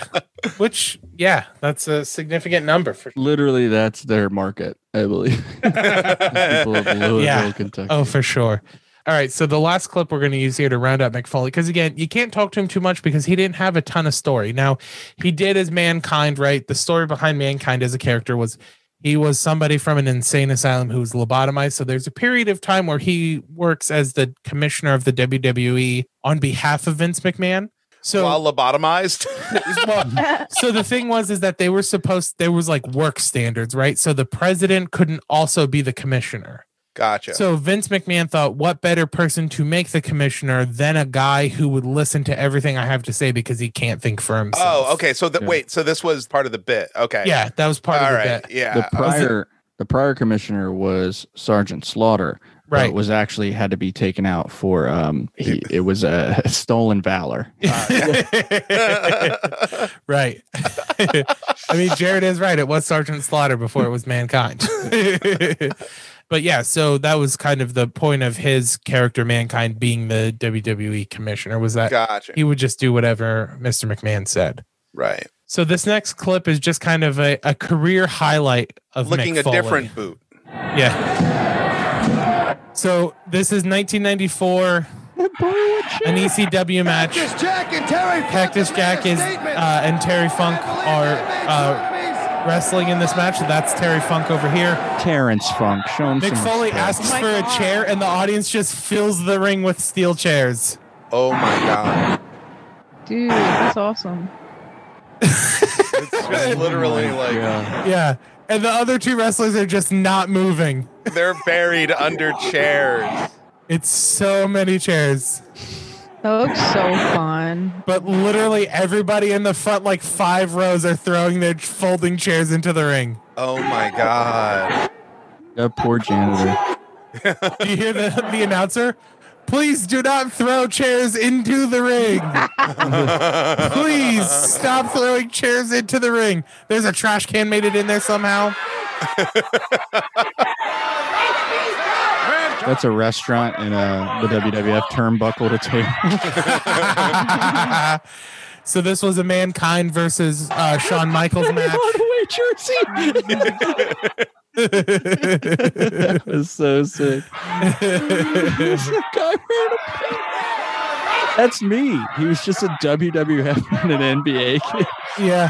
Speaker 4: Which, yeah, that's a significant number for
Speaker 6: sure. literally that's their market, I believe.
Speaker 4: yeah. Oh, for sure. All right. So the last clip we're going to use here to round up McFoley, because again, you can't talk to him too much because he didn't have a ton of story. Now, he did as mankind, right? The story behind mankind as a character was he was somebody from an insane asylum who was lobotomized. So there's a period of time where he works as the commissioner of the WWE on behalf of Vince McMahon. So
Speaker 2: while lobotomized.
Speaker 4: well, so the thing was is that they were supposed there was like work standards, right? So the president couldn't also be the commissioner.
Speaker 2: Gotcha.
Speaker 4: So Vince McMahon thought, what better person to make the commissioner than a guy who would listen to everything I have to say because he can't think for himself.
Speaker 2: Oh, okay. So the, yeah. wait, so this was part of the bit. Okay.
Speaker 4: Yeah, that was part All of the right. bit.
Speaker 2: Yeah.
Speaker 6: The prior the prior commissioner was Sergeant Slaughter.
Speaker 4: Right.
Speaker 6: was actually had to be taken out for um he, it was a uh, stolen valor.
Speaker 4: Uh, right. I mean Jared is right. It was Sergeant Slaughter before it was mankind. but yeah, so that was kind of the point of his character, Mankind, being the WWE commissioner, was that
Speaker 2: gotcha.
Speaker 4: he would just do whatever Mr. McMahon said.
Speaker 2: Right.
Speaker 4: So this next clip is just kind of a, a career highlight of
Speaker 2: looking
Speaker 4: Mick
Speaker 2: a
Speaker 4: Foley.
Speaker 2: different boot.
Speaker 4: Yeah. So this is 1994. An ECW match.
Speaker 8: Cactus Jack and Terry Funk
Speaker 4: Cactus Jack is uh, and Terry Funk are uh, wrestling in this match. That's Terry Funk over here.
Speaker 6: Terrence Funk. Show him
Speaker 4: Mick Foley
Speaker 6: respect.
Speaker 4: asks oh for God. a chair, and the audience just fills the ring with steel chairs.
Speaker 2: Oh my God.
Speaker 3: Dude, that's awesome.
Speaker 2: it's literally oh like.
Speaker 4: God. Yeah. And the other two wrestlers are just not moving.
Speaker 2: They're buried under chairs.
Speaker 4: It's so many chairs.
Speaker 3: That looks so fun.
Speaker 4: But literally everybody in the front, like five rows, are throwing their folding chairs into the ring.
Speaker 2: Oh my god.
Speaker 6: That poor janitor.
Speaker 4: do you hear the, the announcer? Please do not throw chairs into the ring. Please stop throwing chairs into the ring. There's a trash can made it in there somehow.
Speaker 6: That's a restaurant in uh, the WWF turnbuckle to table.
Speaker 4: so this was a mankind versus uh, Shawn Michaels match.
Speaker 13: Runaway jersey.
Speaker 6: that was so sick. That's me. He was just a WWF and an NBA kid.
Speaker 4: Yeah.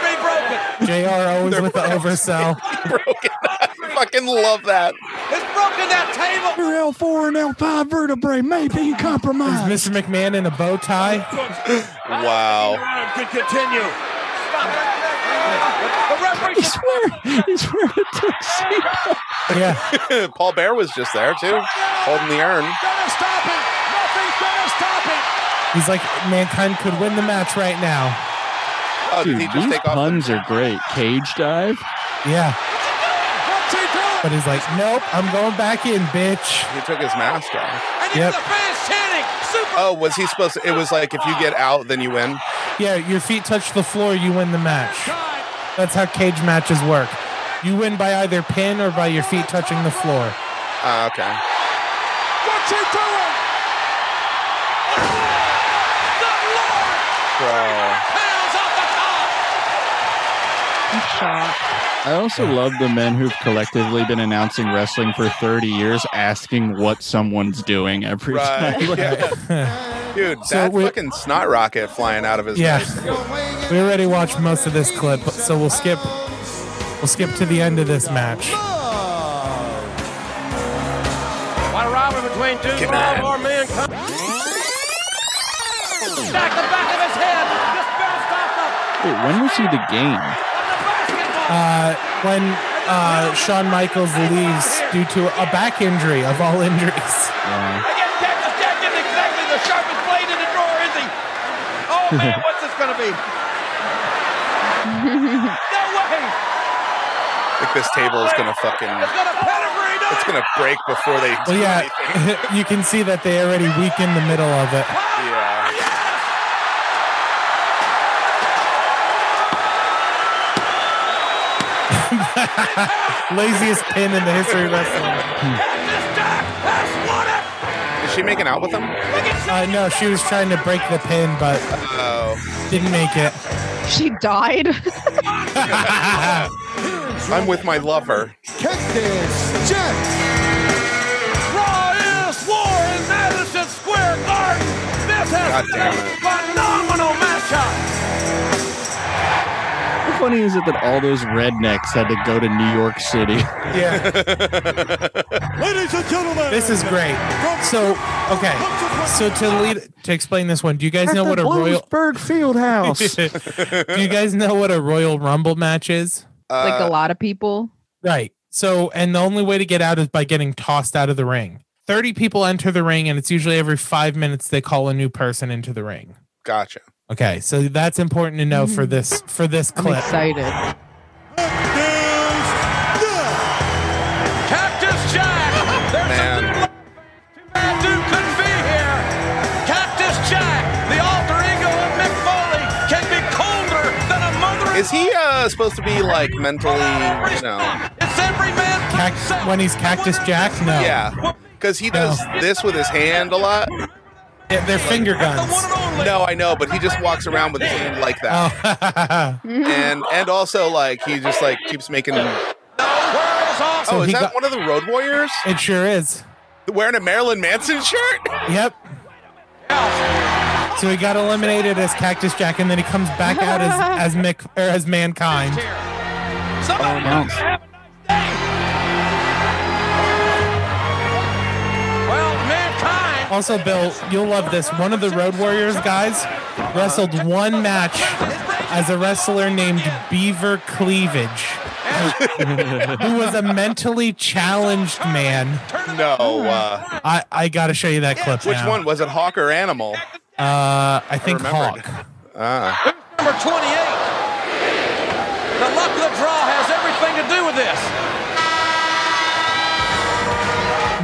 Speaker 4: JR always They're with the oversell.
Speaker 2: broken. I fucking love that.
Speaker 7: It's broken that table.
Speaker 13: Your L4 and L5 vertebrae may be compromised.
Speaker 4: Is Mr. McMahon in a bow tie?
Speaker 2: wow.
Speaker 7: Could continue.
Speaker 13: He's wearing, he's wearing a tuxedo.
Speaker 4: Yeah.
Speaker 2: Paul Bear was just there, too, holding the urn.
Speaker 8: Gotta stop him. Nothing's gonna stop him.
Speaker 4: He's like, mankind could win the match right now.
Speaker 6: Oh, Dude, these puns the- are great. Cage dive.
Speaker 4: Yeah.
Speaker 8: What's he doing?
Speaker 4: But he's like, nope, I'm going back in, bitch.
Speaker 2: He took his mask off.
Speaker 4: Yep.
Speaker 2: Oh, was he supposed to? It was like if you get out, then you win.
Speaker 4: Yeah, your feet touch the floor, you win the match. That's how cage matches work. You win by either pin or by your feet touching the floor.
Speaker 2: Ah, okay.
Speaker 8: What's he doing?
Speaker 2: Bro.
Speaker 6: I also love the men who've collectively been announcing wrestling for 30 years asking what someone's doing every
Speaker 2: Right.
Speaker 6: time. Like,
Speaker 2: Uh, Yeah. Dude, that fucking snot rocket flying out of his
Speaker 4: Yeah.
Speaker 2: nose.
Speaker 4: We already watched most of this clip, so we'll skip we'll skip to the end of this match.
Speaker 7: What a robbery between two
Speaker 4: Come
Speaker 7: strong
Speaker 4: on.
Speaker 7: armed men. Come- Jack the back of his head. Just bounced off the
Speaker 6: Wait, when was he the game?
Speaker 4: Uh, when uh, Shawn Michaels leaves due to a back injury of all injuries.
Speaker 7: I guess Jack is Jack is exactly the sharpest blade in the drawer, is he? Oh man, what's this gonna be? no way!
Speaker 2: Like this table is gonna fucking. It's gonna break before they.
Speaker 4: Well,
Speaker 2: do
Speaker 4: yeah,
Speaker 2: anything.
Speaker 4: you can see that they already weakened the middle of it.
Speaker 2: Yeah.
Speaker 4: Laziest pin in the history of wrestling.
Speaker 2: Is she making out with him?
Speaker 4: Uh, no, she was trying to break the pin, but didn't make it.
Speaker 3: She died.
Speaker 2: I'm with my lover.
Speaker 7: Cactus Jack! Rawest war in Madison Square Garden! This
Speaker 2: God
Speaker 7: has
Speaker 2: damn
Speaker 7: been a phenomenal matchup!
Speaker 6: How funny is it that all those rednecks had to go to New York City?
Speaker 8: Ladies and gentlemen,
Speaker 4: This is great. So, okay. So to lead to explain this one, do you guys know what a royal
Speaker 6: Bird Field House.
Speaker 4: Do you guys know what a Royal Rumble match is?
Speaker 3: like a lot of people.
Speaker 4: Right. So, and the only way to get out is by getting tossed out of the ring. 30 people enter the ring, and it's usually every five minutes they call a new person into the ring.
Speaker 2: Gotcha.
Speaker 4: Okay. So that's important to know for this for this clip.
Speaker 3: Mm. excited.
Speaker 7: Cactus Jack! There's
Speaker 2: Man.
Speaker 7: a too bad dude couldn't be here! Cactus Jack, the alter ego of Mick Foley, can be colder than a mother
Speaker 2: Is he uh, supposed to be like mentally, you know?
Speaker 4: Cac- when he's Cactus Jack? No.
Speaker 2: Yeah, because he does this with his hand a lot.
Speaker 4: Yeah, they're finger guns.
Speaker 2: No, I know, but he just walks around with his hand like that,
Speaker 4: Oh.
Speaker 2: and and also like he just like keeps making.
Speaker 7: Oh,
Speaker 4: So
Speaker 2: is
Speaker 4: he
Speaker 2: that
Speaker 4: got-
Speaker 2: one of the Road Warriors
Speaker 4: It sure is. Uh,
Speaker 2: wearing a Marilyn Manson shirt?
Speaker 4: Yep. So he got eliminated as Cactus Jack, and then he comes back out as as Mick or as Mankind.
Speaker 7: Somebody
Speaker 4: Oh,
Speaker 7: else have a nice day. Well, mankind.
Speaker 4: Also, Bill, you'll love this. One of the Road Warriors guys wrestled one match as a wrestler named Beaver Cleavage, who was a mentally challenged man.
Speaker 2: No. Uh,
Speaker 4: I, I got to show you that Hmm. clip.
Speaker 2: which
Speaker 4: now.
Speaker 2: one was it? Hawk or Animal?
Speaker 4: Uh, I think
Speaker 2: remembered.
Speaker 4: Hawk.
Speaker 2: Ah,
Speaker 7: Number 28. The luck of the draw has everything to do with this.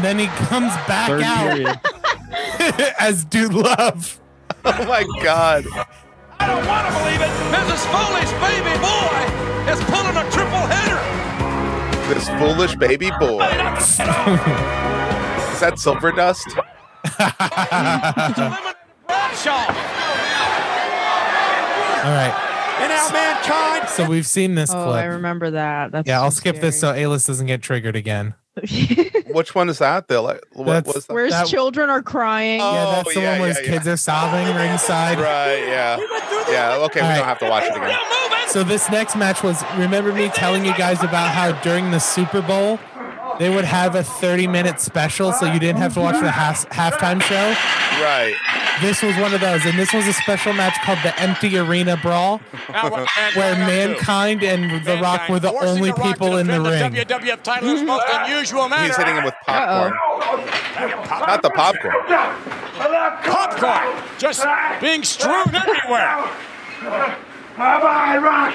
Speaker 4: Then he comes back
Speaker 6: Third
Speaker 4: out
Speaker 6: period.
Speaker 4: as Dude Love.
Speaker 2: oh my God!
Speaker 7: I don't want to believe it. Mrs. Foolish baby boy is pulling a triple header.
Speaker 2: This foolish baby boy. Is that silver dust?
Speaker 7: Bradshaw.
Speaker 4: All right.
Speaker 8: And now mankind.
Speaker 4: So uh, we've seen this
Speaker 3: Oh, I
Speaker 4: clip.
Speaker 3: remember that. That's
Speaker 4: yeah, I'll
Speaker 3: so
Speaker 4: skip this so A list doesn't get triggered again.
Speaker 2: Which one is that? The like, what
Speaker 4: That's-
Speaker 2: was that?
Speaker 3: Where's
Speaker 4: That-
Speaker 3: children are crying.
Speaker 2: Oh,
Speaker 4: yeah, that's the
Speaker 2: yeah,
Speaker 4: one where
Speaker 2: yeah,
Speaker 4: his
Speaker 2: yeah.
Speaker 4: kids are sobbing ringside.
Speaker 2: Right, yeah. Yeah, okay, we
Speaker 4: All right.
Speaker 2: don't have to watch it again.
Speaker 4: So this next match was remember me telling you guys about how during the Super Bowl they would have a 30 minute special so you didn't have to watch the half, halftime show.
Speaker 2: Right.
Speaker 4: This was one of those and this was a special match called the Empty Arena Brawl where Mankind and The Rock were the only people in the ring.
Speaker 7: WWF title is most unusual
Speaker 2: He's hitting him with popcorn. Not the popcorn.
Speaker 8: Popcorn just being strewn everywhere.
Speaker 9: Bye bye, Rock.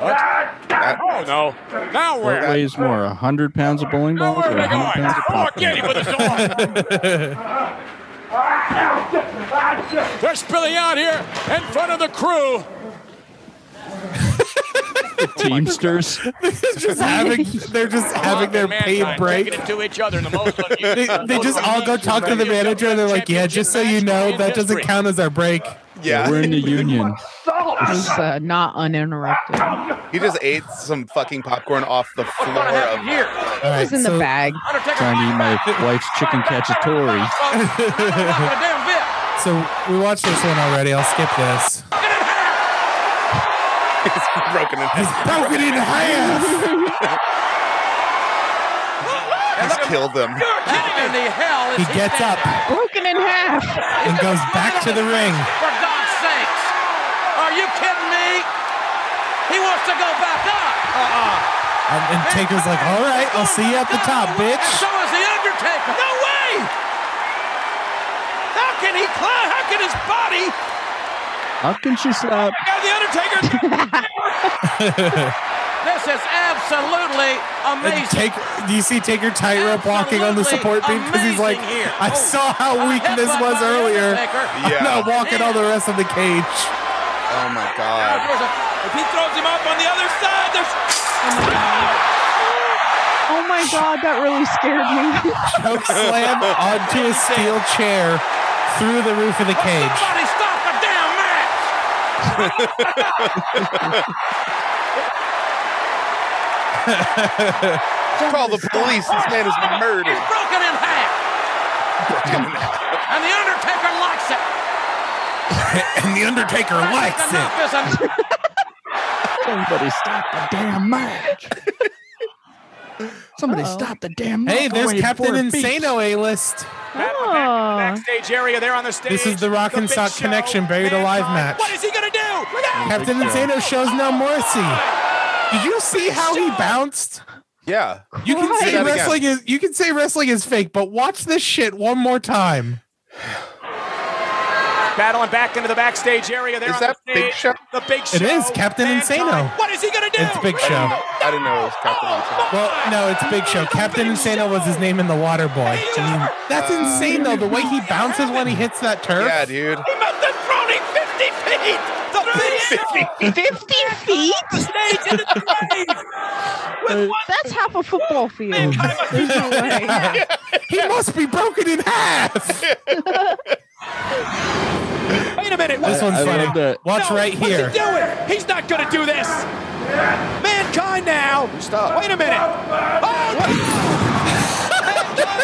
Speaker 2: That-
Speaker 21: oh no! Now
Speaker 6: What
Speaker 21: where?
Speaker 6: weighs more, hundred pounds of bowling balls or
Speaker 21: Where are they
Speaker 6: hundred
Speaker 21: going?
Speaker 6: pounds of
Speaker 21: Oh,
Speaker 6: popcorn?
Speaker 21: get him with his arm! They're spilling out here in front of the crew.
Speaker 2: Oh
Speaker 6: Teamsters.
Speaker 4: They're just having, they're just having their paid break.
Speaker 7: Taking it to each other in the most.
Speaker 4: They, they just all go talk to the manager and they're like, yeah, just so you know, that doesn't count as our break.
Speaker 2: Yeah. We're in the
Speaker 6: union.
Speaker 3: It was uh, not uninterrupted.
Speaker 2: He just ate some fucking popcorn off the floor of
Speaker 7: here.
Speaker 3: it was in the bag.
Speaker 6: Trying to eat my wife's chicken cacciatore.
Speaker 4: so we watched this one already. I'll skip this.
Speaker 2: It's broken in half.
Speaker 4: broken in
Speaker 2: He's killed them.
Speaker 7: How in the hell
Speaker 4: He
Speaker 7: is
Speaker 4: gets
Speaker 7: standing
Speaker 4: up.
Speaker 7: there?
Speaker 3: Broken in half.
Speaker 4: And goes back to the ring.
Speaker 7: For God's sakes! Are you kidding me? He wants to go back up. Uh-uh.
Speaker 4: And, and Taker's like, all right, I'll see you at the top,
Speaker 7: And
Speaker 4: bitch.
Speaker 7: so is the Undertaker. No way! How can he climb? How can his body?
Speaker 6: How can she slap?
Speaker 7: God, the Undertaker. this is absolutely
Speaker 4: And
Speaker 7: amazing.
Speaker 4: take, do you see Taker tightrope walking on the support beam? Because he's like,
Speaker 7: Amazing here.
Speaker 4: I
Speaker 7: Oh,
Speaker 4: saw how weak this was earlier.
Speaker 2: Yeah.
Speaker 4: I'm not walking all the rest of the cage.
Speaker 2: Oh my
Speaker 7: Now,
Speaker 2: god.
Speaker 7: if there's a-
Speaker 21: uh,
Speaker 7: If he throws him up on the other side, there's.
Speaker 3: Oh my god, that really scared me.
Speaker 4: Choke slam onto a steel chair through the roof of the cage.
Speaker 7: Somebody stop the damn match!
Speaker 2: Call the police. This man has been murdered.
Speaker 7: He's broken in half, and the Undertaker likes it.
Speaker 4: and the Undertaker likes it.
Speaker 7: Enough
Speaker 6: Somebody
Speaker 7: is enough.
Speaker 6: stop the damn match. Somebody stop the damn match.
Speaker 4: Hey, there's Captain Insano A list.
Speaker 7: Oh.
Speaker 21: Backstage area there on the stage.
Speaker 4: This is the Rock and
Speaker 21: Big
Speaker 4: Sock
Speaker 21: Show,
Speaker 4: Connection buried alive match.
Speaker 21: What is he gonna do? Look out!
Speaker 4: Captain Insano shows no mercy. Did you see how he bounced?
Speaker 2: Yeah.
Speaker 4: You can
Speaker 2: Say
Speaker 4: say
Speaker 2: that again.
Speaker 4: wrestling is you can say wrestling is fake, but watch this shit one more time.
Speaker 21: Battling back into the backstage area there
Speaker 2: Is
Speaker 21: on
Speaker 2: that
Speaker 21: the
Speaker 2: Big
Speaker 21: stage.
Speaker 2: Show?
Speaker 21: The Big Show.
Speaker 4: It is Captain
Speaker 21: Mankind.
Speaker 4: Insano.
Speaker 21: What is he gonna do?
Speaker 4: It's Big
Speaker 2: I didn't
Speaker 4: Show.
Speaker 2: know, I didn't know it was Captain Insano.
Speaker 4: Well, no, it's Big Show. Captain Insano was his name in The Water Boy. That's insane though, the way he bounces when he hits that turf.
Speaker 2: Yeah, dude.
Speaker 21: He must have thrown him 50 feet. The Big Show.
Speaker 3: 50 feet?
Speaker 21: Stage into the grave.
Speaker 4: Uh,
Speaker 3: That's half a football field. There's no way.
Speaker 4: He must be broken in half.
Speaker 21: Wait a minute. What's-
Speaker 4: This one's
Speaker 6: I love
Speaker 4: funny.
Speaker 6: that.
Speaker 4: Watch
Speaker 21: no,
Speaker 4: right here.
Speaker 21: What's he doing? He's not gonna do this. Mankind now. Stop. Wait a minute. Oh, Mankind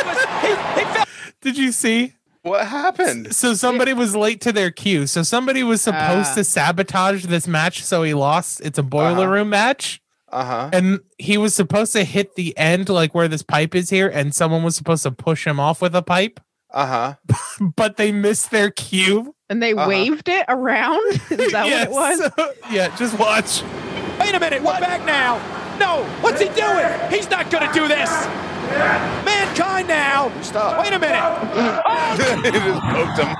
Speaker 21: was- he, he fell.
Speaker 4: Did you see?
Speaker 2: What happened?
Speaker 4: So somebody was late to their cue. So somebody was supposed
Speaker 3: Ah.
Speaker 4: to sabotage this match, so he lost. It's a boiler
Speaker 2: Uh-huh.
Speaker 4: room match.
Speaker 2: Uh huh.
Speaker 4: And he was supposed to hit the end, like where this pipe is here, and someone was supposed to push him off with a pipe,
Speaker 2: Uh huh.
Speaker 4: but they missed their cue.
Speaker 3: And they
Speaker 2: Uh-huh.
Speaker 3: waved it around? Is that
Speaker 4: Uh-huh. Yes.
Speaker 3: what it was?
Speaker 4: yeah, just watch.
Speaker 21: Wait a minute, we're back now. No, what's he doing? He's not gonna do this. Mankind now. Stop. Wait a minute.
Speaker 2: it just poked him.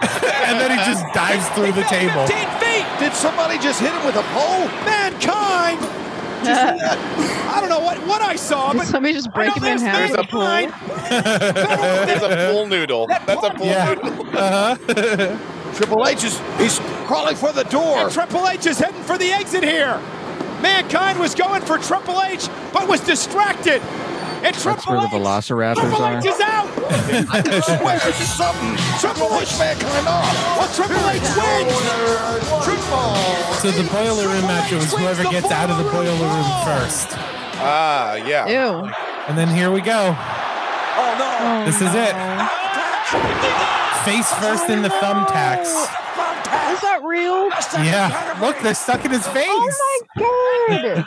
Speaker 4: And then he just dives through the table.
Speaker 21: 10 feet. Did somebody just hit him with a pole? Mankind. I don't know what, what I saw,
Speaker 3: Did
Speaker 21: but
Speaker 3: somebody just break him in half?
Speaker 2: there's a
Speaker 3: with a pole?
Speaker 21: Mankind.
Speaker 2: That's a pool noodle. That's a pool
Speaker 4: Yeah.
Speaker 2: noodle.
Speaker 4: Uh-huh.
Speaker 22: Triple H is he's crawling for the door.
Speaker 21: And Triple H is heading for the exit here. Mankind was going for Triple H, but was distracted. And Triple
Speaker 6: That's where the
Speaker 21: H
Speaker 6: velociraptors
Speaker 21: Triple
Speaker 6: are.
Speaker 21: H is out.
Speaker 22: Where's something? Triple H mankind off.
Speaker 21: Well, Triple H wins.
Speaker 4: so the boiler room match it was whoever gets out of the boiler room first.
Speaker 2: Ah, yeah.
Speaker 3: Ew.
Speaker 4: And then here we go.
Speaker 21: Oh no!
Speaker 4: This is it. Face first in the thumbtacks.
Speaker 3: Is that real?
Speaker 4: Yeah. Look, they're stuck in his face.
Speaker 3: Oh my god.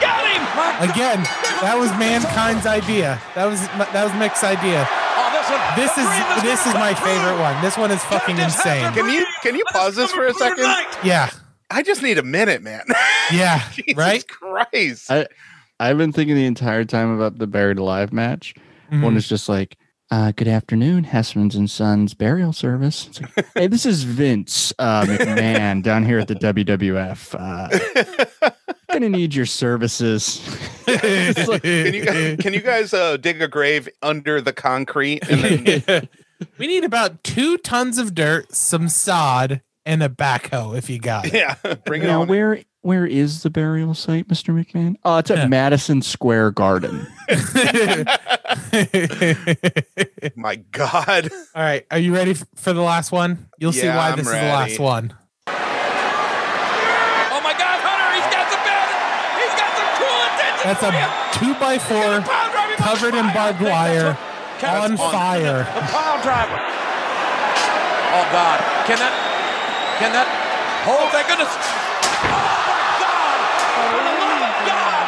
Speaker 21: Got him.
Speaker 4: Again, that was mankind's idea. That was that was Mick's idea.
Speaker 7: Oh, this one.
Speaker 4: This
Speaker 7: The
Speaker 4: is
Speaker 7: three of us
Speaker 4: this
Speaker 7: gotta
Speaker 4: is my
Speaker 7: come
Speaker 4: favorite
Speaker 7: through.
Speaker 4: one. This one is fucking insane.
Speaker 2: Can you can you pause this for a second?
Speaker 4: Yeah.
Speaker 2: I just need a minute, man.
Speaker 4: Yeah.
Speaker 2: Jesus
Speaker 4: Right?
Speaker 2: Christ.
Speaker 6: I I've been thinking the entire time about the buried alive match.
Speaker 4: Mm-hmm.
Speaker 6: One is just like, uh, good afternoon, Hessman's and Sons burial service. It's like, hey, this is Vince uh, McMahon down here at the WWF. Uh, gonna need your services.
Speaker 2: like, can you guys, can you guys uh, dig a grave under the concrete? And then...
Speaker 4: we need about two tons of dirt, some sod, and a backhoe if you got it.
Speaker 2: Yeah,
Speaker 6: bring it now, on. Where in. where is the burial site, Mister McMahon? Oh, uh, it's at yeah. Madison Square Garden.
Speaker 2: My God!
Speaker 4: All right, are you ready for the last one? You'll yeah, see why I'm this ready. is the last one. That's a two by four covered in barbed wire on fire.
Speaker 7: The pile driver. Oh God! Can that? Can that? Oh thank goodness! Oh my God! For the love of God!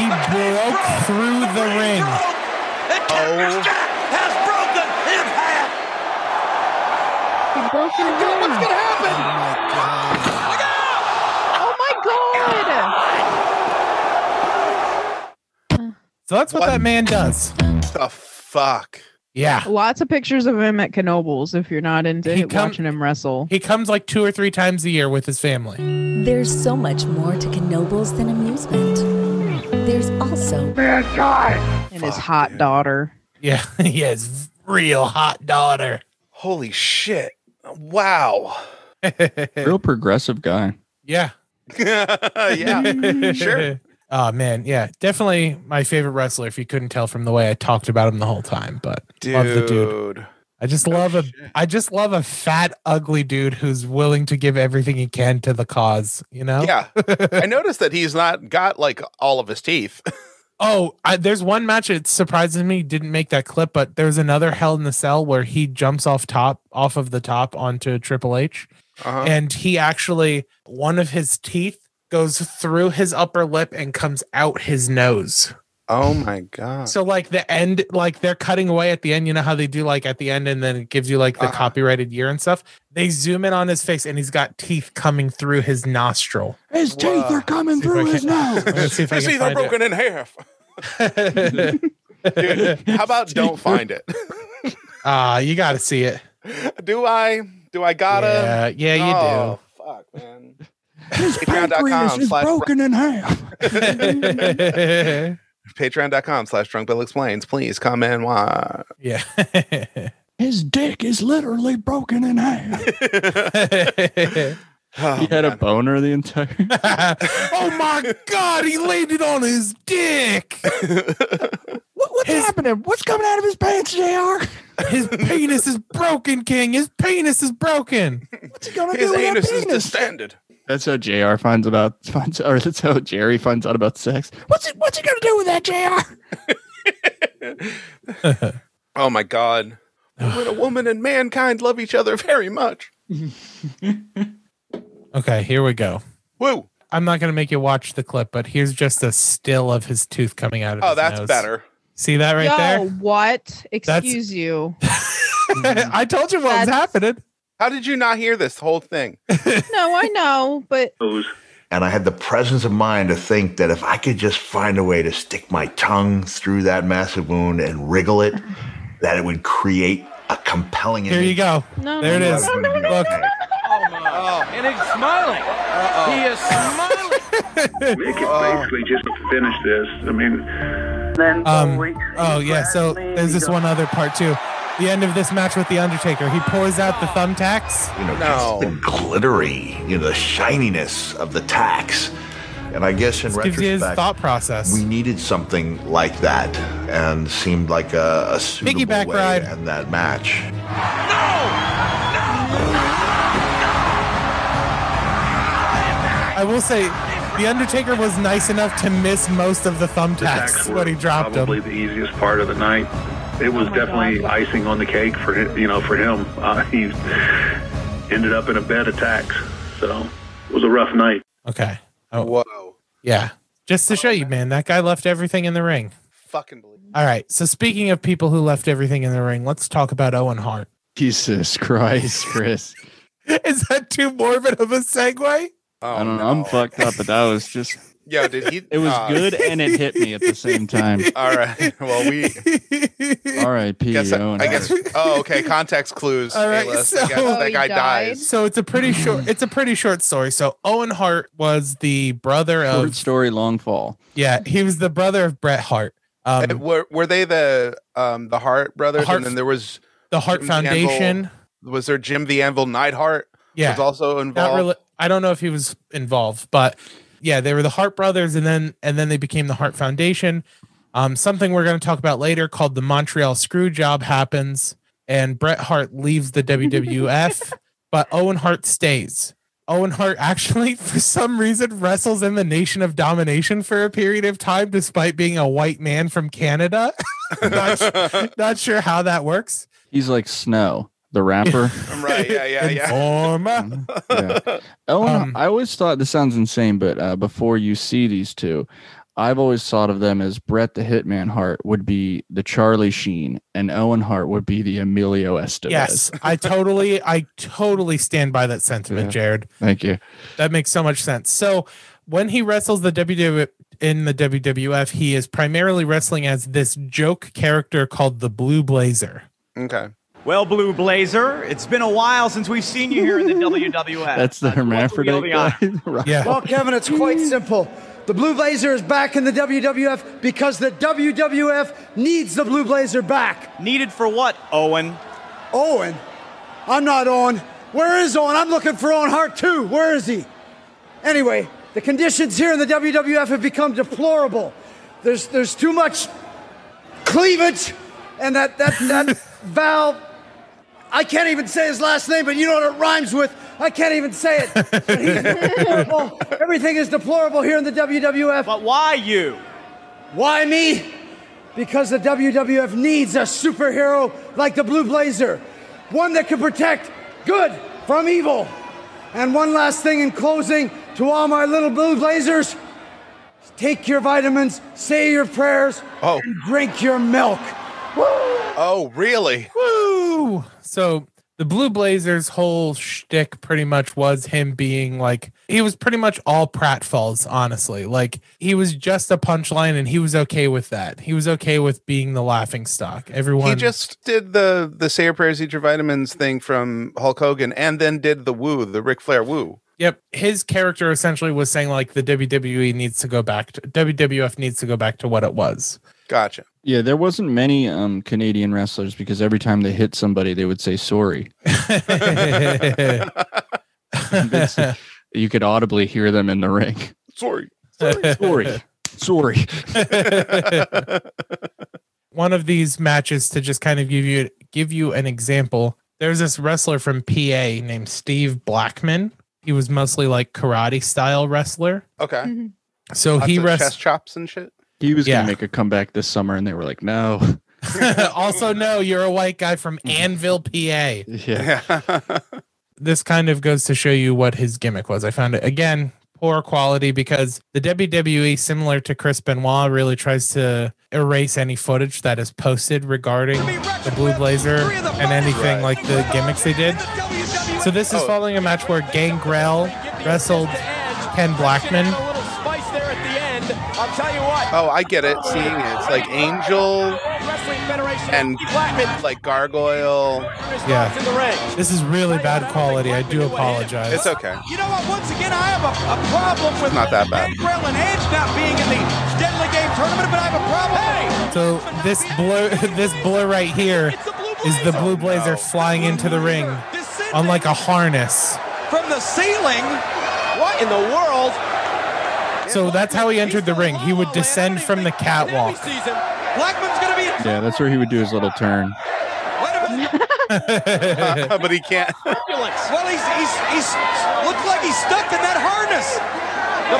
Speaker 4: He broke through the ring.
Speaker 7: Oh. Has broken in half.
Speaker 3: He broke the ring.
Speaker 7: What's gonna happen?
Speaker 3: Oh my God! Oh my God!
Speaker 4: So that's what, what, that man does.
Speaker 2: The fuck.
Speaker 4: Yeah.
Speaker 3: Lots of pictures of him at Knobles if you're not into he come, watching him wrestle.
Speaker 4: He comes like two or three times a year with his family.
Speaker 1: There's so much more to Knobles than amusement. There's also
Speaker 3: mankind and fuck, his hot man. daughter.
Speaker 4: Yeah, he has real hot daughter.
Speaker 2: Holy shit. Wow.
Speaker 6: real progressive guy.
Speaker 4: Yeah.
Speaker 2: yeah. sure.
Speaker 4: Oh man, yeah, definitely my favorite wrestler. If you couldn't tell from the way I talked about him the whole time, but
Speaker 2: dude.
Speaker 4: love the dude. I just love oh, a, shit. I just love a fat, ugly dude who's willing to give everything he can to the cause. You know?
Speaker 2: Yeah. I noticed that he's not got like all of his teeth.
Speaker 4: oh, I, there's one match. It surprises me didn't make that clip, but there's another Hell in the Cell where he jumps off top, off of the top onto Triple H, uh-huh. and he actually one of his teeth goes through his upper lip and comes out his nose.
Speaker 2: Oh my god.
Speaker 4: So like the end like they're cutting away at the end, you know how they do like at the end and then it gives you like the uh-huh. copyrighted year and stuff. They zoom in on his face and he's got teeth coming through his nostril.
Speaker 6: His Whoa. teeth are coming through his nose.
Speaker 2: Let's see if his teeth are broken it. in half. Dude, how about don't find it?
Speaker 4: Ah, uh, you got to see it. Uh,
Speaker 2: Do I? Do I gotta?
Speaker 4: Yeah, yeah you
Speaker 2: oh, do. Fuck, man.
Speaker 6: His pancreas is broken in half.
Speaker 2: Patreon.com slash drunk bill explains. Please comment why.
Speaker 4: Yeah.
Speaker 6: His dick is literally broken in half. oh, he had man. a boner the entire.
Speaker 4: oh my god! He landed on his dick.
Speaker 6: what, what's his... happening? What's coming out of his pants, Jr.?
Speaker 4: His penis is broken, King. His penis is broken.
Speaker 6: What's he gonna his do? His anus
Speaker 2: is distended.
Speaker 6: That's how Jr. finds about finds, or that's how Jerry finds out about sex. What's it? What's he gonna do with that,
Speaker 2: Jr.? oh my God! when a woman and mankind love each other very much.
Speaker 4: okay, here we go.
Speaker 2: Woo!
Speaker 4: I'm not gonna make you watch the clip, but here's just a still of his tooth coming out of.
Speaker 2: Oh,
Speaker 4: his
Speaker 2: that's
Speaker 4: nose.
Speaker 2: better.
Speaker 4: See that right
Speaker 3: Yo,
Speaker 4: there?
Speaker 3: What? Excuse that's... you.
Speaker 4: I told you what that's... was happening.
Speaker 2: How did you not hear this whole thing?
Speaker 3: no, I know, but.
Speaker 5: And I had the presence of mind to think that if I could just find a way to stick my tongue through that massive wound and wriggle it, that it would create a compelling.
Speaker 4: Here
Speaker 5: image.
Speaker 4: you go. No, there no, it is. No, no, Look.
Speaker 7: Oh my! Oh. And he's smiling. Uh-oh. He is smiling.
Speaker 23: we could basically just finish this. I mean.
Speaker 4: Then um, oh yeah. So there's this one other part too the end of this match with The Undertaker. He pours out the thumbtacks.
Speaker 5: You know, no. just the glittery, you know, the shininess of the tacks. And I guess in this retrospect, gives
Speaker 4: you his thought process.
Speaker 5: we needed something like that and seemed like a, a suitable
Speaker 4: Piggyback
Speaker 5: way
Speaker 4: ride.
Speaker 5: in that match.
Speaker 7: No!
Speaker 4: No! No! I will say, the Undertaker was nice enough to miss most of the thumbtacks when he dropped
Speaker 23: probably
Speaker 4: them.
Speaker 23: Probably the easiest part of the night. It was oh definitely God. icing on the cake for him, you know for him. Uh, he ended up in a bed of tacks, so it was a rough night.
Speaker 4: Okay. Oh
Speaker 2: whoa.
Speaker 4: Yeah. Just to oh, show man. you, man, that guy left everything in the ring.
Speaker 2: Fucking believe.
Speaker 4: All right. So speaking of people who left everything in the ring, let's talk about Owen Hart.
Speaker 6: Jesus Christ, Chris.
Speaker 4: Is that too morbid of a segue?
Speaker 6: Oh, I don't know. No. I'm fucked up, but that was just
Speaker 2: Yo, did he?
Speaker 6: It was
Speaker 2: uh,
Speaker 6: good and it hit me at the same time.
Speaker 2: All right. Well, we.
Speaker 6: R.I.P.
Speaker 2: Guess I,
Speaker 6: Owen
Speaker 2: I guess. Oh, okay. Context clues.
Speaker 4: All right,
Speaker 2: A-list.
Speaker 4: so-
Speaker 2: I guess
Speaker 4: Oh,
Speaker 2: that
Speaker 4: he
Speaker 2: guy
Speaker 4: died?
Speaker 2: dies.
Speaker 4: So it's a pretty short. It's a pretty short story. So Owen Hart was the brother
Speaker 6: Hart. Short
Speaker 4: of.
Speaker 6: story, long fall.
Speaker 4: Yeah, he was the brother of Bret Hart. Um,
Speaker 2: Uh, were, were they the um the Hart brothers?
Speaker 4: Hart-
Speaker 2: and then there was
Speaker 4: the Hart
Speaker 2: the Anvil-
Speaker 4: Foundation.
Speaker 2: was there Jim the Anvil Neidhart?
Speaker 4: Yeah.
Speaker 2: was also involved.
Speaker 4: Not really. I don't know if he was involved, but yeah, they were the Hart brothers, and then and then they became the Hart Foundation. Um, something we're going to talk about later called the Montreal Screw Job happens, and Bret Hart leaves the WWF, but Owen Hart stays. Owen Hart actually, for some reason, wrestles in the Nation of Domination for a period of time, despite being a white man from Canada. not, su- not sure how that works.
Speaker 6: He's like Snow, the rapper.
Speaker 2: right. Yeah. Yeah. Yeah.
Speaker 4: Informer.
Speaker 2: Mm-hmm.
Speaker 6: yeah. Ellen,
Speaker 4: Um,
Speaker 6: I always thought this sounds insane, but uh, before you see these two, I've always thought of them as Brett the Hitman Hart would be the Charlie Sheen, and Owen Hart would be the Emilio Estevez.
Speaker 4: Yes, I totally, I totally stand by that sentiment,
Speaker 6: Yeah.
Speaker 4: Jared.
Speaker 6: Thank you.
Speaker 4: That makes so much sense. So when he wrestles the WW in the WWF, he is primarily wrestling as this joke character called the Blue Blazer.
Speaker 2: Okay.
Speaker 10: Well, Blue Blazer, it's been a while since we've seen you here in the WWF.
Speaker 6: That's the hermaphrodite guy. Right.
Speaker 11: Well, Kevin, it's quite simple. The Blue Blazer is back in the WWF because the WWF needs the Blue Blazer back.
Speaker 10: Needed for what, Owen?
Speaker 11: Owen? I'm not Owen. Where is Owen? I'm looking for Owen Hart too. Where is he? Anyway, the conditions here in the WWF have become deplorable. There's there's too much cleavage, and that that that Val. I can't even say his last name, but you know what it rhymes with. I can't even say it. But he's deplorable. Everything is deplorable here in the WWF. But
Speaker 10: why you?
Speaker 11: Why me? Because the WWF needs a superhero like the Blue Blazer, one that can protect good from evil. And one last thing in closing to all my little Blue Blazers take your vitamins, say your prayers, and drink your milk.
Speaker 2: Oh, really?
Speaker 4: Woo! So the Blue Blazer's whole shtick pretty much was him being like he was pretty much all pratfalls, honestly. Like he was just a punchline, and he was okay with that. He was okay with being the laughing stock. Everyone
Speaker 2: He just did the the say your prayers, eat your vitamins thing from Hulk Hogan, and then did the woo, the Ric Flair woo.
Speaker 4: Yep, his character essentially was saying like the WWE needs to go back to WWF needs to go back to what it was.
Speaker 2: Gotcha.
Speaker 6: Yeah, there wasn't many um, Canadian wrestlers because every time they hit somebody, they would say sorry. It's- you could audibly hear them in the ring.
Speaker 2: Sorry.
Speaker 6: Sorry. Sorry.
Speaker 4: One of these matches to just kind of give you give you an example. There's this wrestler from PA named Steve Blackman. He was mostly like karate style wrestler.
Speaker 2: Okay.
Speaker 4: So
Speaker 2: Lots
Speaker 4: he
Speaker 2: of
Speaker 4: rest-
Speaker 2: chest chops and shit.
Speaker 6: He was
Speaker 4: Yeah.
Speaker 6: gonna make a comeback this summer, and they were like, "No."
Speaker 4: also, no, you're a white guy from
Speaker 2: Mm-hmm.
Speaker 4: Anvil, PA.
Speaker 6: Yeah.
Speaker 4: this kind of goes to show you what his gimmick was. I found it again poor quality because the WWE, similar to Chris Benoit, really tries to erase any footage that is posted regarding the Blue Blazer and anything like the E. gimmicks they did. So this
Speaker 2: Oh.
Speaker 4: is following a match where Gangrel wrestled Ken Blackman.
Speaker 10: Spice there at the end. I'll tell you what.
Speaker 2: Oh, I get it. Seeing it. It's like Angel
Speaker 10: Wrestling Federation
Speaker 2: and like Gargoyle.
Speaker 4: Yeah. This is really bad quality. I do apologize.
Speaker 2: It's okay.
Speaker 10: You know what? Once again, I have a, a problem with
Speaker 2: It's not that bad.
Speaker 10: Grill and Edge not being in the Stanley Game Tournament, but I have a problem. Hey,
Speaker 4: So this blur, this blur right here, is the blue blazer flying into the ring on like a harness.
Speaker 10: from the ceiling, what in the world?
Speaker 4: So that's how he entered the ring. He would descend from the catwalk.
Speaker 10: Season. Blackman's going to be.
Speaker 6: yeah, that's where he would do his little turn.
Speaker 2: but he can't.
Speaker 10: Well, he's he's he's looked like he's stuck in that harness.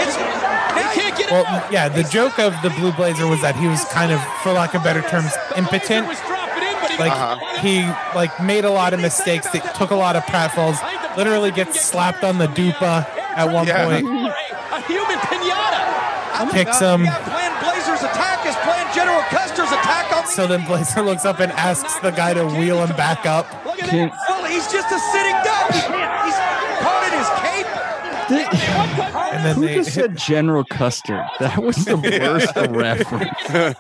Speaker 10: It's, now he can't get
Speaker 4: Well, yeah, the joke of the blue blazer was that he was kind of, for lack of better terms, impotent. Like he like made a lot of mistakes. That took a lot of pratfalls. Literally gets slapped on the dupa at one
Speaker 10: Yeah.
Speaker 4: point.
Speaker 10: a human pinata. Oh
Speaker 4: Kicks him.
Speaker 10: Yeah, Plan Blazer's attack is Plan General Custer's attack on.
Speaker 4: So then Blazer looks up and asks the guy to wheel him back up.
Speaker 10: Well, he's just a sitting duck. He's caught in his cape.
Speaker 6: And then Who just said General Custard? That was the worst reference.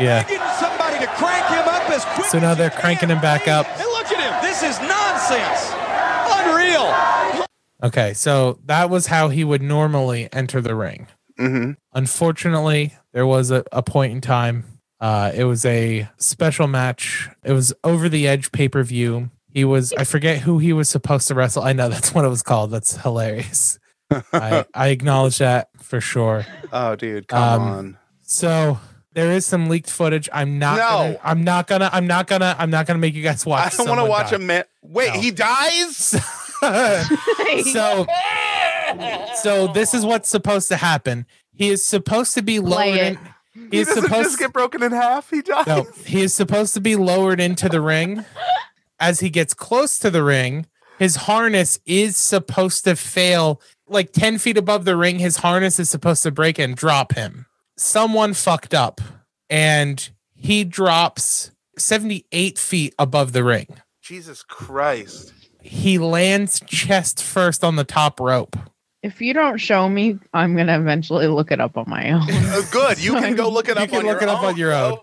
Speaker 4: yeah.
Speaker 10: Somebody to crank him up as quick.
Speaker 4: So now they're cranking him back up.
Speaker 10: And look at him. This is nonsense. Unreal.
Speaker 4: Okay, so that was how he would normally enter the ring.
Speaker 2: Mm-hmm.
Speaker 4: Unfortunately, there was a, a point in time. Uh, it was a special match. It was over the edge pay per view. He was, I forget who he was supposed to wrestle. I know that's what it was called. That's hilarious. I, I acknowledge that for sure.
Speaker 2: Oh, dude,
Speaker 4: Um,
Speaker 2: come on.
Speaker 4: So there is some leaked footage. I'm not.
Speaker 2: No.
Speaker 4: Gonna, I'm not gonna. I'm not gonna. I'm not gonna make you guys watch.
Speaker 2: I don't want to watch a man. Wait, he dies?
Speaker 4: a. so. So this is what's supposed to happen. He is supposed to be lowered. In, he
Speaker 2: He
Speaker 4: is
Speaker 2: doesn't
Speaker 4: supposed
Speaker 2: just get broken in half. He dies.
Speaker 4: no, he is supposed to be lowered into the ring. As he gets close to the ring, his harness is supposed to fail. Like 10 feet above the ring, his harness is supposed to break and drop him. Someone fucked up and he drops 78 feet above the ring.
Speaker 2: Jesus Christ.
Speaker 4: He lands chest first on the top rope.
Speaker 3: If you don't show me, I'm gonna eventually look it up on my own.
Speaker 2: Uh, Good. You can go look it up
Speaker 4: You can
Speaker 2: on
Speaker 4: look
Speaker 2: your
Speaker 4: it up
Speaker 2: own.
Speaker 4: on your own.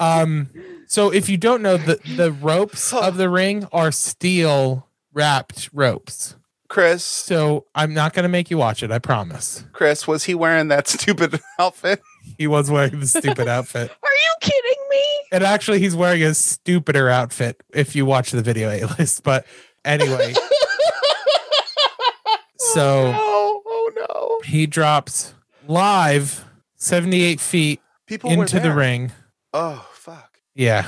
Speaker 4: Um, so if you don't know, the, the ropes of the ring are steel wrapped ropes.
Speaker 2: Chris.
Speaker 4: So I'm not going to make you watch it. I promise.
Speaker 2: Chris, was he wearing that stupid outfit?
Speaker 4: He was wearing the stupid outfit.
Speaker 3: Are you kidding me?
Speaker 4: And actually, he's wearing a stupider outfit if you watch the video A list. But anyway. so
Speaker 2: Oh, oh no.
Speaker 4: he drops live 78 feet
Speaker 2: People were
Speaker 4: into the
Speaker 2: there.
Speaker 4: ring.
Speaker 2: Oh, fuck.
Speaker 4: Yeah.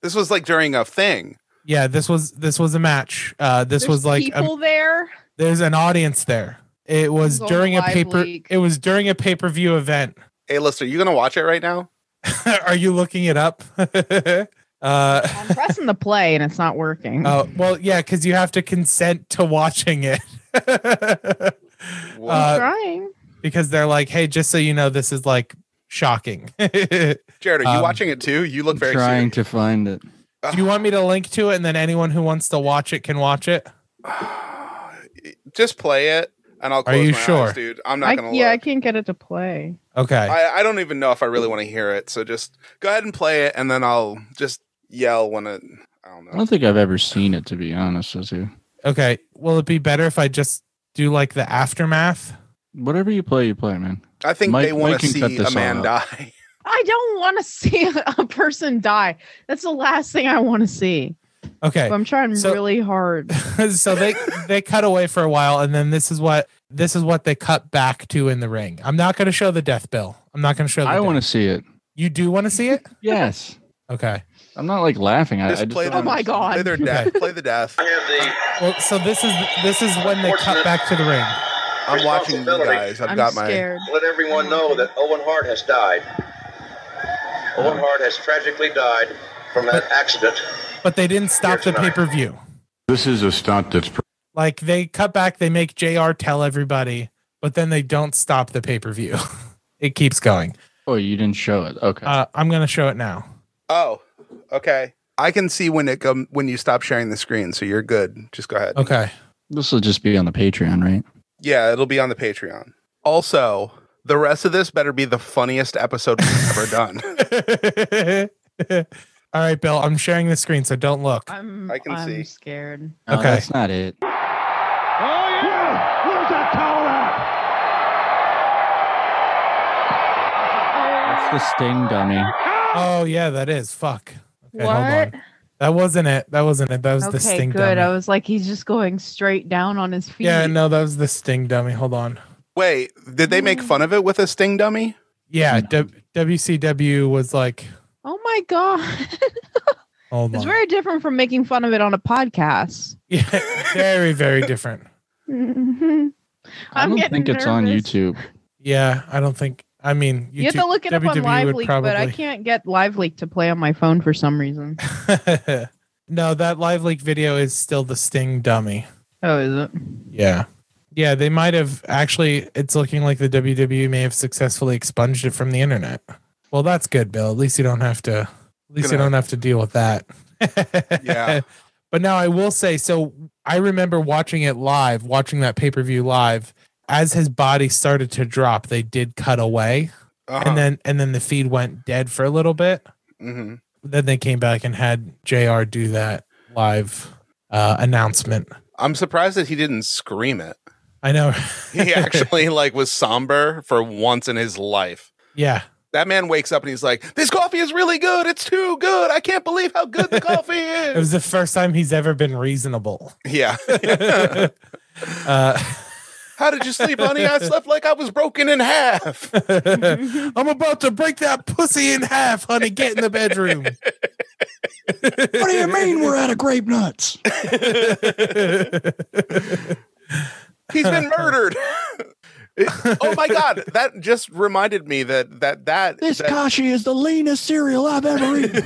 Speaker 2: This was like during a thing.
Speaker 4: Yeah. This was this was a match. Uh, this was like a-
Speaker 3: people there.
Speaker 4: there's an audience there. It was
Speaker 3: This is all
Speaker 4: during a
Speaker 3: live
Speaker 4: paper.
Speaker 3: leak.
Speaker 4: It was during a pay per view event.
Speaker 2: Hey, List, are you going to watch it right now?
Speaker 4: Are you looking it up? uh,
Speaker 3: I'm pressing the play and it's not
Speaker 6: Mm.
Speaker 3: working.
Speaker 4: Oh well, yeah, because you have to consent to watching it.
Speaker 3: I'm
Speaker 4: Uh,
Speaker 3: trying.
Speaker 4: because they're like, hey, just so you know, this is like shocking. Jared,
Speaker 2: Jared,
Speaker 4: Um,
Speaker 2: are you watching it too? You look very Ah.
Speaker 6: Trying to find it.
Speaker 4: Do you want me to link to it, and then anyone who wants to watch it can watch it?
Speaker 2: serious. Just play it, and I'll
Speaker 4: Are
Speaker 2: close
Speaker 4: you
Speaker 2: my
Speaker 4: sure?
Speaker 2: eyes, dude. I'm
Speaker 3: I-
Speaker 2: not going to
Speaker 3: yeah, I
Speaker 2: look.
Speaker 3: can't get it to play.
Speaker 4: Okay.
Speaker 2: I, I don't even know if I really want to hear it. So just go ahead and play it, and then I'll just yell when it.
Speaker 6: I don't think I've ever seen it, to be honest with you.
Speaker 4: Okay. Will it be better if I just do like the aftermath?
Speaker 6: Whatever you play, you play, man.
Speaker 2: I think
Speaker 6: Mike-
Speaker 2: they want
Speaker 6: Mike
Speaker 2: to
Speaker 6: can cut
Speaker 2: see
Speaker 6: this
Speaker 2: a man
Speaker 6: all
Speaker 2: die.
Speaker 3: I don't want to see a a person die. That's the last thing I want to see.
Speaker 4: Okay.
Speaker 3: But I'm trying really hard.
Speaker 4: so they they cut away for a while, and then this is what this is what they cut back to in the ring. I'm not going to show the death bill. I'm not going to show. The
Speaker 6: I
Speaker 4: death-
Speaker 6: want to see it.
Speaker 4: You do want to see it?
Speaker 6: Yes.
Speaker 4: Okay.
Speaker 6: I'm not like laughing. I, I
Speaker 4: Just
Speaker 6: just
Speaker 4: play
Speaker 6: don't
Speaker 4: the- Oh my God.
Speaker 2: Play their death. Play the death.
Speaker 4: Well, so this is this is when they cut back to the ring.
Speaker 2: I'm watching you guys. I've got my.
Speaker 12: Let everyone know that Owen Hart has died.
Speaker 2: Uh-huh.
Speaker 12: Owen Hart has tragically died from an accident.
Speaker 4: But they didn't stop the pay per view.
Speaker 14: This is a stunt that's pr-
Speaker 4: Like they cut back, they make JR tell everybody, but then they don't stop the pay per view. it keeps going.
Speaker 6: Oh, you didn't show it. Okay.
Speaker 4: Uh, I'm gonna show it now.
Speaker 2: Oh, okay. I can see when it come when you stop sharing the screen, so you're good. Just go ahead.
Speaker 4: Okay.
Speaker 6: This will just be on the Patreon, right?
Speaker 2: Yeah, it'll be on the Patreon. Also, the rest of this better be the funniest episode we've ever done.
Speaker 4: All right, Bill. I'm sharing the screen, so don't look.
Speaker 3: I'm,
Speaker 2: I can
Speaker 3: I'm
Speaker 2: see.
Speaker 3: scared.
Speaker 6: No,
Speaker 4: Okay.
Speaker 6: That's not it.
Speaker 9: Where's that towel at?
Speaker 6: That's the sting dummy.
Speaker 4: Oh yeah, that is. Fuck. Okay, hold
Speaker 3: What?
Speaker 4: on. That wasn't it. That wasn't it. That was the
Speaker 3: Okay,
Speaker 4: sting
Speaker 3: good.
Speaker 4: dummy.
Speaker 3: I was like, he's just going straight down on his feet.
Speaker 4: yeah, no, that was the sting dummy. Hold on.
Speaker 2: Wait, did they make fun of it with a sting dummy?
Speaker 6: Hmm.
Speaker 4: Yeah, W- WCW was like,
Speaker 3: Oh my god,
Speaker 4: hold
Speaker 3: it's
Speaker 4: on.
Speaker 3: very different from making fun of it on a podcast.
Speaker 4: Yeah, very, very different.
Speaker 3: Mhm.
Speaker 6: I
Speaker 3: I'm
Speaker 6: don't
Speaker 3: getting
Speaker 6: think it's on
Speaker 3: nervous.
Speaker 6: YouTube.
Speaker 4: Yeah, I don't think. I mean,
Speaker 3: You have to
Speaker 4: YouTube-
Speaker 3: look it up on
Speaker 4: WWE
Speaker 3: Live
Speaker 4: would
Speaker 3: Leak, but I
Speaker 4: probably-
Speaker 3: can't get Live Leak to play on my phone for some reason.
Speaker 4: no, that live leak video is still the Sting dummy.
Speaker 3: Oh, is it?
Speaker 4: Yeah. Yeah, they might have actually. It's looking like the WWE may have successfully expunged it from the internet. Well, that's good, Bill. At least you don't have to. At least you
Speaker 2: Gonna-
Speaker 4: don't have to deal with that.
Speaker 2: Yeah.
Speaker 4: But now I will say, so I remember watching it live, watching that pay per view live. As his body started to drop, they did cut away,
Speaker 2: Uh-huh.
Speaker 4: and then and then the feed went dead for a little bit.
Speaker 2: Mm-hmm.
Speaker 4: Then they came back and had Jr. do that live uh, announcement.
Speaker 2: I'm surprised that he didn't scream it.
Speaker 4: I know.
Speaker 2: He actually like was somber for once in his life.
Speaker 4: Yeah.
Speaker 2: That man wakes up and he's like, "This coffee is really good. It's too good. I can't believe how good the coffee
Speaker 4: It
Speaker 2: is."
Speaker 4: was the first time he's ever been reasonable.
Speaker 2: yeah.
Speaker 4: Uh,
Speaker 2: How did you sleep, honey? I slept like I was broken in half.
Speaker 4: I'm about to break that pussy in half, honey. Get in the bedroom.
Speaker 6: what do you mean we're out of grape nuts?
Speaker 2: He's been murdered. It- oh my god, that just reminded me that that that
Speaker 6: This
Speaker 2: that-
Speaker 6: kashi is the leanest cereal I've ever eaten.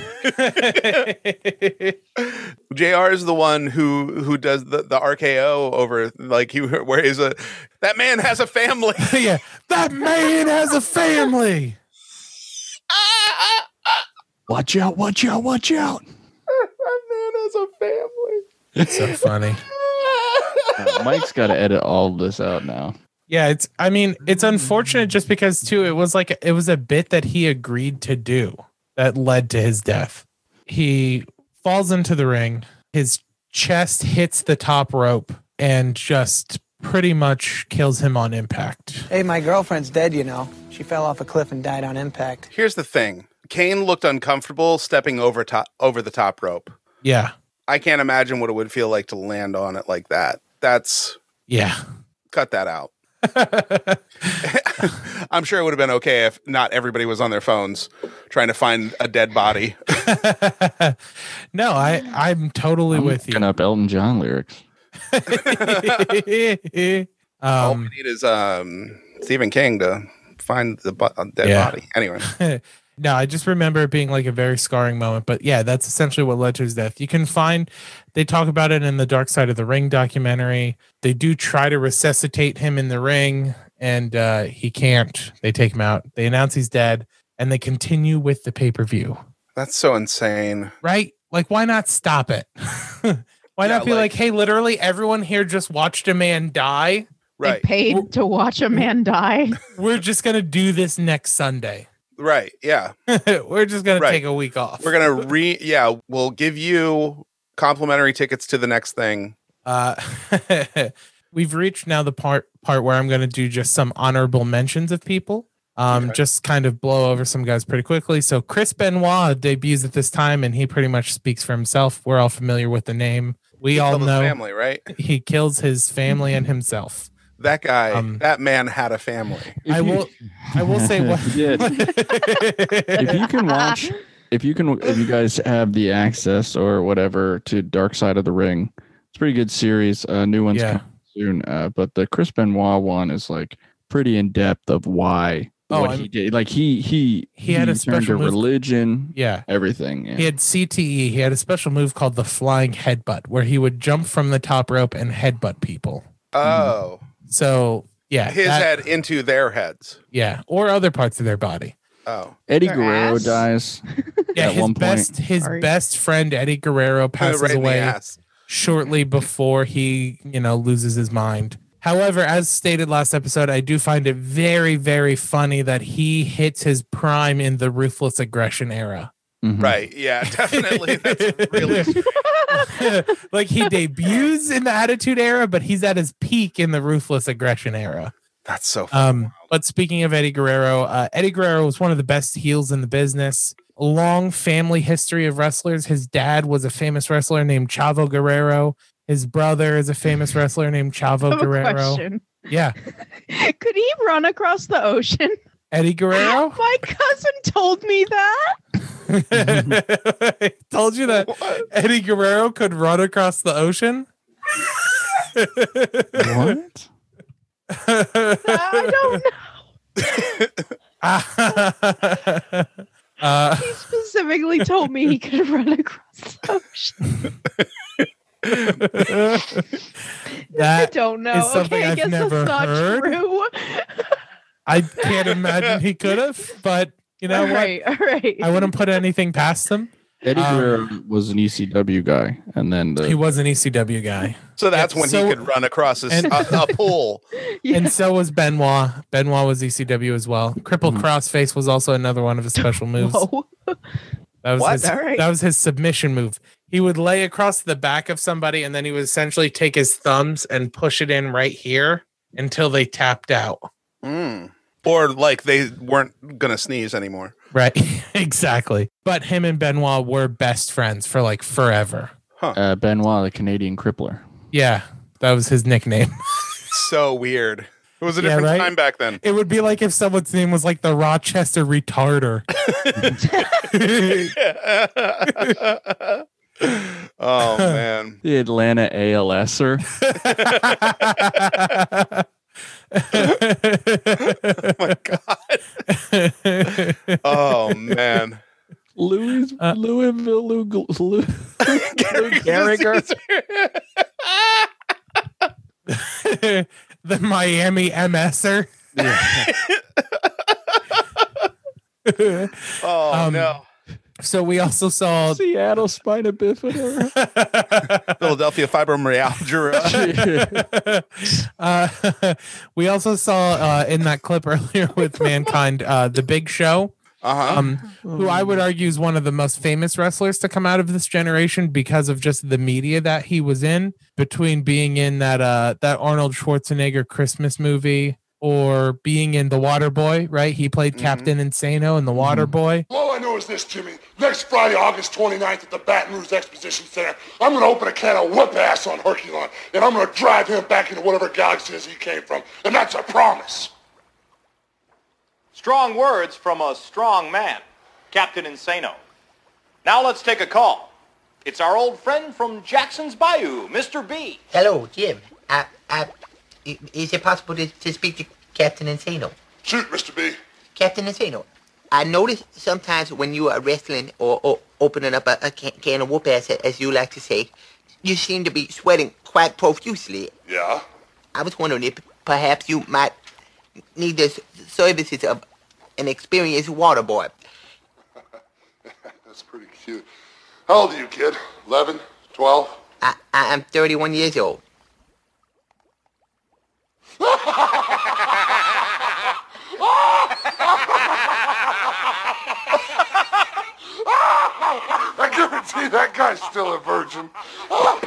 Speaker 2: Jr. is the one who who does the, the RKO over like he where he's a that man has a family.
Speaker 4: yeah, that man has a family.
Speaker 2: Ah,
Speaker 6: Watch out, watch out, watch out.
Speaker 2: that man
Speaker 4: It's so funny.
Speaker 6: Uh, Mike's got to edit all of this out now.
Speaker 4: Yeah, it's I mean, it's unfortunate just because too it was like it was a bit that he agreed to do that led to his death. He falls into the ring, his chest hits the top rope and just pretty much kills him on impact.
Speaker 16: Hey, my girlfriend's dead, you know. She fell off a cliff and died on impact.
Speaker 2: Here's the thing. Kane looked uncomfortable stepping over top over the top rope.
Speaker 4: Yeah.
Speaker 2: I can't imagine what it would feel like to land on it like that. That's
Speaker 4: Yeah.
Speaker 2: cut that out. I'm sure it would have been okay if not everybody was on their phones trying to find a dead body.
Speaker 4: No, I I'm totally
Speaker 6: I'm
Speaker 4: with
Speaker 6: looking up Elton John lyrics.
Speaker 4: you.
Speaker 2: All
Speaker 4: um
Speaker 2: we need is um, Stephen King to find the bo- uh, dead
Speaker 4: Yeah.
Speaker 2: body. Anyway,
Speaker 4: no, I just remember it being like a very scarring moment. But yeah, that's essentially what led to his death. You can find, they talk about it in the Dark Side of the Ring documentary. They do try to resuscitate him in the ring, and uh, he can't. They take him out. They announce he's dead, and they continue with the pay per view,
Speaker 2: that's so insane.
Speaker 4: right? Like, why not stop it? why not be like, hey, literally everyone here just watched a man die?
Speaker 2: Right.
Speaker 3: Paid to watch a man die.
Speaker 4: We're just going to do this next Sunday.
Speaker 2: Right. Yeah.
Speaker 4: We're just going
Speaker 2: Right.
Speaker 4: to take a week off.
Speaker 2: We're going to re, yeah, we'll give you complimentary tickets to the next thing.
Speaker 4: Uh, we've reached now the part part where I'm going to do just some honorable mentions of people. Um, just kind of blow over some guys pretty quickly. So Chris Benoit debuts at this time, and he pretty much speaks for himself. We're all familiar with the name. We
Speaker 2: He
Speaker 4: all
Speaker 2: killed his
Speaker 4: know
Speaker 2: family, right?
Speaker 4: He kills his family and himself.
Speaker 2: That guy, that man had a family.
Speaker 4: um, I will. I will say what.
Speaker 6: if you can watch if you can if you guys have the access or whatever to dark side of the ring it's a pretty good series uh new ones
Speaker 4: Yeah.
Speaker 6: coming soon uh but the chris benoit one is like pretty in depth of why
Speaker 4: Oh,
Speaker 6: what
Speaker 4: I'm-
Speaker 6: he did like he he
Speaker 4: He had a
Speaker 6: turned to
Speaker 4: special move-
Speaker 6: religion
Speaker 4: Yeah.
Speaker 6: everything yeah.
Speaker 4: He had CTE. He had a special move called the flying headbutt, where he would jump from the top rope and headbutt people.
Speaker 2: Oh,
Speaker 4: So yeah,
Speaker 2: his
Speaker 4: that-
Speaker 2: head into their heads.
Speaker 4: yeah, or other parts of their body.
Speaker 2: Oh,
Speaker 6: eddie
Speaker 2: Their
Speaker 6: guerrero
Speaker 2: ass?
Speaker 6: dies
Speaker 4: Yeah,
Speaker 6: at
Speaker 4: his
Speaker 6: one point
Speaker 4: best his best friend Eddie Guerrero passes
Speaker 2: right in the
Speaker 4: away
Speaker 2: ass.
Speaker 4: shortly before he, you know, loses his mind. However, as stated last episode, I do find it very, very funny that he hits his prime in the ruthless aggression era.
Speaker 6: Mm-hmm.
Speaker 2: Right. Yeah, definitely. That's really
Speaker 4: like he debuts in the attitude era, but he's at his peak in the ruthless aggression era.
Speaker 2: That's so funny.
Speaker 4: Um, but speaking of Eddie Guerrero, uh, Eddie Guerrero was one of the best heels in the business. Long family history of wrestlers. His dad was a famous wrestler named Chavo Guerrero. His brother is a famous wrestler named
Speaker 3: I have
Speaker 4: Chavo
Speaker 3: a
Speaker 4: Guerrero.
Speaker 3: question.
Speaker 4: Yeah,
Speaker 3: Could he run across the ocean?
Speaker 4: Eddie Guerrero.
Speaker 3: My cousin told me that.
Speaker 4: I told you that Eddie Guerrero could run across the ocean.
Speaker 6: what?
Speaker 4: I
Speaker 3: don't
Speaker 4: know. uh,
Speaker 3: He specifically told me he could run across the ocean. I
Speaker 4: that
Speaker 3: don't know.
Speaker 4: is something
Speaker 3: okay, I
Speaker 4: I've
Speaker 3: guess
Speaker 4: never
Speaker 3: that's not
Speaker 4: heard.
Speaker 3: true.
Speaker 4: I can't imagine he could have, but you know
Speaker 3: all
Speaker 4: what?
Speaker 3: right, all right.
Speaker 4: I wouldn't put anything past him.
Speaker 6: Eddie
Speaker 4: Um,
Speaker 6: Guerrero was an ECW guy, and then the,
Speaker 4: He was an ECW guy.
Speaker 2: So that's
Speaker 4: Yeah,
Speaker 2: when
Speaker 4: so-
Speaker 2: he could run across his,
Speaker 4: and-
Speaker 2: a, a pool.
Speaker 4: And so was Benoit. Benoit was ECW as well.
Speaker 6: Mm-hmm.
Speaker 4: Cripple Crossface was also another one of his special moves. That was
Speaker 2: What?
Speaker 4: his
Speaker 2: All right.
Speaker 4: that was his submission move. He would lay across the back of somebody and then he would essentially take his thumbs and push it in right here until they tapped out.
Speaker 2: Mm. Or like they weren't gonna sneeze anymore.
Speaker 4: Right. exactly. But him and Benoit were best friends for like forever.
Speaker 6: uh, Benoit, the Canadian crippler.
Speaker 4: Yeah. That was his nickname.
Speaker 2: So weird. It was a
Speaker 4: Yeah,
Speaker 2: different
Speaker 4: right?
Speaker 2: time back then.
Speaker 4: It would be like if someone's name was like the Rochester retarder.
Speaker 2: oh man.
Speaker 6: The Atlanta ALSer.
Speaker 2: oh my god. Oh man.
Speaker 6: Louis
Speaker 4: Uh,
Speaker 6: Louisville Lou, Lou, Lou Gehringer.
Speaker 4: the Miami MSer.
Speaker 2: oh
Speaker 4: no. Um, So we also saw
Speaker 6: Seattle spina bifida.
Speaker 2: Philadelphia fibromyalgia.
Speaker 4: uh, we also saw uh, in that clip earlier with mankind uh, the Big Show,
Speaker 2: Uh-huh.
Speaker 4: um, who I would argue is one of the most famous wrestlers to come out of this generation because of just the media that he was in. Between being in that uh, that Arnold Schwarzenegger Christmas movie or being in The Water Boy, right? He played Captain Insano in The Water Boy.
Speaker 8: All I know is this, Jimmy. Next Friday, August 29th at the Baton Rouge Exposition Center, I'm going to open a can of whoop ass on Herculon, and I'm going to drive him back into whatever galaxy it is he came from. And that's a promise.
Speaker 24: Strong words from a strong man, Captain Insano. Now let's take a call. It's our old friend from Jackson's Bayou, Mr. B.
Speaker 19: Hello, Jim. I, I, i- is it possible to, to speak to Captain Insano?
Speaker 8: Shoot, Mr. B.
Speaker 19: Captain Insano, I notice sometimes when you are wrestling or, or opening up a, a can, can of whoop ass, as you like to say, you seem to be sweating quite profusely.
Speaker 8: Yeah?
Speaker 19: I was wondering if perhaps you might need the s- services of an experienced water boy.
Speaker 8: That's pretty cute. How old are you, kid? 11? 12?
Speaker 19: I, I am 31 years old.
Speaker 8: I guarantee that guy's still a virgin. Oh,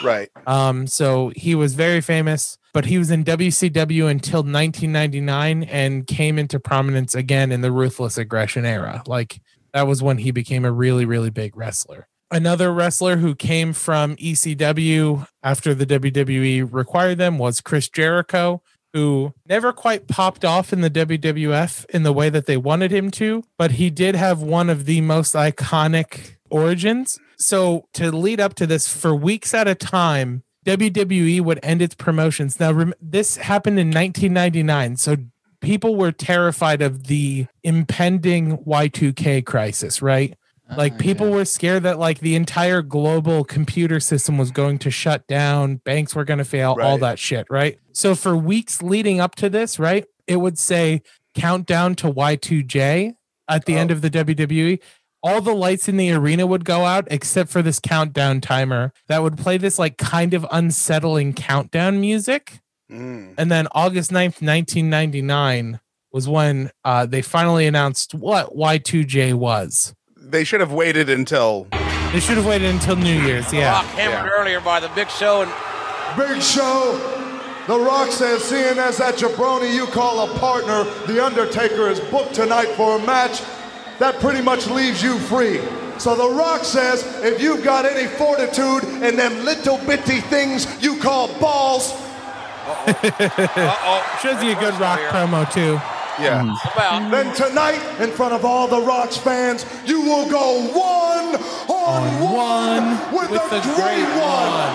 Speaker 2: right.
Speaker 4: Um, so he was very famous, but he was in WCW until 1999 and came into prominence again in the ruthless aggression era. Like that was when he became a really, really big wrestler. Another wrestler who came from ECW after the WWE required them was Chris Jericho, who never quite popped off in the WWF in the way that they wanted him to, but he did have one of the most iconic origins. So to lead up to this for weeks at a time, WWE would end its promotions. Now rem- this happened in 1999, so people were terrified of the impending Y2K crisis, right? Like people were scared that like the entire global computer system was going to shut down, banks were going to fail, all
Speaker 25: Right.
Speaker 4: that shit, right? So for weeks leading up to this, right, it would say countdown to Y2J at the end of the WWE. All the lights in the arena would go out except for this countdown timer that would play this like kind of unsettling countdown music. And then August 9th, 1999 was when uh, they finally announced what Y2J was.
Speaker 2: They should have waited until
Speaker 4: They should have waited until New Year's. Yeah.
Speaker 7: Hammered earlier by the Big Show and
Speaker 20: Big Show, The Rock says, seeing as that jabroni you call a partner, The Undertaker is booked tonight for a match, that pretty much leaves you free. So The Rock says, if you've got any fortitude and them little bitty things you call balls,
Speaker 4: Shows you a good rock promo, too.
Speaker 2: Yeah.
Speaker 20: then tonight, in front of all The Rock's fans, you will go one on, one, with, the, great, one.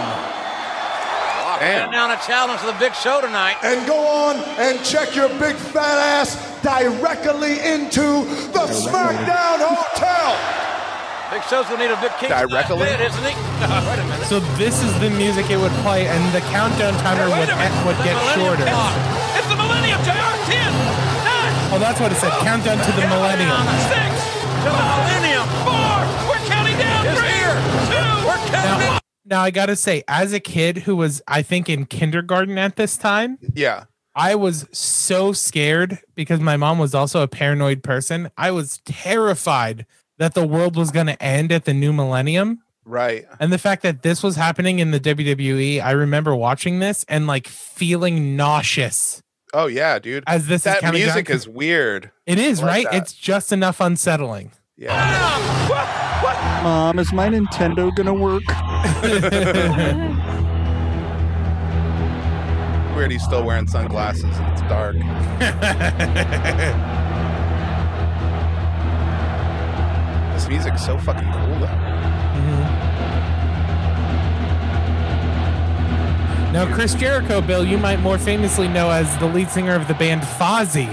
Speaker 7: putting down a challenge to the Big Show tonight.
Speaker 20: and go on and check your big fat ass directly into the SmackDown Hotel.
Speaker 7: Big Show's gonna need a big kick.
Speaker 20: Directly?
Speaker 7: Bit, isn't he? Wait a minute.
Speaker 4: So this is the music it would play, and the countdown timer would, would get eh, shorter.
Speaker 7: It's the Millennium, Jr. 10, 9,
Speaker 4: Oh, that's what it said. Countdown to the millennium.
Speaker 26: Six to the millennium. Four. We're counting down. Three. Two. We're counting.
Speaker 4: Now, now I gotta say, as a kid who was, I think, in kindergarten at this time,
Speaker 2: yeah,
Speaker 4: I was so scared because my mom was also a paranoid person. I was terrified that the world was gonna end at the new millennium.
Speaker 2: Right.
Speaker 4: And the fact that this was happening in the WWE, I remember watching this and like feeling nauseous.
Speaker 2: Oh yeah, dude.
Speaker 4: As this is
Speaker 2: that
Speaker 4: counting
Speaker 2: music
Speaker 4: down-
Speaker 2: is weird.
Speaker 4: It is,
Speaker 2: I like
Speaker 4: right?
Speaker 2: that.
Speaker 4: It's just enough unsettling.
Speaker 6: Mom, is my Nintendo gonna work?
Speaker 2: weird. He's still wearing sunglasses and it's dark. this music's so fucking cool though.
Speaker 4: Now, Chris Jericho, Bill, you might more famously know as the lead singer of the band Fozzy,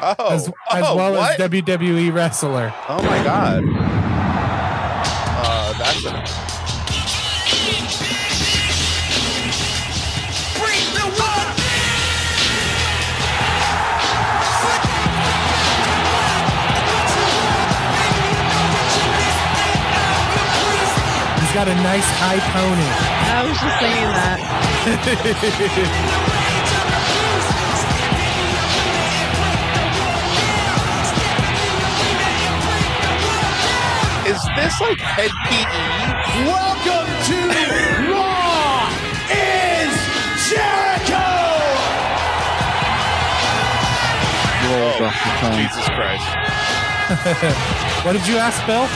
Speaker 2: Oh,
Speaker 4: as, as
Speaker 2: oh,
Speaker 4: well
Speaker 2: what?
Speaker 4: as WWE wrestler.
Speaker 2: Oh my god. Uh, that's a
Speaker 4: He's got a nice high pony.
Speaker 8: I was just thinking that.
Speaker 2: Is this like head PE?
Speaker 7: Welcome to Raw is Jericho.
Speaker 6: Rolls off the tongue.
Speaker 2: Oh, Jesus Christ.
Speaker 4: what did you ask, Bill?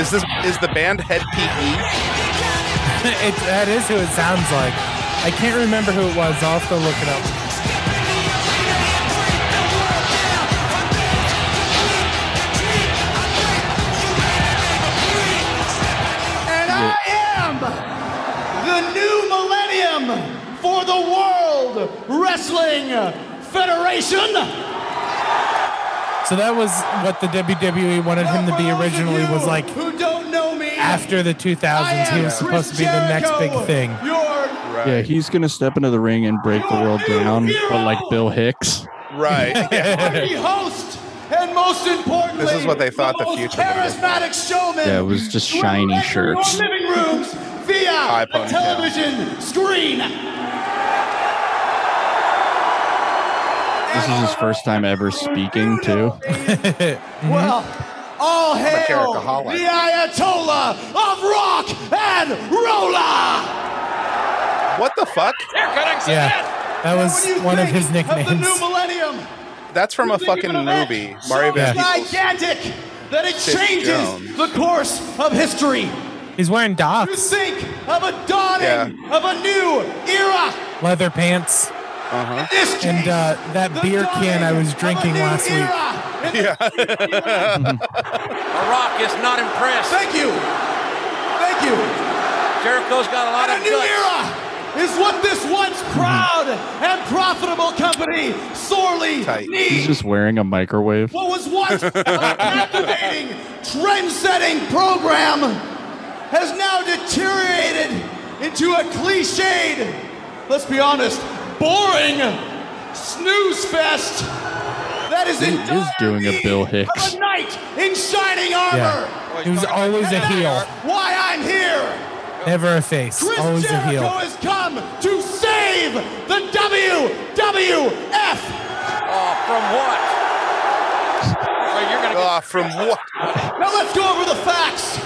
Speaker 2: Is this is the band Head PE?
Speaker 4: it, that is who it sounds like. I can't remember who it was. I'll have to look it up.
Speaker 7: And I am the new millennium for the World Wrestling Federation.
Speaker 4: So that was what the WWE wanted him to be originally was like
Speaker 7: Who don't know me?
Speaker 4: after the 2000s. He was supposed to be the next big thing.
Speaker 6: Yeah, he's gonna step into the ring and break the world down, but like Bill Hicks.
Speaker 2: Right.
Speaker 7: the host, and most importantly,
Speaker 2: This is what they thought the
Speaker 7: most
Speaker 2: future would be.
Speaker 7: charismatic showman.
Speaker 6: Yeah, it was just shiny
Speaker 7: in your
Speaker 6: shirts.
Speaker 7: living rooms via
Speaker 2: High
Speaker 7: a
Speaker 2: ponytail.
Speaker 7: television screen.
Speaker 6: Mm-hmm. This is his first time ever speaking too.
Speaker 7: Well, all hail
Speaker 6: caricaholic.
Speaker 7: the Ayatollah of rock and rolla.
Speaker 2: What the fuck?
Speaker 4: Yeah, that was one of his
Speaker 7: Of the
Speaker 4: nicknames.
Speaker 7: new millennium,
Speaker 2: That's from a fucking movie. Mario Van Peebles.
Speaker 7: gigantic that it
Speaker 2: Sid
Speaker 7: changes
Speaker 2: Jones.
Speaker 7: the course of history.
Speaker 4: He's wearing
Speaker 7: You
Speaker 4: dots,
Speaker 7: think of a dawning
Speaker 2: Yeah.
Speaker 7: of a new era.
Speaker 4: leather pants,
Speaker 2: Uh-huh.
Speaker 4: and uh, that beer can I was drinking last week.
Speaker 2: Yeah.
Speaker 26: The Rock is not impressed.
Speaker 7: Thank you. Thank you.
Speaker 26: Jericho's got a lot
Speaker 7: A
Speaker 26: of
Speaker 7: new
Speaker 26: guts.
Speaker 7: era is what this once proud and profitable company sorely
Speaker 6: He's
Speaker 7: needs.
Speaker 6: just wearing a microwave.
Speaker 7: What was once a captivating, trend-setting program has now deteriorated into a cliched, let's be honest, boring snooze fest that is
Speaker 6: He
Speaker 7: in
Speaker 6: is doing a Bill Hicks.
Speaker 7: of a knight in shining armor.
Speaker 4: Yeah, he was always a heel,
Speaker 7: Why I'm here.
Speaker 4: never a face,
Speaker 7: Chris
Speaker 4: always a
Speaker 7: Jericho
Speaker 4: heel.
Speaker 7: has come to save the WWF.
Speaker 26: Oh, from what? Well, you're gonna
Speaker 2: Ah, from what?
Speaker 7: Now let's go over the facts.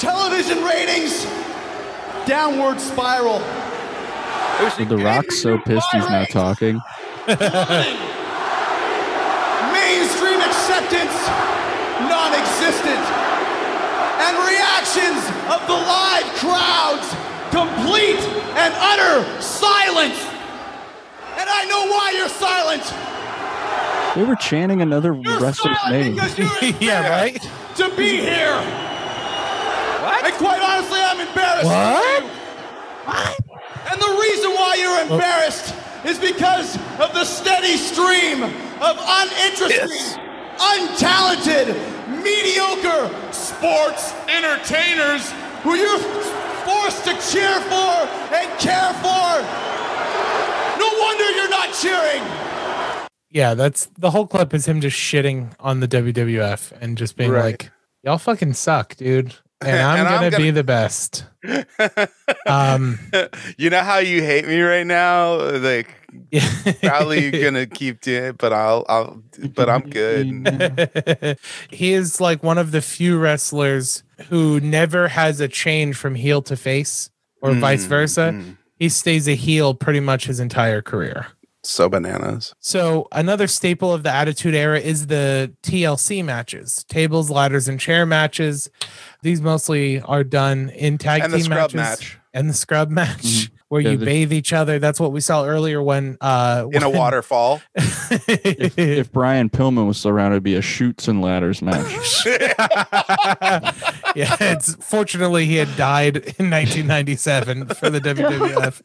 Speaker 7: Television ratings, downward spiral.
Speaker 6: The Rock's so pissed he's not talking.
Speaker 7: Mainstream acceptance, non-existent. And reactions of the live crowds, complete and utter silence. And I know why you're silent.
Speaker 6: They were chanting another wrestler's name.
Speaker 7: Because you're
Speaker 4: yeah, right.
Speaker 7: to be here. What? And quite honestly, I'm embarrassed.
Speaker 4: What?
Speaker 7: for you. And the reason why you're embarrassed is because of the steady stream of uninteresting, untalented, mediocre sports entertainers who you're forced to cheer for and care for. No wonder you're not cheering.
Speaker 4: yeah, that's the whole clip is him just shitting on the WWF and just being
Speaker 2: Right.
Speaker 4: like, "Y'all fucking suck, dude." And I'm,
Speaker 2: And I'm
Speaker 4: gonna, be
Speaker 2: gonna-
Speaker 4: the best. um,
Speaker 2: you know how you hate me right now? Like probably gonna keep doing it, but I'll I'll but I'm good.
Speaker 4: he is like one of the few wrestlers who never has a change from heel to face or
Speaker 2: Mm,
Speaker 4: vice versa. He stays a heel pretty much his entire career.
Speaker 2: so bananas.
Speaker 4: So another staple of the Attitude Era is the TLC matches, tables, ladders, and chair matches. These mostly are done in tag
Speaker 2: And the
Speaker 4: team matches
Speaker 2: scrub match.
Speaker 4: and the scrub match where
Speaker 6: Mm-hmm. Yeah,
Speaker 4: you
Speaker 6: the-
Speaker 4: bathe each other. That's what we saw earlier when uh
Speaker 2: In a
Speaker 4: when-
Speaker 2: waterfall.
Speaker 6: if, if Brian Pillman was still around, it'd be a shoots and ladders match.
Speaker 4: yeah, it's fortunately he had died in 1997 for the WWF.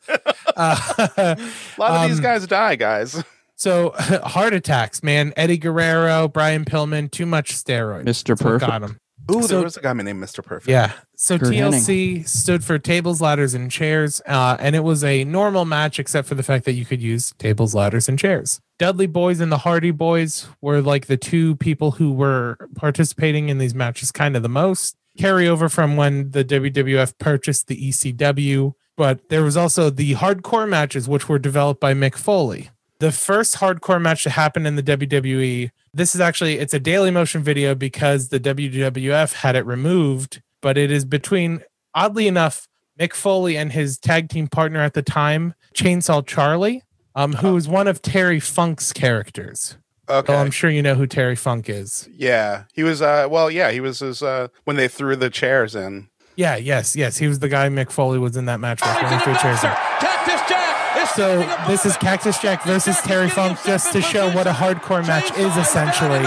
Speaker 4: Uh,
Speaker 2: A lot of these
Speaker 4: um,
Speaker 2: guys die, guys.
Speaker 4: So heart attacks, man. Eddie Guerrero, Brian Pillman, too much steroids.
Speaker 6: Mr.
Speaker 4: That's what
Speaker 6: Perfect.
Speaker 4: Got him.
Speaker 2: Ooh,
Speaker 4: So-
Speaker 2: there was a guy named Mr. Perfect.
Speaker 4: Yeah. So
Speaker 2: Kurt
Speaker 4: TLC stood for tables, ladders, and chairs, uh, and it was a normal match except for the fact that you could use tables, ladders, and chairs. Dudley Boys and the Hardy Boys were like the two people who were participating in these matches kind of the most. Carryover from when the WWF purchased the ECW, but there was also the hardcore matches, which were developed by Mick Foley. The first hardcore match to happen in the WWE. This is actually it's a daily motion video because the WWF had it removed, but it is between oddly enough Mick Foley and his tag team partner at the time, Chainsaw Charlie, um, who is one of Terry Funk's characters.
Speaker 2: Okay.
Speaker 4: So I'm sure you know who Terry Funk is.
Speaker 2: Yeah. He was uh well, yeah, he was his uh when they threw the chairs in.
Speaker 4: Yeah, yes, yes. He was the guy Mick Foley was in that match with. when he threw chairs in.
Speaker 7: Cactus Jack is
Speaker 4: So this is Cactus Jack versus Terry Funk, just to show what a hardcore match is essentially.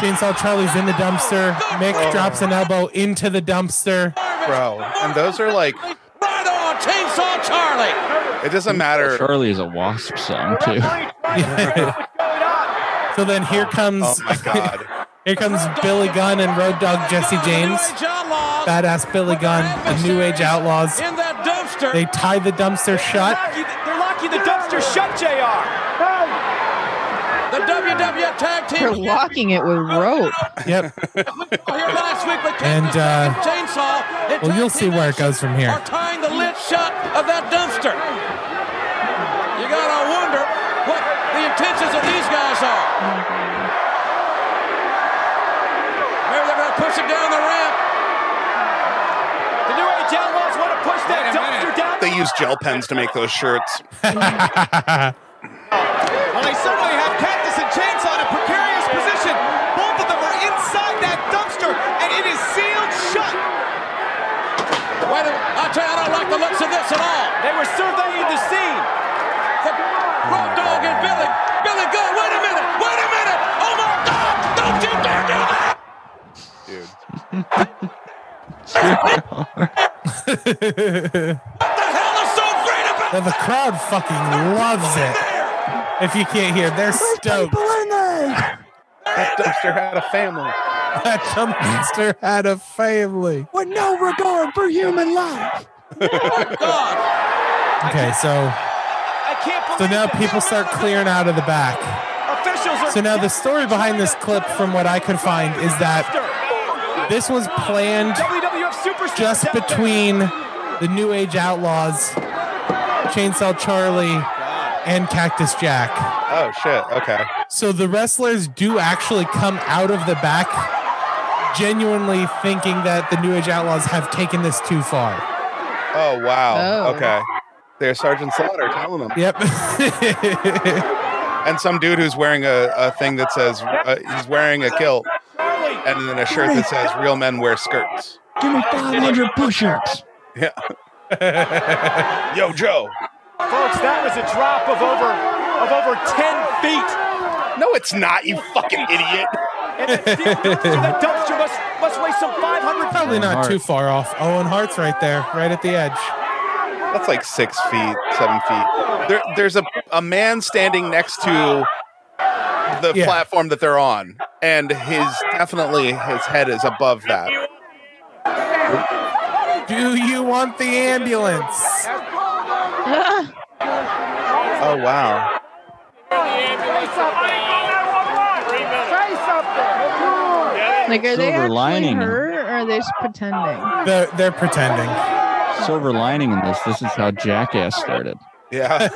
Speaker 4: Chainsaw Charlie's in the dumpster. Oh. Mick drops an elbow into the dumpster.
Speaker 2: Bro. And those are like
Speaker 7: right on Chainsaw Charlie.
Speaker 2: it doesn't matter.
Speaker 6: Charlie is a wasp song too.
Speaker 4: So then here comes.
Speaker 6: Oh my God.
Speaker 4: here comes Billy Gunn and Road Dog Jesse James. Badass Billy Gunn, the New Age Outlaws.
Speaker 7: In that dumpster.
Speaker 4: They tie the dumpster shut.
Speaker 7: They're locking the dumpster shut, JR. The WWF tag team.
Speaker 3: They're locking it with rope.
Speaker 4: Yep.
Speaker 7: last week with
Speaker 4: And uh,
Speaker 7: Chainsaw. It
Speaker 4: well, you'll see where it goes from here.
Speaker 7: are tying the lid shut of that dumpster. You gotta wonder what the intentions of these guys are. Maybe they're gonna push it down the ramp. The New Age Outlaws want to push that dumpster down.
Speaker 2: They use gel pens to make those shirts. Oh,
Speaker 21: Well, they certainly have Cactus and Chainsaw in a precarious position. Both of them are inside that dumpster, and it is sealed shut.
Speaker 7: Wait a minute. I tell you, I don't like the looks of this at all. They were surveying the scene. The Road Dog and Billy. Billy Gunn, wait a minute. Wait a minute. Oh my God. Don't you dare do that.
Speaker 4: Now the crowd fucking loves it. If you can't hear, they're stoked.
Speaker 2: That dumpster had a family.
Speaker 4: That dumpster had a family.
Speaker 7: With no regard for human life. oh God.
Speaker 4: Okay, so
Speaker 21: I can't
Speaker 4: so
Speaker 21: believe
Speaker 4: now
Speaker 21: that.
Speaker 4: people start clearing out of the back.
Speaker 21: Officials are
Speaker 4: So now the story behind this clip, from what I could find, is that this was planned
Speaker 21: WWF superstars
Speaker 4: just
Speaker 21: down there.
Speaker 4: between the New Age Outlaws, Chainsaw Charlie, and Cactus Jack.
Speaker 2: Oh shit. Okay.
Speaker 4: So the wrestlers do actually come out of the back, genuinely thinking that the New Age Outlaws have taken this too far.
Speaker 2: Oh wow.
Speaker 4: Oh.
Speaker 2: Okay. There's Sergeant Slaughter telling them.
Speaker 4: Yep.
Speaker 2: and some dude who's wearing a, a thing that says uh, he's wearing a kilt, and then a shirt that says "Real men wear skirts."
Speaker 6: Give me 500 push-ups.
Speaker 2: Yeah. Yo, Joe.
Speaker 21: Folks, that was a drop of over of over 10 feet.
Speaker 2: No, it's not, you fucking idiot.
Speaker 21: And that steel dumpster, that dumpster must, must weigh some 500
Speaker 4: Probably
Speaker 21: pounds.
Speaker 4: not too far off. Owen Hart's right there, right at the edge.
Speaker 2: That's like six feet, seven feet. There, there's a a man standing next to the
Speaker 4: Yeah.
Speaker 2: platform that they're on, and his definitely his head is above that.
Speaker 4: Do you want the ambulance?
Speaker 2: Oh wow.
Speaker 7: Face up,
Speaker 3: Like, are they
Speaker 6: Silver
Speaker 3: actually
Speaker 6: lining.
Speaker 3: her, or are they just pretending?
Speaker 4: They're, they're pretending.
Speaker 6: Silver lining in this. This is how Jackass started.
Speaker 2: Yeah.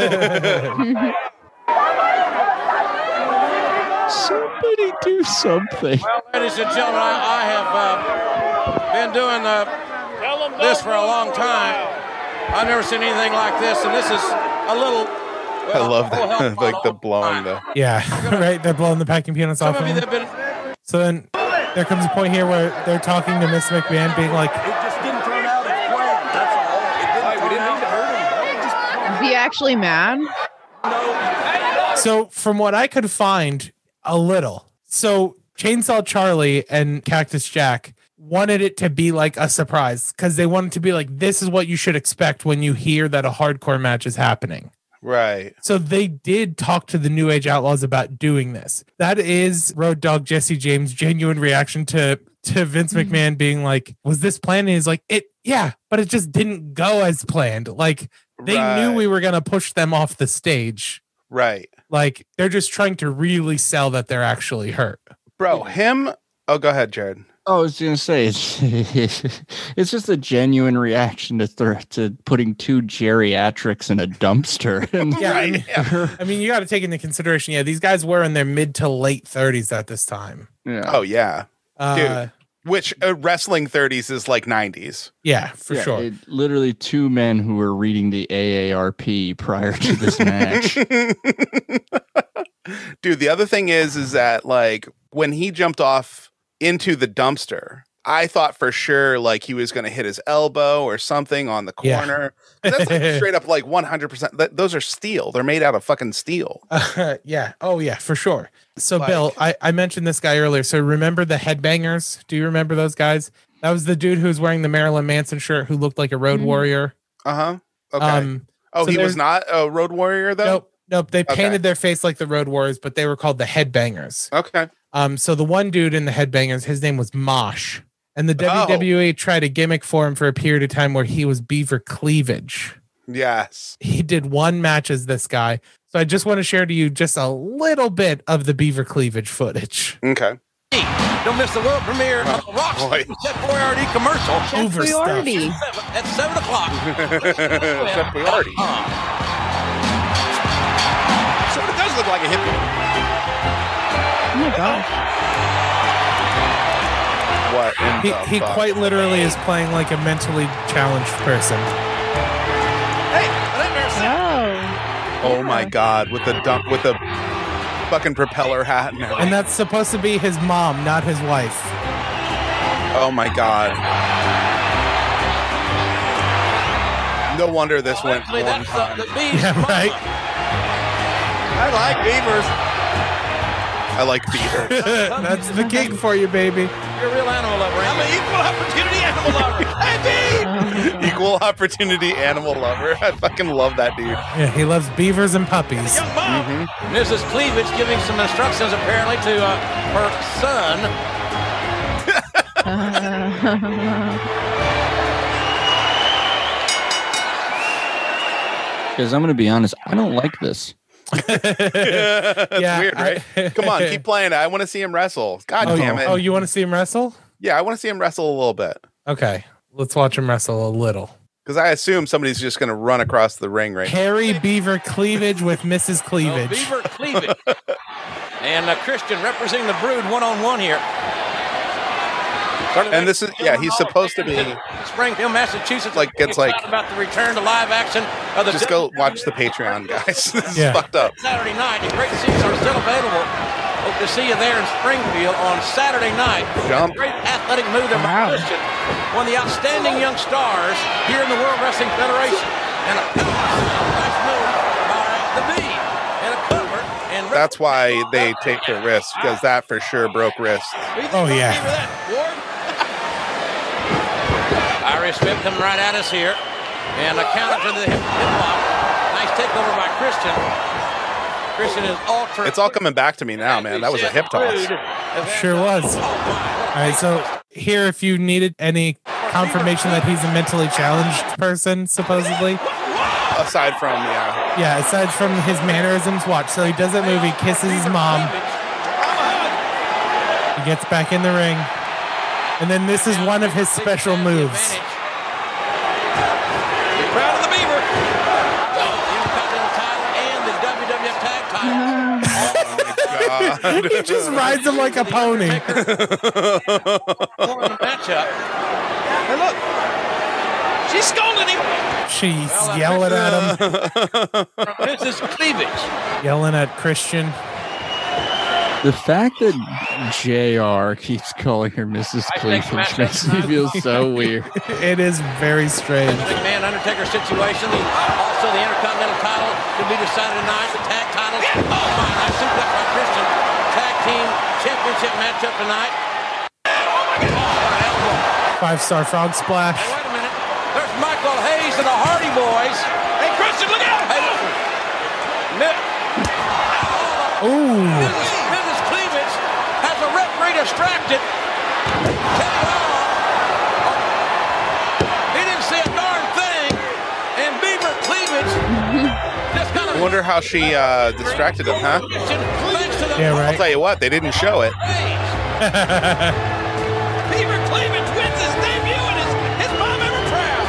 Speaker 6: Somebody do something.
Speaker 7: Ladies and gentlemen, I, I have uh, been doing uh, this for a long time. I've never seen anything like this, and this is a little.
Speaker 2: I love that. like the blowing the.
Speaker 4: Yeah, right. They're blowing the packing peanuts off.
Speaker 7: Some of you
Speaker 4: him.
Speaker 7: have been
Speaker 4: So then there comes a point here where they're talking to Miss McMahon, being like,
Speaker 3: Is he actually mad?
Speaker 4: So, from what I could find, a little. So, Chainsaw Charlie and Cactus Jack wanted it to be like a surprise because they wanted to be like, this is what you should expect when you hear that a hardcore match is happening.
Speaker 2: Right.
Speaker 4: So, they did talk to the New Age Outlaws about doing this. That is Road Dog Jesse James' genuine reaction to. To Vince McMahon being like, was this planned? And he's like, it, yeah, but it just didn't go as planned. Like, they knew we were going to push them off the stage.
Speaker 2: Right.
Speaker 4: Like they're just trying to really sell that they're actually hurt.
Speaker 2: Bro, him. Oh, go ahead, Jared.
Speaker 6: I was gonna say it's it's just a genuine reaction to thr to putting two geriatrics in a dumpster. And
Speaker 4: Yeah. I mean, I mean, you got to take into consideration. Yeah. These guys were in their mid to late 30s at this time.
Speaker 6: Yeah.
Speaker 2: Oh yeah.
Speaker 4: Uh,
Speaker 2: Dude. Which uh, wrestling 30s is like 90s.
Speaker 4: Yeah, for sure.
Speaker 6: it- literally, two men who were reading the AARP prior to this match.
Speaker 2: Dude, the other thing is is that like when he jumped off into the dumpster, I thought for sure like he was going to hit his elbow or something on the
Speaker 4: Yeah.
Speaker 2: corner. 'Cause That's like straight up like 100%. That, those are steel. They're made out of fucking steel.
Speaker 4: Uh, yeah. Oh, yeah, for sure. So, Bill, I, I mentioned this guy earlier. So, remember the headbangers? Do you remember those guys? That was the dude who was wearing the Marilyn Manson shirt who looked like a road
Speaker 2: Mhm.
Speaker 4: warrior.
Speaker 2: Uh-huh. Okay.
Speaker 4: Um,
Speaker 2: oh,
Speaker 4: so
Speaker 2: he was
Speaker 4: there's-
Speaker 2: not a road warrior though?
Speaker 4: Nope. Nope. They
Speaker 2: Okay.
Speaker 4: painted their face like the Road Warriors, but they were called the Headbangers.
Speaker 2: Okay.
Speaker 4: Um, so the one dude in the Headbangers, his name was Mosh. And the
Speaker 2: Oh.
Speaker 4: WWE tried a gimmick for him for a period of time where he was Beaver Cleavage.
Speaker 2: Yes.
Speaker 4: He did one match as this guy. So I just want to share to you just a little bit of the Beaver Cleavage footage.
Speaker 2: Okay.
Speaker 7: Don't miss the world premiere of the Rock
Speaker 2: boy.
Speaker 7: Chef Boyardee commercial.
Speaker 4: Chef Overstuffed. Boyardee.
Speaker 7: At 7 o'clock.
Speaker 2: Chef Boyardee.
Speaker 7: Sort of does look like a hippie.
Speaker 3: Oh my god.
Speaker 2: What? in
Speaker 4: He,
Speaker 2: the
Speaker 4: he
Speaker 2: Oh, fuck?
Speaker 4: quite literally is playing like a mentally challenged person.
Speaker 2: Oh my god, with the dump with the fucking propeller hat and everything.
Speaker 4: And that's supposed to be his mom, not his wife.
Speaker 2: Oh my god. No wonder this went
Speaker 7: Actually,
Speaker 2: one
Speaker 7: that's
Speaker 2: time.
Speaker 7: the, the bees. right. I like beavers.
Speaker 2: I like Beaver.
Speaker 4: that's the gig for you, baby.
Speaker 7: You're a real animal lover. I'm an equal opportunity animal lover. Hey, bee!
Speaker 2: Equal opportunity animal lover. I fucking love that dude.
Speaker 4: Yeah, he loves beavers and puppies.
Speaker 7: Mrs. Cleavage giving some instructions apparently to uh, her son.
Speaker 6: Because I'm gonna be honest, I don't like this.
Speaker 2: That's
Speaker 4: Yeah,
Speaker 2: weird,
Speaker 4: I-
Speaker 2: right? Come on, keep playing it. I want to see him wrestle. God
Speaker 4: oh,
Speaker 2: damn it.
Speaker 4: oh, you want to see him wrestle?
Speaker 2: yeah, I want to see him wrestle a little bit.
Speaker 4: Okay, let's watch him wrestle a little.
Speaker 2: Because I assume somebody's just gonna run across the ring right
Speaker 4: Harry Beaver cleavage with Mrs. Cleavage.
Speaker 7: Beaver Cleavage. and uh, Christian representing the brood one on one here.
Speaker 2: And this is yeah, he's supposed to be
Speaker 7: Springfield, Massachusetts.
Speaker 2: Like, it's like-
Speaker 7: about the return to live action of Oh, the
Speaker 2: just go watch the Patreon, guys. This is
Speaker 4: Yeah.
Speaker 2: fucked up.
Speaker 7: Saturday night. The great seats are still available. Hope to see you there in Springfield on Saturday night.
Speaker 2: Jump.
Speaker 7: Great athletic move there by Christian. One of the outstanding young stars here in the World Wrestling Federation. And a nice move by the bee. And a cover. And
Speaker 2: That's why they take their risks, because that for sure broke wrist.
Speaker 4: Oh yeah.
Speaker 7: remember that, Ward. Irish whip coming right at us here. And a counter to the hip, hip lock. Nice takeover by Christian. Christian is altered.
Speaker 2: It's all coming back to me now, man. That was a hip toss.
Speaker 4: Sure was. All right, so here, if you needed any confirmation that he's a mentally challenged person, supposedly,
Speaker 2: Aside from yeah.
Speaker 4: yeah, aside from his mannerisms, watch. So he does that move, he kisses his mom. He gets back in the ring. And then this is one of his special moves.
Speaker 7: Proud of the Beaver. The Intercontinental title and the WWF tag title.
Speaker 4: he just rides him like a pony.
Speaker 7: More in the matchup. And look, she's scolding him.
Speaker 4: She's yelling at him,
Speaker 7: This is cleavage.
Speaker 4: yelling at Christian.
Speaker 6: The fact that JR keeps calling her Mrs. Cleavage makes me feel so weird.
Speaker 4: It is very strange.
Speaker 7: McMahon Undertaker situation. The, also, the Intercontinental title to be decided tonight. The tag titles. Oh my! I suplex by Christian. Tag team championship matchup tonight.
Speaker 4: Five star frog splash.
Speaker 7: Wait a minute. There's Michael Hayes and the Hardy Boys. Hey Christian, look out! Hey, look. Mi-
Speaker 4: Ooh.
Speaker 7: Mrs. Mrs. Cleavage has a referee distracted. He didn't see a darn thing, and Beaver Cleavage just
Speaker 2: I
Speaker 7: got
Speaker 2: wonder how she uh, distracted him, huh?
Speaker 7: thanks to the
Speaker 2: Yeah, right. I'll tell you what, they didn't show it.
Speaker 7: Beaver Cleavage wins his debut, and his, his mom ever proud.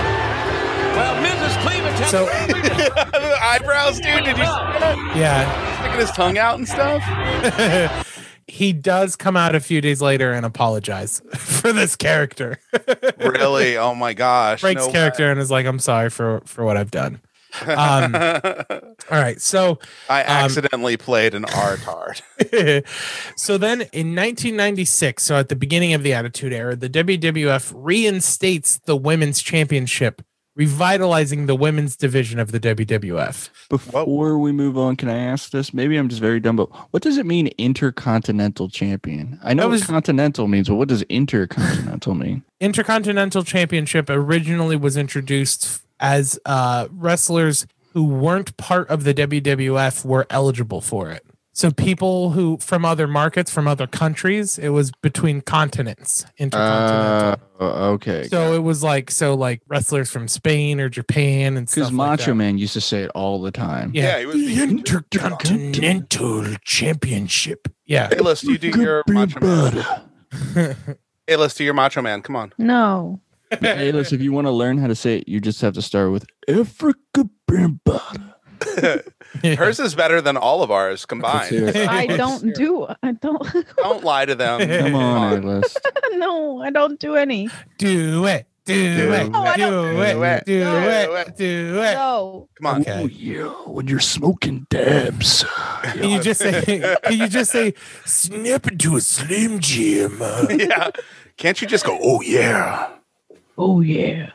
Speaker 7: Well, Mrs. Cleavage has
Speaker 4: So-
Speaker 7: a referee distracted.
Speaker 2: eyebrows, dude. Did you see that?
Speaker 4: Yeah.
Speaker 2: Sticking his tongue out and stuff.
Speaker 4: he does come out a few days later and apologize for this character.
Speaker 2: Really? Oh my gosh.
Speaker 4: Frank's
Speaker 2: no
Speaker 4: character and is like, I'm sorry for for what I've done. Um, all right. So
Speaker 2: I
Speaker 4: um,
Speaker 2: accidentally played an R tard.
Speaker 4: so then in 1996, so at the beginning of the Attitude Era, the WWF reinstates the Women's Championship, revitalizing the women's division of the WWF.
Speaker 6: Before we move on, can I ask this? Maybe I'm just very dumb, but what does it mean, intercontinental champion? I know what continental means, but what does intercontinental mean?
Speaker 4: Intercontinental Championship originally was introduced as uh, wrestlers who weren't part of the WWF were eligible for it. So people who from other markets, from other countries, it was between continents. Intercontinental.
Speaker 6: Uh, okay.
Speaker 4: so it was like so like wrestlers from Spain or Japan and
Speaker 6: Because
Speaker 4: stuff like
Speaker 6: Macho
Speaker 4: that.
Speaker 6: Man used to say it all the time.
Speaker 4: Yeah, the Intercontinental Championship. Yeah.
Speaker 2: Hey, list, you do your macho man. Hey, list, do your macho man. Come on.
Speaker 6: No. hey, listen, if you want to learn how to say it, you just have to start with Africa Bimbada.
Speaker 2: Hers is better than all of ours combined.
Speaker 3: I don't do. I don't.
Speaker 2: Don't lie to them.
Speaker 6: Come on, Arlist.
Speaker 3: no, I don't do any.
Speaker 4: Do it. Do, it. Oh,
Speaker 3: No, I
Speaker 4: do
Speaker 3: don't-
Speaker 4: it. Do
Speaker 3: No.
Speaker 4: it. Do it.
Speaker 3: No.
Speaker 2: Come on.
Speaker 4: Okay.
Speaker 6: yeah, when you're smoking dabs.
Speaker 4: Can you just say? Can you just say? Snip into a slim jim.
Speaker 2: yeah. Can't you just go, oh yeah.
Speaker 4: Oh yeah.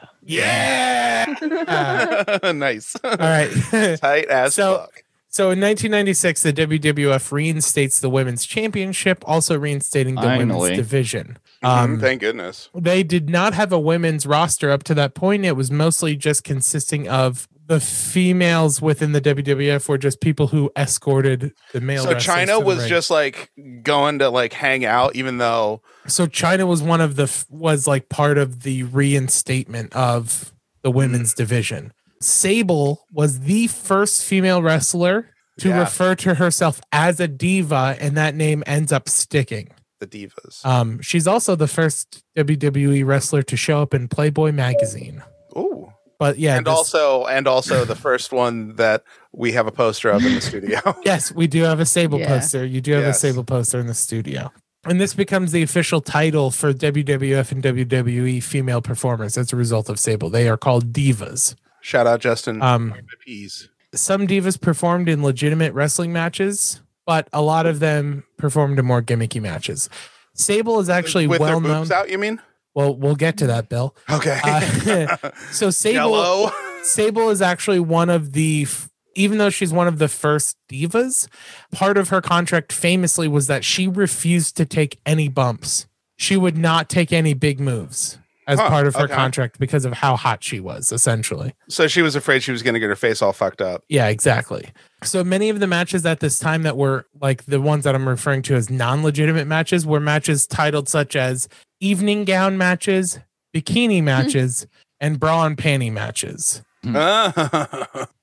Speaker 2: Oh, nice.
Speaker 4: All right.
Speaker 2: Tight as
Speaker 4: so, So in 1996, the WWF reinstates the women's championship, also reinstating the
Speaker 2: Finally.
Speaker 4: women's division.
Speaker 2: Um,
Speaker 4: Um,
Speaker 2: Thank goodness.
Speaker 4: they did not have a women's roster up to that point. It was mostly just consisting of the females within the WWF were just people who escorted the male.
Speaker 2: So
Speaker 4: wrestlers
Speaker 2: China
Speaker 4: to the
Speaker 2: was
Speaker 4: ring.
Speaker 2: just like going to like hang out, even though
Speaker 4: so China was one of the f- was like part of the reinstatement of the
Speaker 2: Mm.
Speaker 4: women's division. Sable was the first female wrestler to
Speaker 2: Yeah.
Speaker 4: refer to herself as a diva, and that name ends up sticking.
Speaker 2: the divas.
Speaker 4: Um, she's also the first WWE wrestler to show up in Playboy magazine.
Speaker 2: Ooh.
Speaker 4: But Uh, yeah,
Speaker 2: and
Speaker 4: this-
Speaker 2: also and also the first one that we have a poster of in the studio.
Speaker 4: yes, we do have a Sable
Speaker 2: Yeah.
Speaker 4: poster. You do have
Speaker 2: Yes.
Speaker 4: a Sable poster in the studio. And this becomes the official title for WWF and WWE female performers as a result of Sable. They are called divas.
Speaker 2: Shout out Justin.
Speaker 4: Um,
Speaker 2: My peas.
Speaker 4: some divas performed in legitimate wrestling matches, but a lot of them performed in more gimmicky matches. Sable is actually
Speaker 2: With
Speaker 4: well
Speaker 2: their boobs
Speaker 4: known.
Speaker 2: out, you mean?
Speaker 4: Well, we'll get to that, Bill.
Speaker 2: Okay.
Speaker 4: Uh, so Sable,
Speaker 2: Jello.
Speaker 4: Sable is actually one of the, f- even though she's one of the first divas, part of her contract famously was that she refused to take any bumps. She would not take any big moves as
Speaker 2: Huh,
Speaker 4: part of her
Speaker 2: okay.
Speaker 4: contract because of how hot she was, essentially.
Speaker 2: So she was afraid she was going to get her face all fucked up.
Speaker 4: Yeah, exactly. So many of the matches at this time that were like the ones that I'm referring to as non legitimate matches were matches titled such as evening gown matches, bikini matches, and bra and panty matches.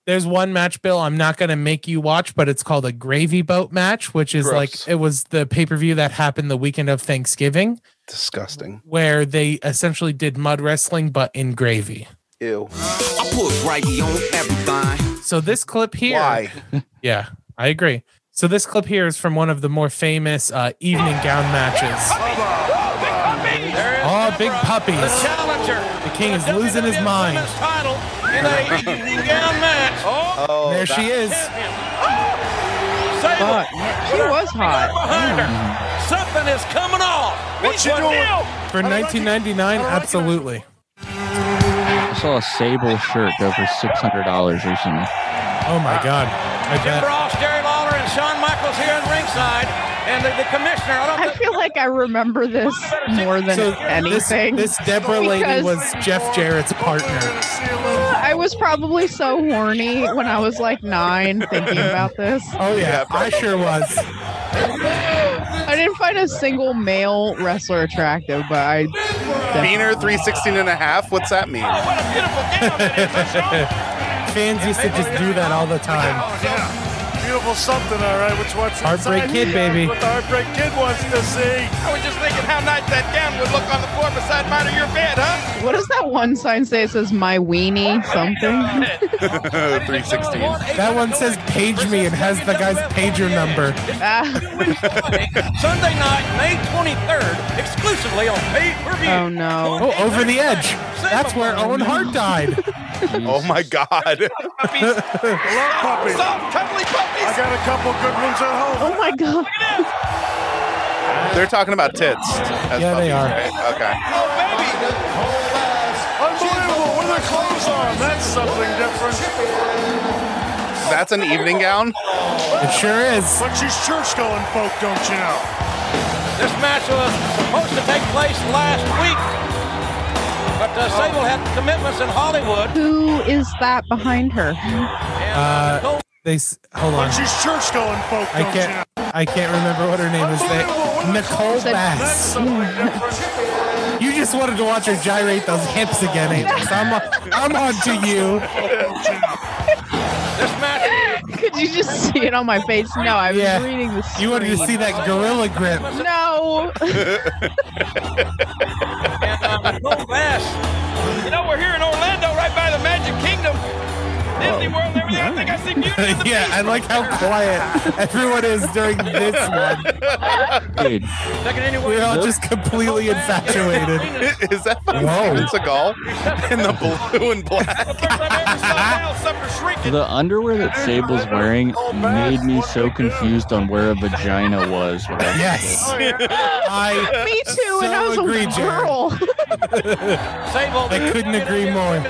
Speaker 4: There's one match, Bill, I'm not going to make you watch, but it's called a gravy boat match, which is like it was the pay per view that happened the weekend of Thanksgiving,
Speaker 2: Disgusting.
Speaker 4: where they essentially did mud wrestling but in gravy.
Speaker 2: Ew.
Speaker 13: I put gravy on everything.
Speaker 4: So this clip here. Why? yeah, I agree. So this clip here is from one of the more famous uh, evening gown matches. Oh, big puppies.
Speaker 7: The challenger.
Speaker 4: The king is losing his mind.
Speaker 7: title in a evening gown match. Oh,
Speaker 4: there she is.
Speaker 7: Sable.
Speaker 3: She was hot.
Speaker 7: Behind her. Something is coming off. What you doing?
Speaker 4: For 1999, absolutely.
Speaker 6: I saw a sable shirt go for six hundred dollars recently.
Speaker 4: Oh my god! I
Speaker 7: Jim Ross, Jerry Lawler, and Shawn Michaels here at ringside. And the, the commissioner, I don't
Speaker 3: I feel like I remember this more than
Speaker 4: So this,
Speaker 3: anything.
Speaker 4: this Deborah lady
Speaker 3: Because
Speaker 4: was Jeff Jarrett's partner.
Speaker 3: I was probably so horny when I was like nine thinking about this.
Speaker 4: Oh yeah, I sure was.
Speaker 3: I didn't find a single male wrestler attractive, but I.
Speaker 2: Beaner 316 and a half. What's that mean?
Speaker 4: Fans used to just do that all the time.
Speaker 8: Beautiful something, all right. Which what's
Speaker 4: Heartbreak
Speaker 8: inside
Speaker 4: Kid,
Speaker 8: here?
Speaker 4: baby.
Speaker 8: What the heartbreak kid wants to see.
Speaker 7: I was just thinking how nice that gown would look on the floor beside mine or your bed, huh?
Speaker 3: What does that one sign say? It says my weenie something.
Speaker 2: 316.
Speaker 4: That one says page me and has the guy's pager number.
Speaker 7: Sunday night, May 23rd, exclusively on pay-per-view.
Speaker 4: Oh
Speaker 3: no.
Speaker 4: Oh, over the edge. That's where Owen Hart died.
Speaker 2: Oh my god.
Speaker 7: Soft, cuddly puppies. I
Speaker 8: got a couple good ones at home.
Speaker 3: Oh my god.
Speaker 2: They're talking about tits. yeah, they are. Okay.
Speaker 8: Unbelievable. Where their clothes are. That's something different.
Speaker 2: That's an evening gown.
Speaker 4: It sure is.
Speaker 8: But she's church-going folk, don't you know?
Speaker 7: This match was supposed to take place last week, but uh, Sable had commitments in Hollywood.
Speaker 3: Who is that behind her?
Speaker 4: Uh, they s- hold on.
Speaker 8: She's church-going folk,
Speaker 4: I
Speaker 8: don't you know?
Speaker 4: can't. I can't remember what her name is. They, Nicole
Speaker 8: That's
Speaker 4: Bass.
Speaker 8: something different.
Speaker 4: You just wanted to watch her gyrate those hips again, Angels. I'm on, I'm on to you.
Speaker 3: Could you just see it on my face? No, I was
Speaker 4: Yeah.
Speaker 3: reading this.
Speaker 4: You wanted to see that gorilla grip.
Speaker 3: No.
Speaker 7: Nicole Bass. You know, we're here in Orlando, right by the Magic Kingdom. Disney
Speaker 4: Oh,
Speaker 7: World and everything. I think I see Beauty and the
Speaker 4: yeah, I like how quiet everyone is during this one.
Speaker 6: Dude,
Speaker 4: We're all just completely infatuated.
Speaker 2: Is that
Speaker 4: Whoa.
Speaker 2: Steven Seagal in the blue and black?
Speaker 6: the underwear that Sable's wearing made me so confused on where a vagina was. when I was a
Speaker 4: Yes.
Speaker 7: I
Speaker 3: Oh, Me too, and
Speaker 4: so
Speaker 3: I was
Speaker 4: agree,
Speaker 3: a
Speaker 4: Jared.
Speaker 3: girl.
Speaker 7: Sable.
Speaker 4: I couldn't agree more.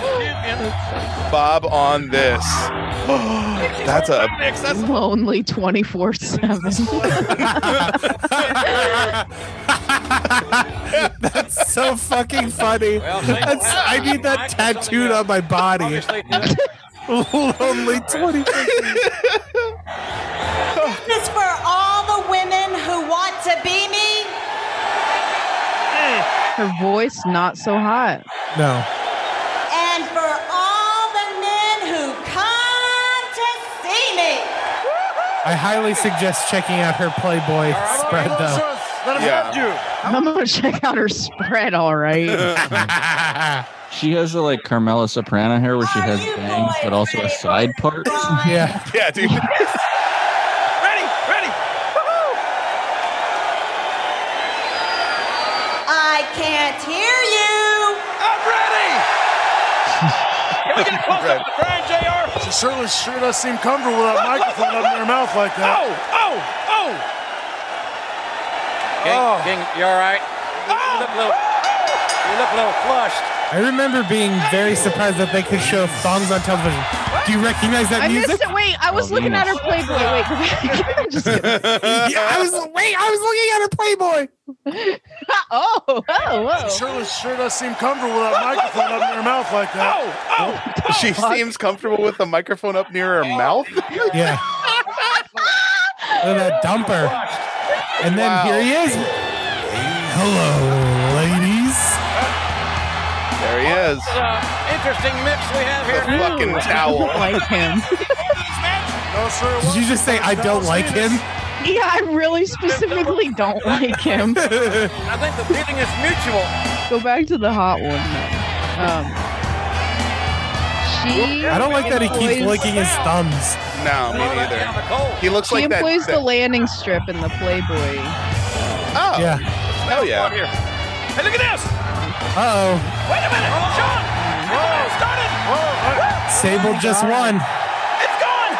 Speaker 2: Bob on this. That's a
Speaker 3: Lonely 24 7.
Speaker 4: That's so fucking funny. That's, I need that tattooed on my body. Lonely 20.
Speaker 18: This is for all the women who want to be me.
Speaker 3: Her voice not so hot.
Speaker 4: No.
Speaker 18: And for all the men who come to see me.
Speaker 4: I highly suggest checking out her Playboy spread, though.
Speaker 8: Let him
Speaker 4: Yeah.
Speaker 8: have you.
Speaker 3: I'm gonna check out her spread, all right.
Speaker 6: kid. She has the like Carmela Soprano hair where she has bangs, but also a side part.
Speaker 4: Yeah.
Speaker 2: Yeah, dude.
Speaker 7: Ready, ready.
Speaker 18: I can't hear you.
Speaker 7: I'm ready. Can we get a close up to Brian Jr.?
Speaker 8: She certainly sure does seem comfortable with that microphone up in her mouth like that.
Speaker 7: Oh, oh, oh. King, King, you all right? You look a little, you look a little flushed.
Speaker 4: I remember being very surprised that they could show thongs on television. Do you recognize that
Speaker 3: I
Speaker 4: music?
Speaker 3: missed it. Wait, I was
Speaker 4: Oh,
Speaker 3: looking at her
Speaker 4: Venus.
Speaker 3: Playboy. Wait, go back. Just kidding.
Speaker 4: yeah, I was wait, I was looking at her Playboy.
Speaker 3: oh, oh, whoa.
Speaker 8: She certainly sure does seem comfortable with that microphone up in her mouth like that. Oh,
Speaker 2: She seems comfortable with the microphone up near her mouth.
Speaker 4: Yeah. Look at that dumper. And then here he is. Hello, ladies.
Speaker 2: There There he is.
Speaker 7: uh, Interesting mix we have here.
Speaker 2: The fucking towel.
Speaker 3: like him.
Speaker 8: No, sir.
Speaker 4: Did you just say I don't like him?
Speaker 3: Yeah, I really specifically don't like him.
Speaker 7: I think the feeling is mutual.
Speaker 3: Go back to the hot one. though. Um, she.
Speaker 4: I don't like that he keeps
Speaker 3: employs-
Speaker 4: licking his thumbs.
Speaker 2: No, me neither. He looks
Speaker 3: She
Speaker 2: like that.
Speaker 3: employs
Speaker 2: that-
Speaker 3: the landing strip in the Playboy.
Speaker 2: oh,
Speaker 4: Yeah.
Speaker 2: hell yeah.
Speaker 7: Hey, look at this.
Speaker 4: Uh
Speaker 7: Wait a minute. Sean. Whoa. Started. Woo.
Speaker 4: oh. Sable just won.
Speaker 7: It's gone.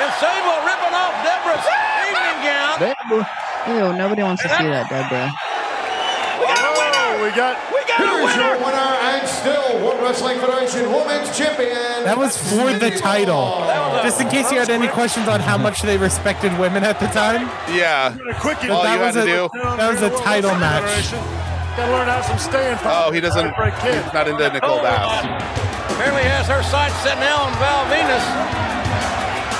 Speaker 7: And Sable ripping off Deborah's evening gown.
Speaker 3: Ew, nobody wants to see that, Deborah.
Speaker 4: Oh,
Speaker 7: We got a winner.
Speaker 8: We got
Speaker 7: We got a
Speaker 8: here's
Speaker 7: winner.
Speaker 8: your winner and still World Wrestling Federation Women's Champion.
Speaker 4: That was for the title. Just in case you had any questions on how much they respected women at the time,
Speaker 2: Yeah.
Speaker 8: Quick
Speaker 4: All you was
Speaker 2: had to
Speaker 4: a-
Speaker 2: do.
Speaker 4: that was a title match.
Speaker 8: Gotta learn how some staying power.
Speaker 2: Oh, he doesn't.
Speaker 8: Break Oh, kid.
Speaker 2: He's not into Nicole Bass.
Speaker 7: Apparently has her sights set now on Val Venus.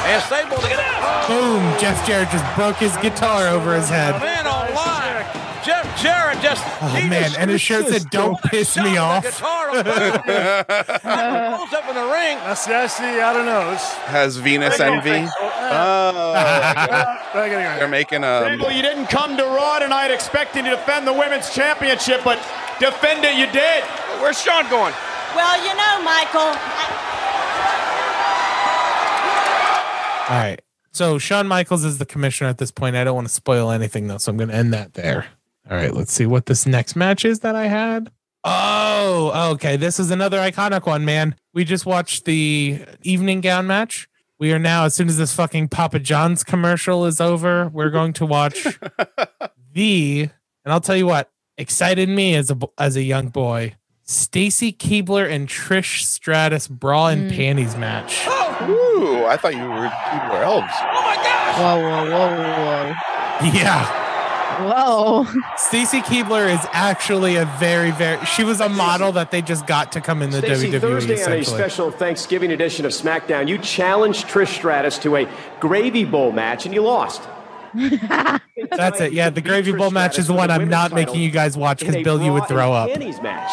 Speaker 7: And Sable. Look at that.
Speaker 4: Boom! Jeff Jarrett just broke his guitar over his head.
Speaker 7: Man on live. Jeff Jarrett just.
Speaker 4: Oh man, and his shirt said "Don't piss me off."
Speaker 7: Guitar on Val Venus. Rolls up in the ring.
Speaker 8: That's, that's the, I don't know. It's,
Speaker 2: Has Venus envy? Oh,
Speaker 8: I gotta go.
Speaker 2: they're making a.
Speaker 1: Well, you didn't come to Raw tonight expecting to defend the women's championship, but defend it you did.
Speaker 7: Where's Sean going?
Speaker 18: Well, you know, Michael, I-
Speaker 4: All right. So Shawn Michaels is the commissioner at this point. I don't want to spoil anything though, so I'm going to end that there. All right. Let's see what this next match is that I had. Oh, okay. This is another iconic one, man. We just watched the evening gown match. We are now, as soon as this fucking Papa John's commercial is over, we're going to watch the, and I'll tell you what excited me as a as a young boy, Stacy Keebler and Trish Stratus brawl and panties match.
Speaker 2: Ooh, I thought you were, you were elves.
Speaker 7: Oh my gosh.
Speaker 3: Whoa, whoa, whoa,
Speaker 4: Yeah.
Speaker 3: whoa, whoa!
Speaker 4: Stacy Keebler is actually a very, very. She was a model that they just got to come in the E
Speaker 1: Stacey,
Speaker 4: WWE.
Speaker 1: Thursday on a
Speaker 4: essentially.
Speaker 1: special Thanksgiving edition of SmackDown, you challenged Trish Stratus to a gravy bowl match and you lost.
Speaker 4: That's it. Yeah, the Gravy
Speaker 1: Trish
Speaker 4: Bowl match is
Speaker 1: Stratus
Speaker 4: the
Speaker 1: for
Speaker 4: one
Speaker 1: the
Speaker 4: I'm
Speaker 1: women's
Speaker 4: not
Speaker 1: title
Speaker 4: making you guys watch
Speaker 1: in
Speaker 4: because
Speaker 1: a
Speaker 4: Bill, you
Speaker 1: bra
Speaker 4: would throw
Speaker 1: and
Speaker 4: up.
Speaker 1: Panties match.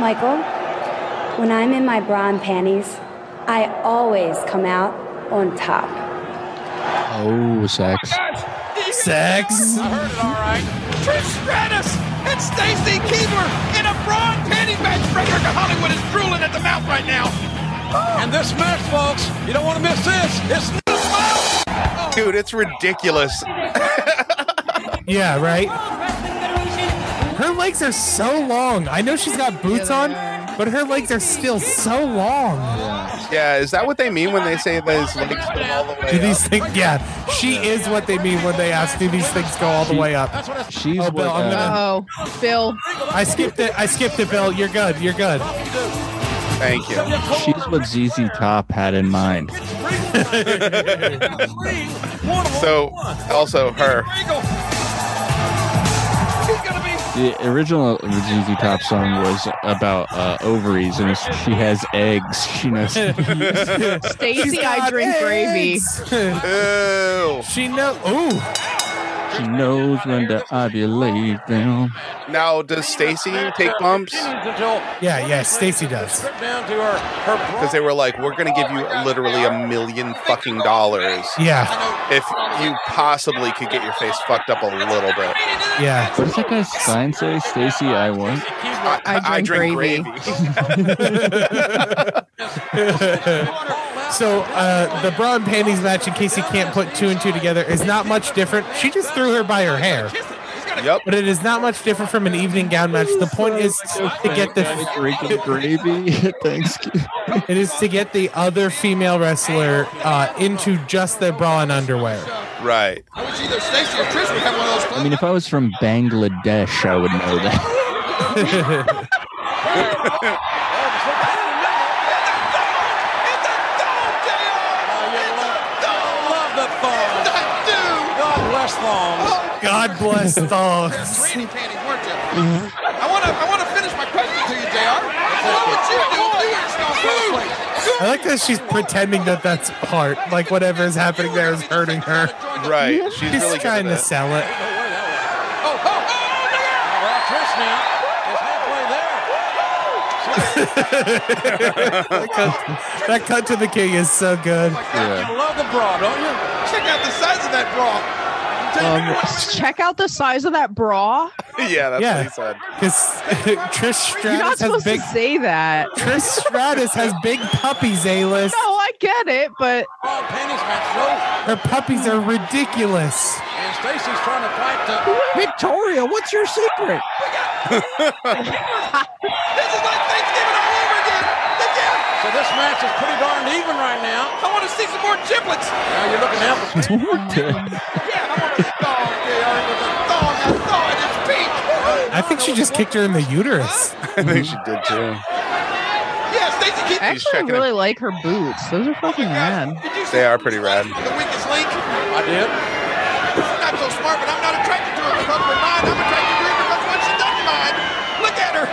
Speaker 5: Michael, when I'm in my bra and panties, I always come out on top.
Speaker 6: Oh, sex.
Speaker 4: Sex.
Speaker 7: I heard it all right. Trish Stratus and Stacy Keebler in a brawn panty match. Frederick Hollywood is drooling at the mouth right now. And this match, folks, you don't want to miss this. It's no smile.
Speaker 2: Dude, it's ridiculous.
Speaker 4: Yeah, right. Her legs are so long. I know she's got boots on, but her legs are still so long.
Speaker 2: Yeah, is that what they mean when they say those legs go all the
Speaker 4: Do
Speaker 2: way
Speaker 4: these
Speaker 2: up?
Speaker 4: things? Yeah, she is what they mean when they ask, "Do these things go all the way up?"
Speaker 6: She's
Speaker 4: Oh, Bill,
Speaker 6: what,
Speaker 4: I'm
Speaker 6: uh,
Speaker 4: gonna-
Speaker 3: Oh, Bill.
Speaker 4: I skipped it. I skipped it, Bill. You're good. You're good.
Speaker 2: Thank you.
Speaker 6: she's what ZZ Top had in mind.
Speaker 2: So, also her.
Speaker 6: The original ZZ Top song was about uh, ovaries, and it's, she has eggs. She knows.
Speaker 3: Stacy, I drink gravy.
Speaker 4: gravy.
Speaker 2: Ew.
Speaker 4: She know. Oh,
Speaker 6: She knows when to ovulate them.
Speaker 2: Now, does Stacy take bumps?
Speaker 4: yeah, yeah. Stacy does.
Speaker 7: Down to her, her bra. Oh
Speaker 2: Because they were like, we're going to give you literally a million fucking dollars
Speaker 4: Yeah,
Speaker 2: if you possibly could get your face fucked up a little bit.
Speaker 4: yeah.
Speaker 6: What does that guy's sign say? Stacy, I want.
Speaker 2: I,
Speaker 3: I drink gravy.
Speaker 4: So uh, the bra and panties match, in case you can't put two and two together, is not much different. She just threw her by her hair,
Speaker 2: yep.
Speaker 4: but it is not much different from an evening gown match. The point is to get the
Speaker 6: Drinking gravy at Thanksgiving.
Speaker 4: it is to get the other female wrestler uh, into just their bra and underwear.
Speaker 2: Right.
Speaker 7: I wish either Stacy or Trish would have one of those.
Speaker 6: I mean, if I was from Bangladesh, I would know that.
Speaker 7: Love the thongs. God bless thongs.
Speaker 4: God bless
Speaker 10: Oh.
Speaker 4: thongs.
Speaker 7: Randy panties, weren't you? Mm-hmm. I want to. I want to finish my question to you, Jr. What would you do if you were Stone Cold Clay?
Speaker 4: I like that she's pretending that that's part. Like whatever is happening there is hurting her.
Speaker 2: Right. She's
Speaker 4: She's
Speaker 2: really good
Speaker 4: trying
Speaker 2: at
Speaker 4: to
Speaker 2: it.
Speaker 4: sell it.
Speaker 7: Oh, oh, oh! Look out! Well, Trish
Speaker 4: that, cut, that cut to the king is so good.
Speaker 10: You love the bra, don't you? Check out the size of that bra.
Speaker 4: Um,
Speaker 3: Check out the size of that bra.
Speaker 2: yeah, that's
Speaker 4: yeah,
Speaker 2: what he said.
Speaker 4: because Um, Trish
Speaker 3: You're not
Speaker 4: Stratus has
Speaker 3: supposed
Speaker 4: big.
Speaker 3: to say that.
Speaker 4: Trish Stratus has big puppies, A
Speaker 3: No,
Speaker 4: list.
Speaker 3: I get it, but
Speaker 4: Her puppies are ridiculous.
Speaker 7: And Stacy's trying to fight the.
Speaker 4: Victoria, what's your secret?
Speaker 7: So this match is pretty darn even right now. I want to see some more giblets. Now you're looking out for
Speaker 4: I think she just kicked her in the uterus.
Speaker 2: I think she did too.
Speaker 7: Yeah, Stacy keep
Speaker 3: I actually
Speaker 2: checking Oh
Speaker 3: really like her boots. Those are fucking rad.
Speaker 2: They are pretty rad.
Speaker 7: the weakest link. I did. Not so smart, but I'm not attracted to her because of her mind. I'm attracted to her because of what she done to mine. Look at her.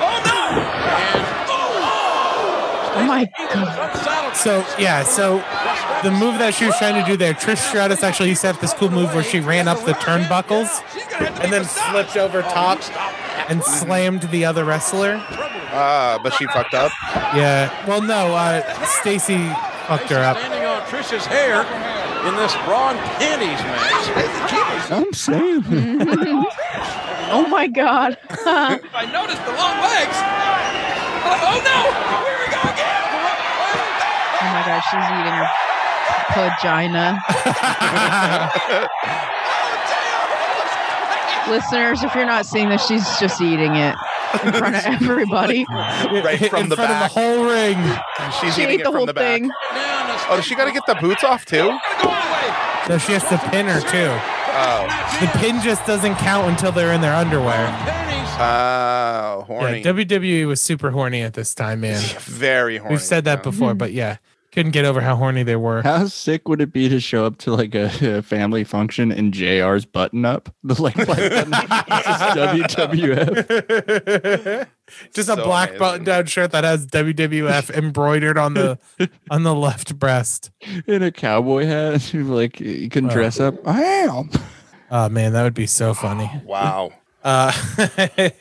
Speaker 7: Oh no! And
Speaker 3: Oh my god.
Speaker 4: So yeah, so the move that she was trying to do there, Trish Stratus actually set up this cool move where she ran up the turnbuckles and then flipped over top and slammed the other wrestler.
Speaker 2: Uh, but she fucked up.
Speaker 4: Yeah. Well, no, uh, Stacy fucked her up.
Speaker 7: standing on Trish's hair in this bra and panties match.
Speaker 6: I'm saying.
Speaker 3: Oh my god.
Speaker 7: I noticed the long legs. Oh no! Here we go again.
Speaker 3: Oh my god, she's eating her vagina. Listeners, if you're not seeing this, she's just eating it in front of everybody.
Speaker 2: Right from
Speaker 4: in
Speaker 2: the
Speaker 4: front
Speaker 2: back.
Speaker 4: of the whole ring.
Speaker 2: She's
Speaker 3: She ate
Speaker 2: eating it
Speaker 3: the
Speaker 2: from
Speaker 3: whole
Speaker 2: the back.
Speaker 3: thing.
Speaker 2: Oh, does she got to get the boots off too?
Speaker 4: So she has to pin her too.
Speaker 2: Oh,
Speaker 4: The pin just doesn't count until they're in their underwear.
Speaker 2: oh,
Speaker 4: Yeah,
Speaker 2: horny.
Speaker 4: WWE was super horny at this time, man.
Speaker 2: Very horny.
Speaker 4: We've said that before, but yeah, couldn't get over how horny they were.
Speaker 6: How sick would it be to show up to like a, a family function and JR's button up? The like black button this is WWF.
Speaker 4: just a
Speaker 6: So
Speaker 4: black
Speaker 6: amazing.
Speaker 4: button down shirt that has WWF embroidered on the on the left breast.
Speaker 6: In a cowboy hat. like you can
Speaker 4: Wow.
Speaker 6: dress up. I am.
Speaker 4: Oh man, that would be so funny.
Speaker 2: Wow.
Speaker 4: Uh,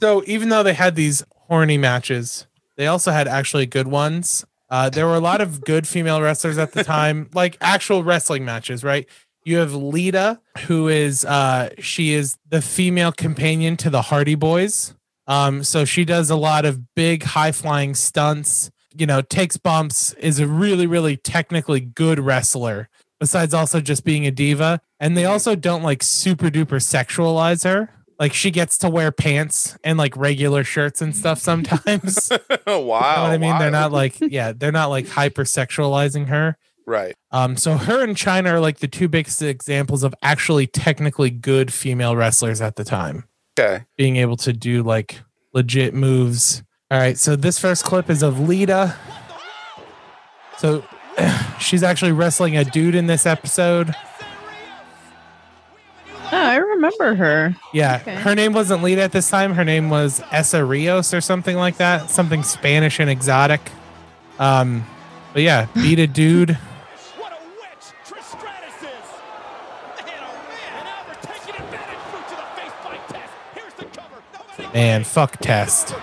Speaker 4: so even though they had these horny matches, they also had actually good ones. Uh, there were a lot of good female wrestlers at the time, like actual wrestling matches, right? You have Lita, who is uh, she is the female companion to the Hardy Boys. Um, so she does a lot of big, high flying stunts. You know, takes bumps. Is a really, really technically good wrestler. Besides, also just being a diva, and they also don't like super duper sexualize her. Like she gets to wear pants and like regular shirts and stuff sometimes. you
Speaker 2: Oh, wow.
Speaker 4: know what I mean? They're
Speaker 2: wow.
Speaker 4: not like yeah, they're not like hypersexualizing her.
Speaker 2: right.
Speaker 4: Um, so her and China are like the two biggest examples of actually technically good female wrestlers at the time,
Speaker 2: Okay.
Speaker 4: being able to do like legit moves. All right, so this first clip is of Lita. So she's actually wrestling a dude in this episode.
Speaker 3: Oh, I remember her.
Speaker 4: Yeah,
Speaker 3: Okay.
Speaker 4: her name wasn't Lita at this time. Her name was Esa Rios or something like that, something Spanish and exotic. Um, but yeah, beat a dude. Man, fuck test.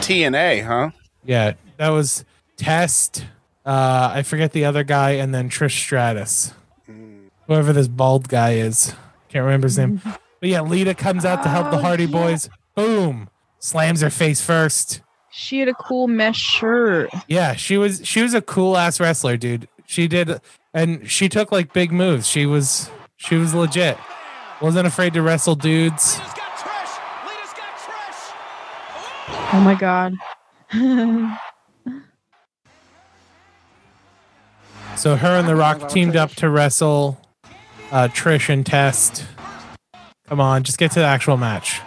Speaker 2: TNA, huh?
Speaker 4: Yeah, that was Test. Uh, I forget the other guy, and then Trish Stratus, whoever this bald guy is. Can't remember his name. But yeah, Lita comes out to help the
Speaker 3: Oh,
Speaker 4: Hardy
Speaker 3: yeah.
Speaker 4: Boys. Boom! Slams her face first.
Speaker 3: She had a cool mesh shirt.
Speaker 4: Yeah, she was she was a cool ass wrestler, dude. She did, and she took like big moves. She was she was legit. Wasn't afraid to wrestle dudes.
Speaker 3: Oh my god.
Speaker 4: So her and The Rock teamed up to wrestle uh, Trish and Test. Come on, just get to the actual match.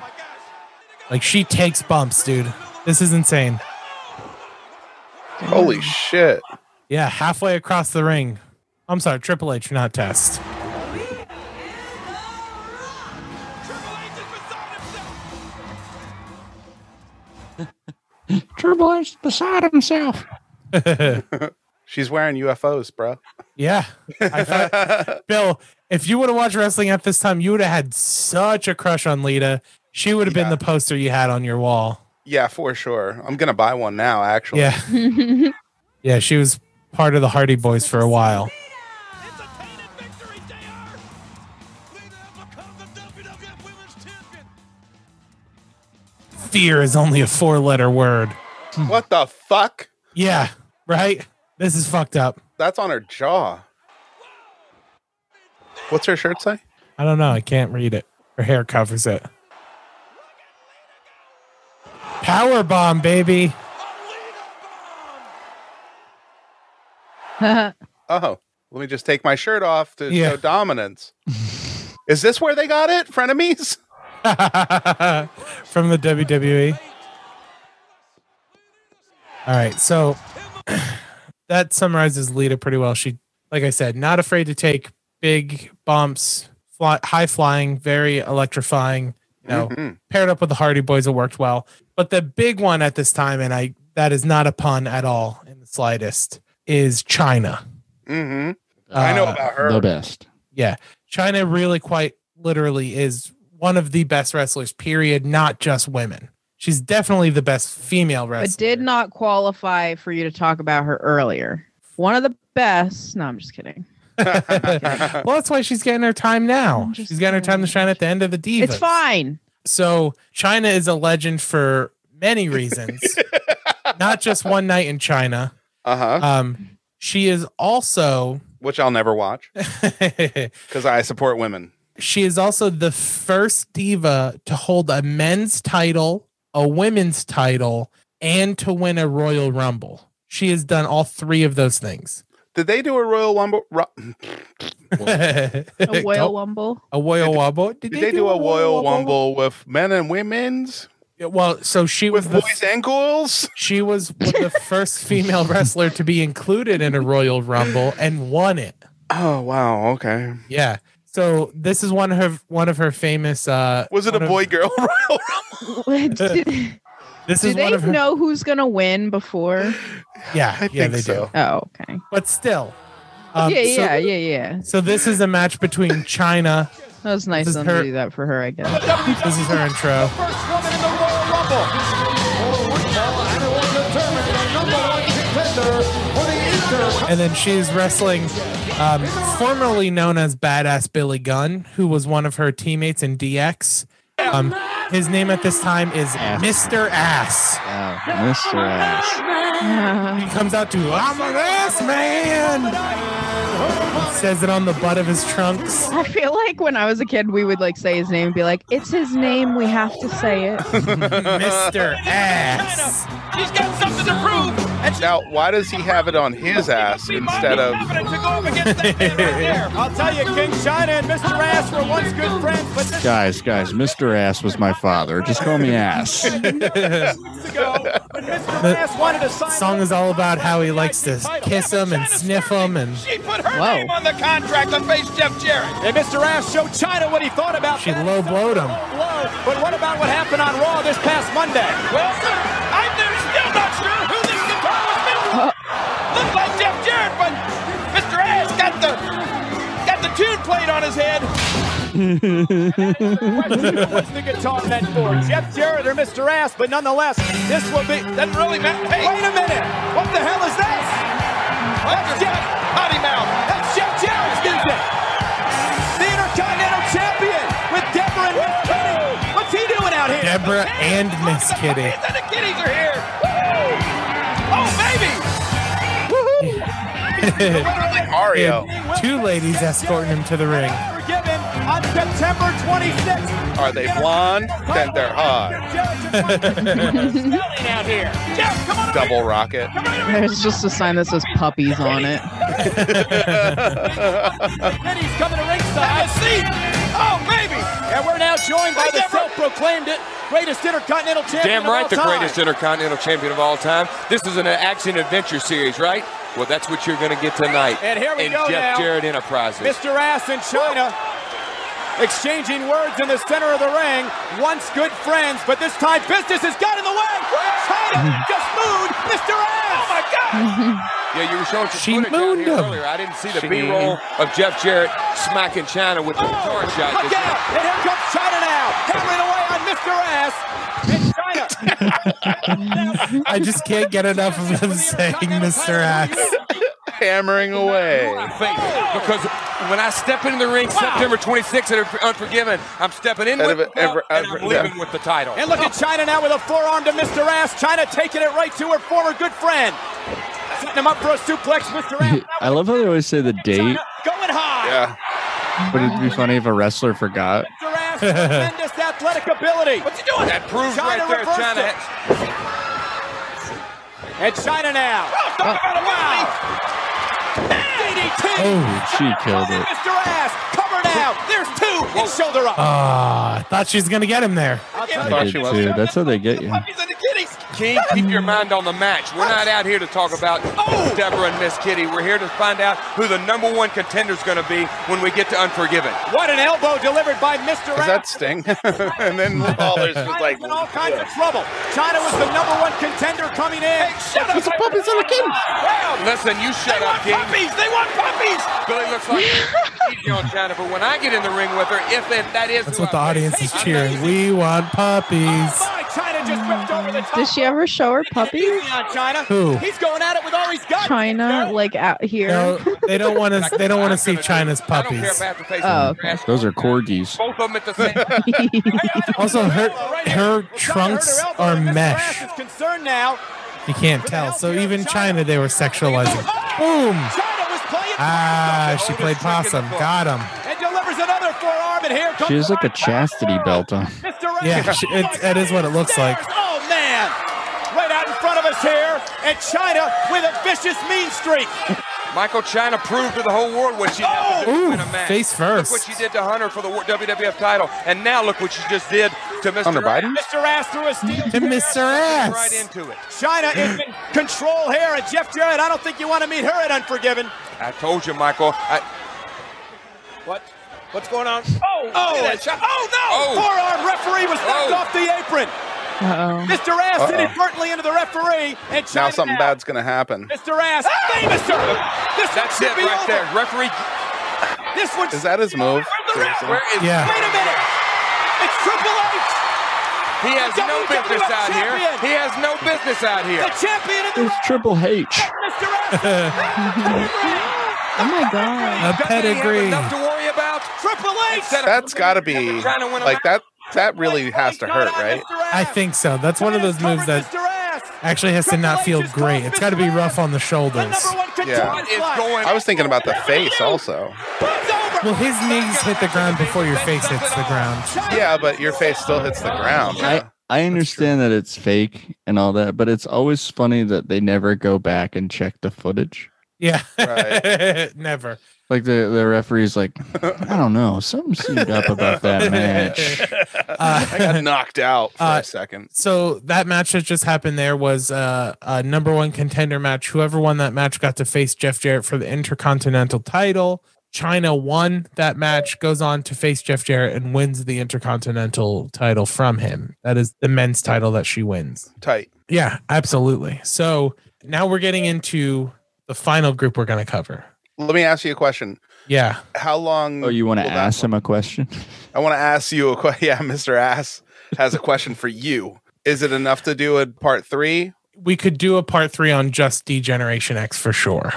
Speaker 4: Like she takes bumps, dude. This is insane.
Speaker 2: Holy shit.
Speaker 4: Yeah, halfway across the ring. I'm sorry, Triple H, not Test.
Speaker 6: Triple H beside himself.
Speaker 2: She's wearing UFOs, bro.
Speaker 4: Yeah. I thought, Bill, if you would have watched wrestling at this time, you would have had such a crush on Lita. She would have been the poster you had on your wall.
Speaker 2: Yeah, for sure. I'm gonna buy one now. Actually,
Speaker 4: Yeah. Yeah, she was part of the Hardy Boys for a while. Fear is only a four letter word.
Speaker 2: Hmm. What the fuck?
Speaker 4: Yeah, right? This is fucked up.
Speaker 2: That's on her jaw. What's her shirt say?
Speaker 4: I don't know. I can't read it. Her hair covers it. Power bomb, baby.
Speaker 2: Oh, let me just take my shirt off to
Speaker 4: Yeah.
Speaker 2: show dominance. Is this where they got it? Frenemies?
Speaker 4: from the WWE. All right, so that summarizes Lita pretty well. She, like I said, not afraid to take big bumps, fly, high flying, very electrifying. You know,
Speaker 2: Mhm.
Speaker 4: paired up with the Hardy Boys, it worked well. But the big one at this time, and I that is not a pun at all in the slightest, is China.
Speaker 2: Mm-hmm. I know
Speaker 4: Uh,
Speaker 2: about her.
Speaker 6: The best.
Speaker 4: Yeah. China really quite literally is one of the best wrestlers, period, not just women. She's definitely the best female
Speaker 3: But
Speaker 4: wrestler.
Speaker 3: did not qualify for you to talk about her earlier. One of the best. No, I'm just kidding.
Speaker 4: well, that's why she's getting her time now. She's getting her time to shine at the end of the Divas.
Speaker 3: It's fine.
Speaker 4: So China is a legend for many reasons, not just one night in China.
Speaker 2: Uh huh.
Speaker 4: Um, she is also
Speaker 2: Which I'll never watch because I support women.
Speaker 4: She is also the first diva to hold a men's title, a women's title, and to win a Royal Rumble. She has done all three of those things.
Speaker 2: Did they do a Royal Rumble? Ru-
Speaker 4: a
Speaker 3: A whale wumble.
Speaker 4: A Royal Rumble.
Speaker 2: Did they do a Royal Rumble with men and women's?
Speaker 4: Yeah, Well, so she was the,
Speaker 2: Boys and girls?
Speaker 4: she was the first female wrestler to be included in a Royal Rumble and won it.
Speaker 2: Oh, wow. Okay.
Speaker 4: Yeah. So this is one of her one of her famous. Uh,
Speaker 2: Was it a
Speaker 4: one of-
Speaker 2: boy girl Royal
Speaker 3: do do
Speaker 4: This is one
Speaker 3: they
Speaker 4: of her.
Speaker 3: know who's gonna win before?
Speaker 4: Yeah, yeah,
Speaker 2: I think
Speaker 4: they
Speaker 2: so.
Speaker 4: do.
Speaker 3: Oh, okay.
Speaker 4: But still, um,
Speaker 3: yeah,
Speaker 4: so-
Speaker 3: yeah, yeah, yeah.
Speaker 4: So this is a match between China.
Speaker 3: That was nice
Speaker 4: This is
Speaker 3: of them to
Speaker 4: her-
Speaker 3: do that for her, I guess.
Speaker 4: This is her intro.
Speaker 27: First woman in the Royal Rumble. and it will determine the number one contender for the Inter.
Speaker 4: And then she's wrestling, um, formerly known as Badass Billy Gunn, who was one of her teammates in DX. Um, his name at this time is Mr. Ass.
Speaker 6: Mr. Ass.
Speaker 4: He comes out to I'm an ass man. He says it on the butt of his trunks.
Speaker 3: I feel like when I was a kid, we would like say his name and be like, "It's his name. We have to say it."
Speaker 4: Mr. Ass.
Speaker 28: He's got something to prove. And
Speaker 2: Now, why does he have it on his ass instead of?
Speaker 28: confident to go up against that man right there.
Speaker 7: I'll tell you, King China and Mr. Ass were once good friends, but this
Speaker 6: Guys, guys, Mr. Ass was my father. Just call me Ass.
Speaker 7: is ago, when Mr.
Speaker 4: The-
Speaker 7: Ass wanted to sign
Speaker 4: Song is all about how he likes to kiss him and sniff him and
Speaker 7: She put her
Speaker 4: Whoa.
Speaker 7: on the contract to face Jeff Jarrett. And Mr. Ass showed China what he thought about
Speaker 4: she low blowed him.
Speaker 7: blow. But what about what happened on Raw this past Monday? Well, I'm still not sure who this guitarist is. Looked like Jeff Jarrett, but Mr. Ass got the got the tune played on his head. What's the guitar meant for? Jeff Jarrett or Mr. Ass? But nonetheless, this will be doesn't really matter. Hey, wait a minute! What the hell is this? That's Jeff Potty Mouth. That's Jeff Jarrett's music. The Intercontinental Champion with Deborah and Miss Kitty. What's he doing out here?
Speaker 4: Deborah and Miss Kitty.
Speaker 7: And the kitties are here. Woo! Oh baby! Woohoo!
Speaker 2: Mario.
Speaker 4: And Two ladies escorting him to the ring.
Speaker 7: Forgiven on September 26th.
Speaker 2: Are they blonde? Then they're hot.
Speaker 7: Smelling out here. Jeff, come on.
Speaker 2: Double rocket.
Speaker 3: There's just a sign that says "puppies" on it.
Speaker 7: Kitty's coming to ringside. Have a seat. Oh baby! And we're now joined by the self-proclaimed it greatest Intercontinental Champion.
Speaker 8: Damn right,
Speaker 7: of
Speaker 8: the
Speaker 7: all time.
Speaker 8: greatest intercontinental champion of all time. This is an action adventure series, right? Well, that's what you're going to get tonight.
Speaker 7: And here we
Speaker 8: in
Speaker 7: go now.
Speaker 8: Jeff Jarrett Enterprises.
Speaker 7: Mr. Ass and China exchanging words in the center of the ring. Once good friends, but this time business has got in the way. China just moved Mr. Ass. Oh my God!
Speaker 8: Yeah, you were showing some
Speaker 4: She
Speaker 8: footage out
Speaker 4: mooned
Speaker 8: here
Speaker 4: him.
Speaker 8: earlier. I didn't see the
Speaker 4: She-
Speaker 8: B-roll of Jeff Jarrett smacking China with the guitar shot.
Speaker 7: Look out! And here comes China now, hammering away on Mr. Ass. And China,
Speaker 4: I just can't get enough of him saying Mr. Axe.
Speaker 2: hammering away.
Speaker 8: Because when I step into the ring September 26th at Unforgiven, I'm stepping in
Speaker 2: Out
Speaker 8: with
Speaker 2: of
Speaker 8: the
Speaker 2: it,
Speaker 8: belt
Speaker 2: ever-
Speaker 8: and
Speaker 2: ever-
Speaker 8: I'm leaving with the title.
Speaker 7: and look at China now with a forearm to Mr. Ass. China taking it right to her former good friend, setting him up for a suplex. Mr. Ass
Speaker 6: I love how they always say the date,
Speaker 7: going high.
Speaker 2: Yeah.
Speaker 6: but it'd be funny if a wrestler forgot.
Speaker 7: Tremendous athletic ability. What's he doing?
Speaker 8: That proves
Speaker 7: China
Speaker 8: right there,
Speaker 7: reversed
Speaker 8: China.
Speaker 7: it. And China now. Oh, talk about a wow. DDT.
Speaker 6: Oh, she killed it.
Speaker 7: Mr. Ass. Cover now. There's two. Oh. And shoulder up.
Speaker 4: Ah, I thought she was gonna get him there.
Speaker 6: I did too. That's how they get you.
Speaker 8: King, keep your mind on the match. We're not out here to talk about
Speaker 7: Oh.
Speaker 8: Deborah and Miss Kitty. We're here to find out who the number one contender's going to be when we get to Unforgiven.
Speaker 7: What an elbow delivered by Mr.
Speaker 2: Is
Speaker 7: Ass.
Speaker 2: that Sting? and then Lawler's just like,
Speaker 7: in all kinds of trouble. China was the number one contender coming in. shut up. It's a puppies on a kid.
Speaker 8: Listen, you shut up, King.
Speaker 7: Puppies. They want puppies.
Speaker 8: Billy looks like easy on China, but when I get in the ring with her, if it, that is
Speaker 4: That's
Speaker 8: who
Speaker 4: what the
Speaker 8: I-
Speaker 4: audience is cheering. We want puppies.
Speaker 7: China just whipped over the top.
Speaker 3: Does she ever show her puppy?
Speaker 7: Easy on China.
Speaker 4: Who?
Speaker 7: He's going at it with all he's got.
Speaker 3: China, like out here.
Speaker 4: No, they don't want to. They don't want to see China's puppies.
Speaker 3: Oh,
Speaker 6: Those are corgis.
Speaker 8: Both of them at the same
Speaker 4: Also, her her trunks are mesh.
Speaker 7: Is concerned now.
Speaker 4: You can't tell. So even China, they were sexualizing.
Speaker 7: Oh,
Speaker 4: Boom. Ah, she played possum. Got him.
Speaker 7: And delivers another forearm, and here comes
Speaker 6: She has like a chastity belt on.
Speaker 4: Yeah, she, it, it is what it looks like.
Speaker 7: Oh man! Right out in front of us here, and China with a vicious mean streak. Oh.
Speaker 8: Michael China proved to the whole world what she never did to
Speaker 4: Ooh,
Speaker 8: win a match.
Speaker 4: face first.
Speaker 8: Look what she did to Hunter for the wor- WWF title, and now look what she just did to Mr.
Speaker 6: Hunter
Speaker 8: Ass.
Speaker 6: Biden?
Speaker 7: Mr. Ass through a steel.
Speaker 4: To Mr. Ass.
Speaker 8: Right into it.
Speaker 7: China is in control here, and Jeff Jarrett. I don't think you want to meet her at Unforgiven.
Speaker 8: I told you, Michael. I,
Speaker 7: What? What's going on? Oh! Oh!
Speaker 8: that shot.
Speaker 7: Oh no!
Speaker 8: Oh.
Speaker 7: Forearm referee was knocked
Speaker 8: Oh.
Speaker 7: off the apron. Mr. Ass
Speaker 2: Uh-oh.
Speaker 7: inadvertently into the referee, and
Speaker 2: now
Speaker 7: China
Speaker 2: something bad's going to happen.
Speaker 7: Mr. Ass, famous sir. This
Speaker 8: Ah! that's
Speaker 7: should
Speaker 8: it
Speaker 7: be
Speaker 8: right
Speaker 7: over.
Speaker 8: there. Referee.
Speaker 7: This one.
Speaker 2: Is that his move?
Speaker 8: Where is
Speaker 4: Yeah.
Speaker 7: Wait a minute. It's Triple H,
Speaker 8: He has
Speaker 7: The
Speaker 8: no
Speaker 7: WWF
Speaker 8: business out here.
Speaker 7: champion.
Speaker 8: He has no business out here.
Speaker 7: the champion of the
Speaker 6: It's Triple H.
Speaker 3: Oh my god.
Speaker 4: A
Speaker 8: Doesn't he have
Speaker 4: pedigree.
Speaker 8: Enough to worry about.
Speaker 7: Triple H.
Speaker 8: Instead of-
Speaker 2: That's got to be like that. That really has to hurt, right?
Speaker 4: I think so. That's one of those moves that
Speaker 7: Mr. Ass,
Speaker 4: actually has to not feel great. It's got to be rough on the
Speaker 7: the
Speaker 4: shoulders.
Speaker 7: number one contender.
Speaker 2: Yeah.
Speaker 8: What is going
Speaker 2: I was thinking about the face also.
Speaker 7: It's over.
Speaker 4: Well, his knees hit the ground before your face hits the ground.
Speaker 2: Yeah, but your face still hits the ground.
Speaker 6: I I understand that it's fake and all that, but it's always funny that they never go back and check the footage.
Speaker 4: Yeah,
Speaker 2: Right.
Speaker 4: never.
Speaker 6: Like the the referee's like, I don't know, something seemed up about that match.
Speaker 2: I got knocked out for
Speaker 4: uh,
Speaker 2: a second.
Speaker 4: So that match that just happened there was uh, a number one contender match. Whoever won that match got to face Jeff Jarrett for the Intercontinental title. China won that match, goes on to face Jeff Jarrett and wins the Intercontinental title from him. That is the men's title that she wins.
Speaker 2: Tight.
Speaker 4: Yeah, absolutely. So now we're getting into the final group we're going to cover.
Speaker 2: Let me ask you a question.
Speaker 4: Yeah.
Speaker 2: How long?
Speaker 6: Oh, you want to
Speaker 2: will that
Speaker 6: ask him a question?
Speaker 2: I want to ask you a question. Yeah, Mr. Ass has a question for you. Is it enough to do a part three?
Speaker 4: We could do a part three on just Degeneration X for sure.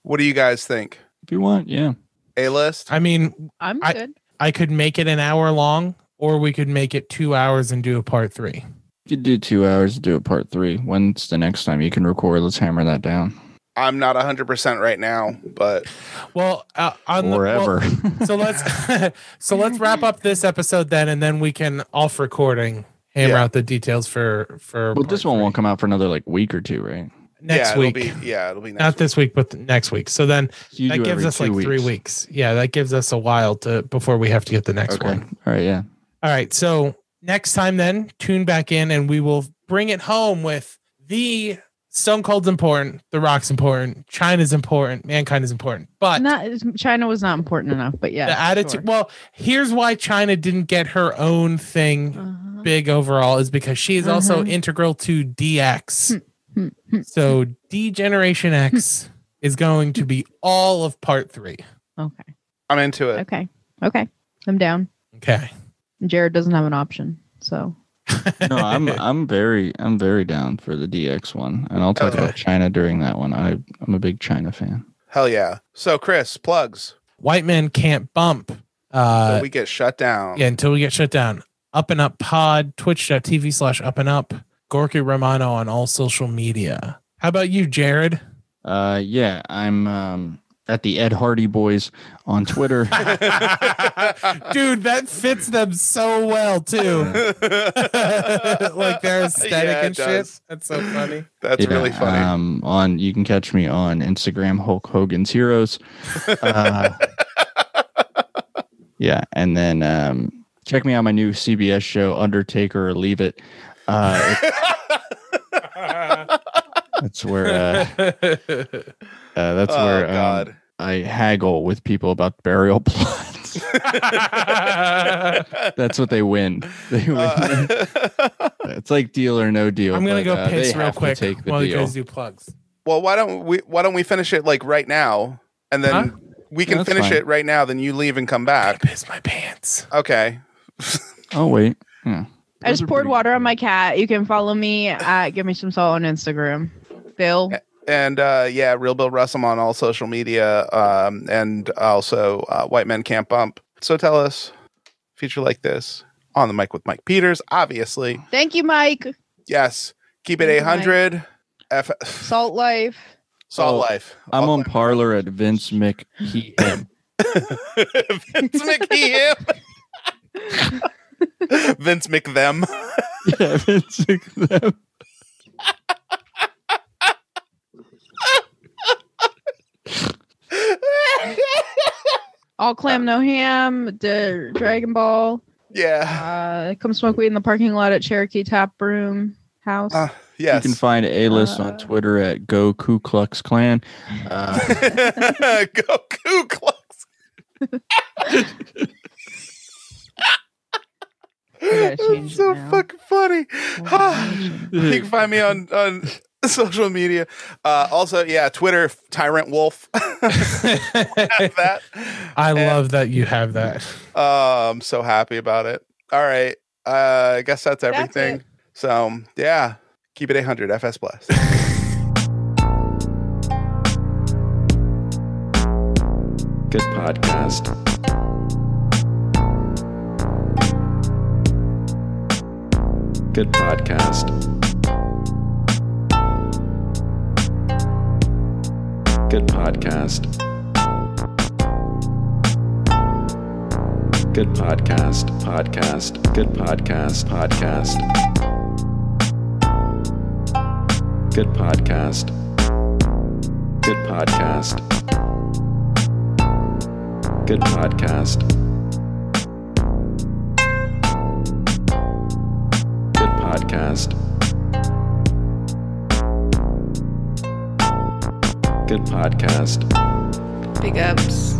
Speaker 2: What do you guys think?
Speaker 6: If you want, yeah.
Speaker 2: A list?
Speaker 4: I mean,
Speaker 3: I'm
Speaker 4: I-
Speaker 3: good.
Speaker 4: I could make it an hour long, or we could make it two hours and do a part three.
Speaker 6: You could do two hours, do a part three. When's the next time you can record? Let's hammer that down.
Speaker 2: I'm not 100% right now, but
Speaker 4: Well, uh, on the-
Speaker 6: Forever.
Speaker 4: well, so let's so let's wrap up this episode then, and then we can off recording hammer
Speaker 2: Yeah.
Speaker 4: out the details for for
Speaker 6: But this
Speaker 4: part
Speaker 6: one won't come out for another like week or two, right?
Speaker 4: next
Speaker 2: yeah,
Speaker 4: week.
Speaker 2: It'll be, yeah, it'll be next
Speaker 4: Not this week, but the next week. So then
Speaker 6: You
Speaker 4: that
Speaker 6: do
Speaker 4: gives
Speaker 6: every
Speaker 4: us
Speaker 6: two
Speaker 4: like three weeks. Yeah, that gives us a while to before we have to get the next
Speaker 6: Okay.
Speaker 4: one.
Speaker 6: All right. Yeah.
Speaker 4: All right. So next time, then tune back in and we will bring it home with the Stone Cold's important, The Rock's important, China's important, Mankind is important. But
Speaker 3: Not China was not important enough, but yeah.
Speaker 4: the attitude,
Speaker 3: sure.
Speaker 4: well, here's why China didn't get her own thing
Speaker 3: Uh-huh.
Speaker 4: big overall is because she is also
Speaker 3: Mhm.
Speaker 4: integral to DX. so Degeneration X is going to be all of part three.
Speaker 3: Okay.
Speaker 2: I'm into it.
Speaker 3: Okay. Okay. I'm down.
Speaker 4: Okay.
Speaker 3: Jared doesn't have an option. So
Speaker 6: no, I'm I'm very I'm very down for the DX one, and I'll talk about China during that one. I I'm a big China fan.
Speaker 2: Hell yeah. So, Chris, plugs.
Speaker 4: White men can't bump.
Speaker 2: So
Speaker 4: Uh,
Speaker 2: we get shut down.
Speaker 4: yeah, until we get shut down. Up and Up Pod, twitch.tv slash up and up, Gorky Romano on all social media. How about you, Jared?
Speaker 6: Uh, yeah, I'm um, at the Ed Hardy Boys on Twitter.
Speaker 4: Dude, that fits them so well, too. like their aesthetic
Speaker 21: it
Speaker 4: and shit.
Speaker 21: does.
Speaker 4: That's so funny.
Speaker 2: That's
Speaker 6: Yeah,
Speaker 2: really funny.
Speaker 6: Um, on you can catch me on Instagram, Hulk Hogan's Heroes. Uh, yeah, and then um, check me out on my new CBS show, Undertaker or Leave It. Uh, that's where uh, uh, that's
Speaker 2: Oh,
Speaker 6: where um,
Speaker 2: God.
Speaker 6: I haggle with people about burial plots. uh, that's what they win. They win.
Speaker 2: Uh,
Speaker 6: it's like deal or no deal.
Speaker 4: I'm gonna
Speaker 6: but,
Speaker 4: go
Speaker 6: uh,
Speaker 4: piss
Speaker 6: they
Speaker 4: real
Speaker 6: have to
Speaker 4: quick
Speaker 6: Take the
Speaker 4: while you
Speaker 6: deal.
Speaker 4: guys do plugs.
Speaker 2: Well, why don't we why don't we finish it like right now and then
Speaker 4: Huh?
Speaker 2: we
Speaker 6: Yeah,
Speaker 2: can
Speaker 6: that's
Speaker 2: finish
Speaker 6: fine.
Speaker 2: it right now then you leave and come back.
Speaker 4: Piss my pants.
Speaker 2: Okay.
Speaker 6: Oh wait. Yeah.
Speaker 3: I just poured water on my cat. You can follow me at Give Me Some Salt on Instagram. Bill.
Speaker 2: And uh, yeah, Real Bill Russell on all social media um, and also uh, White Men Can't Bump. So tell us, feature like this on the mic with Mike Peters, obviously.
Speaker 3: Thank you, Mike.
Speaker 2: Yes. Keep it
Speaker 3: Thank you,
Speaker 2: 800. F-
Speaker 3: Salt Life.
Speaker 2: Salt
Speaker 6: Oh,
Speaker 2: Life.
Speaker 6: I'm on parlor at Vince Mc he him.
Speaker 2: Vince McHim. Vince McThem.
Speaker 6: yeah, Vince Mc them.
Speaker 3: All clam, no ham. The Dragon Ball.
Speaker 2: Yeah.
Speaker 3: Uh, come smoke weed in the parking lot at Cherokee Tap Room House.
Speaker 2: Uh, yes.
Speaker 6: You can find A list on Twitter at Go Ku Klux Klan. Uh,
Speaker 2: Go Ku Klux. That's so fucking funny. you can find me on on social media. Uh, also, yeah, Twitter, Tyrant Wolf. Have that.
Speaker 4: I love that you have that.
Speaker 2: Oh, I'm so happy about it. All right. Uh, I guess that's everything. So yeah, keep it 800 FS Blast.
Speaker 12: Good podcast. Good podcast. Good podcast. Good podcast. Podcast. Good podcast. Podcast. Good podcast. Good podcast. Good podcast. Good podcast. Good podcast.
Speaker 20: Big ups.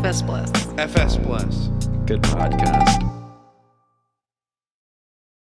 Speaker 20: FS Blast.
Speaker 2: FS Blast.
Speaker 12: Good podcast.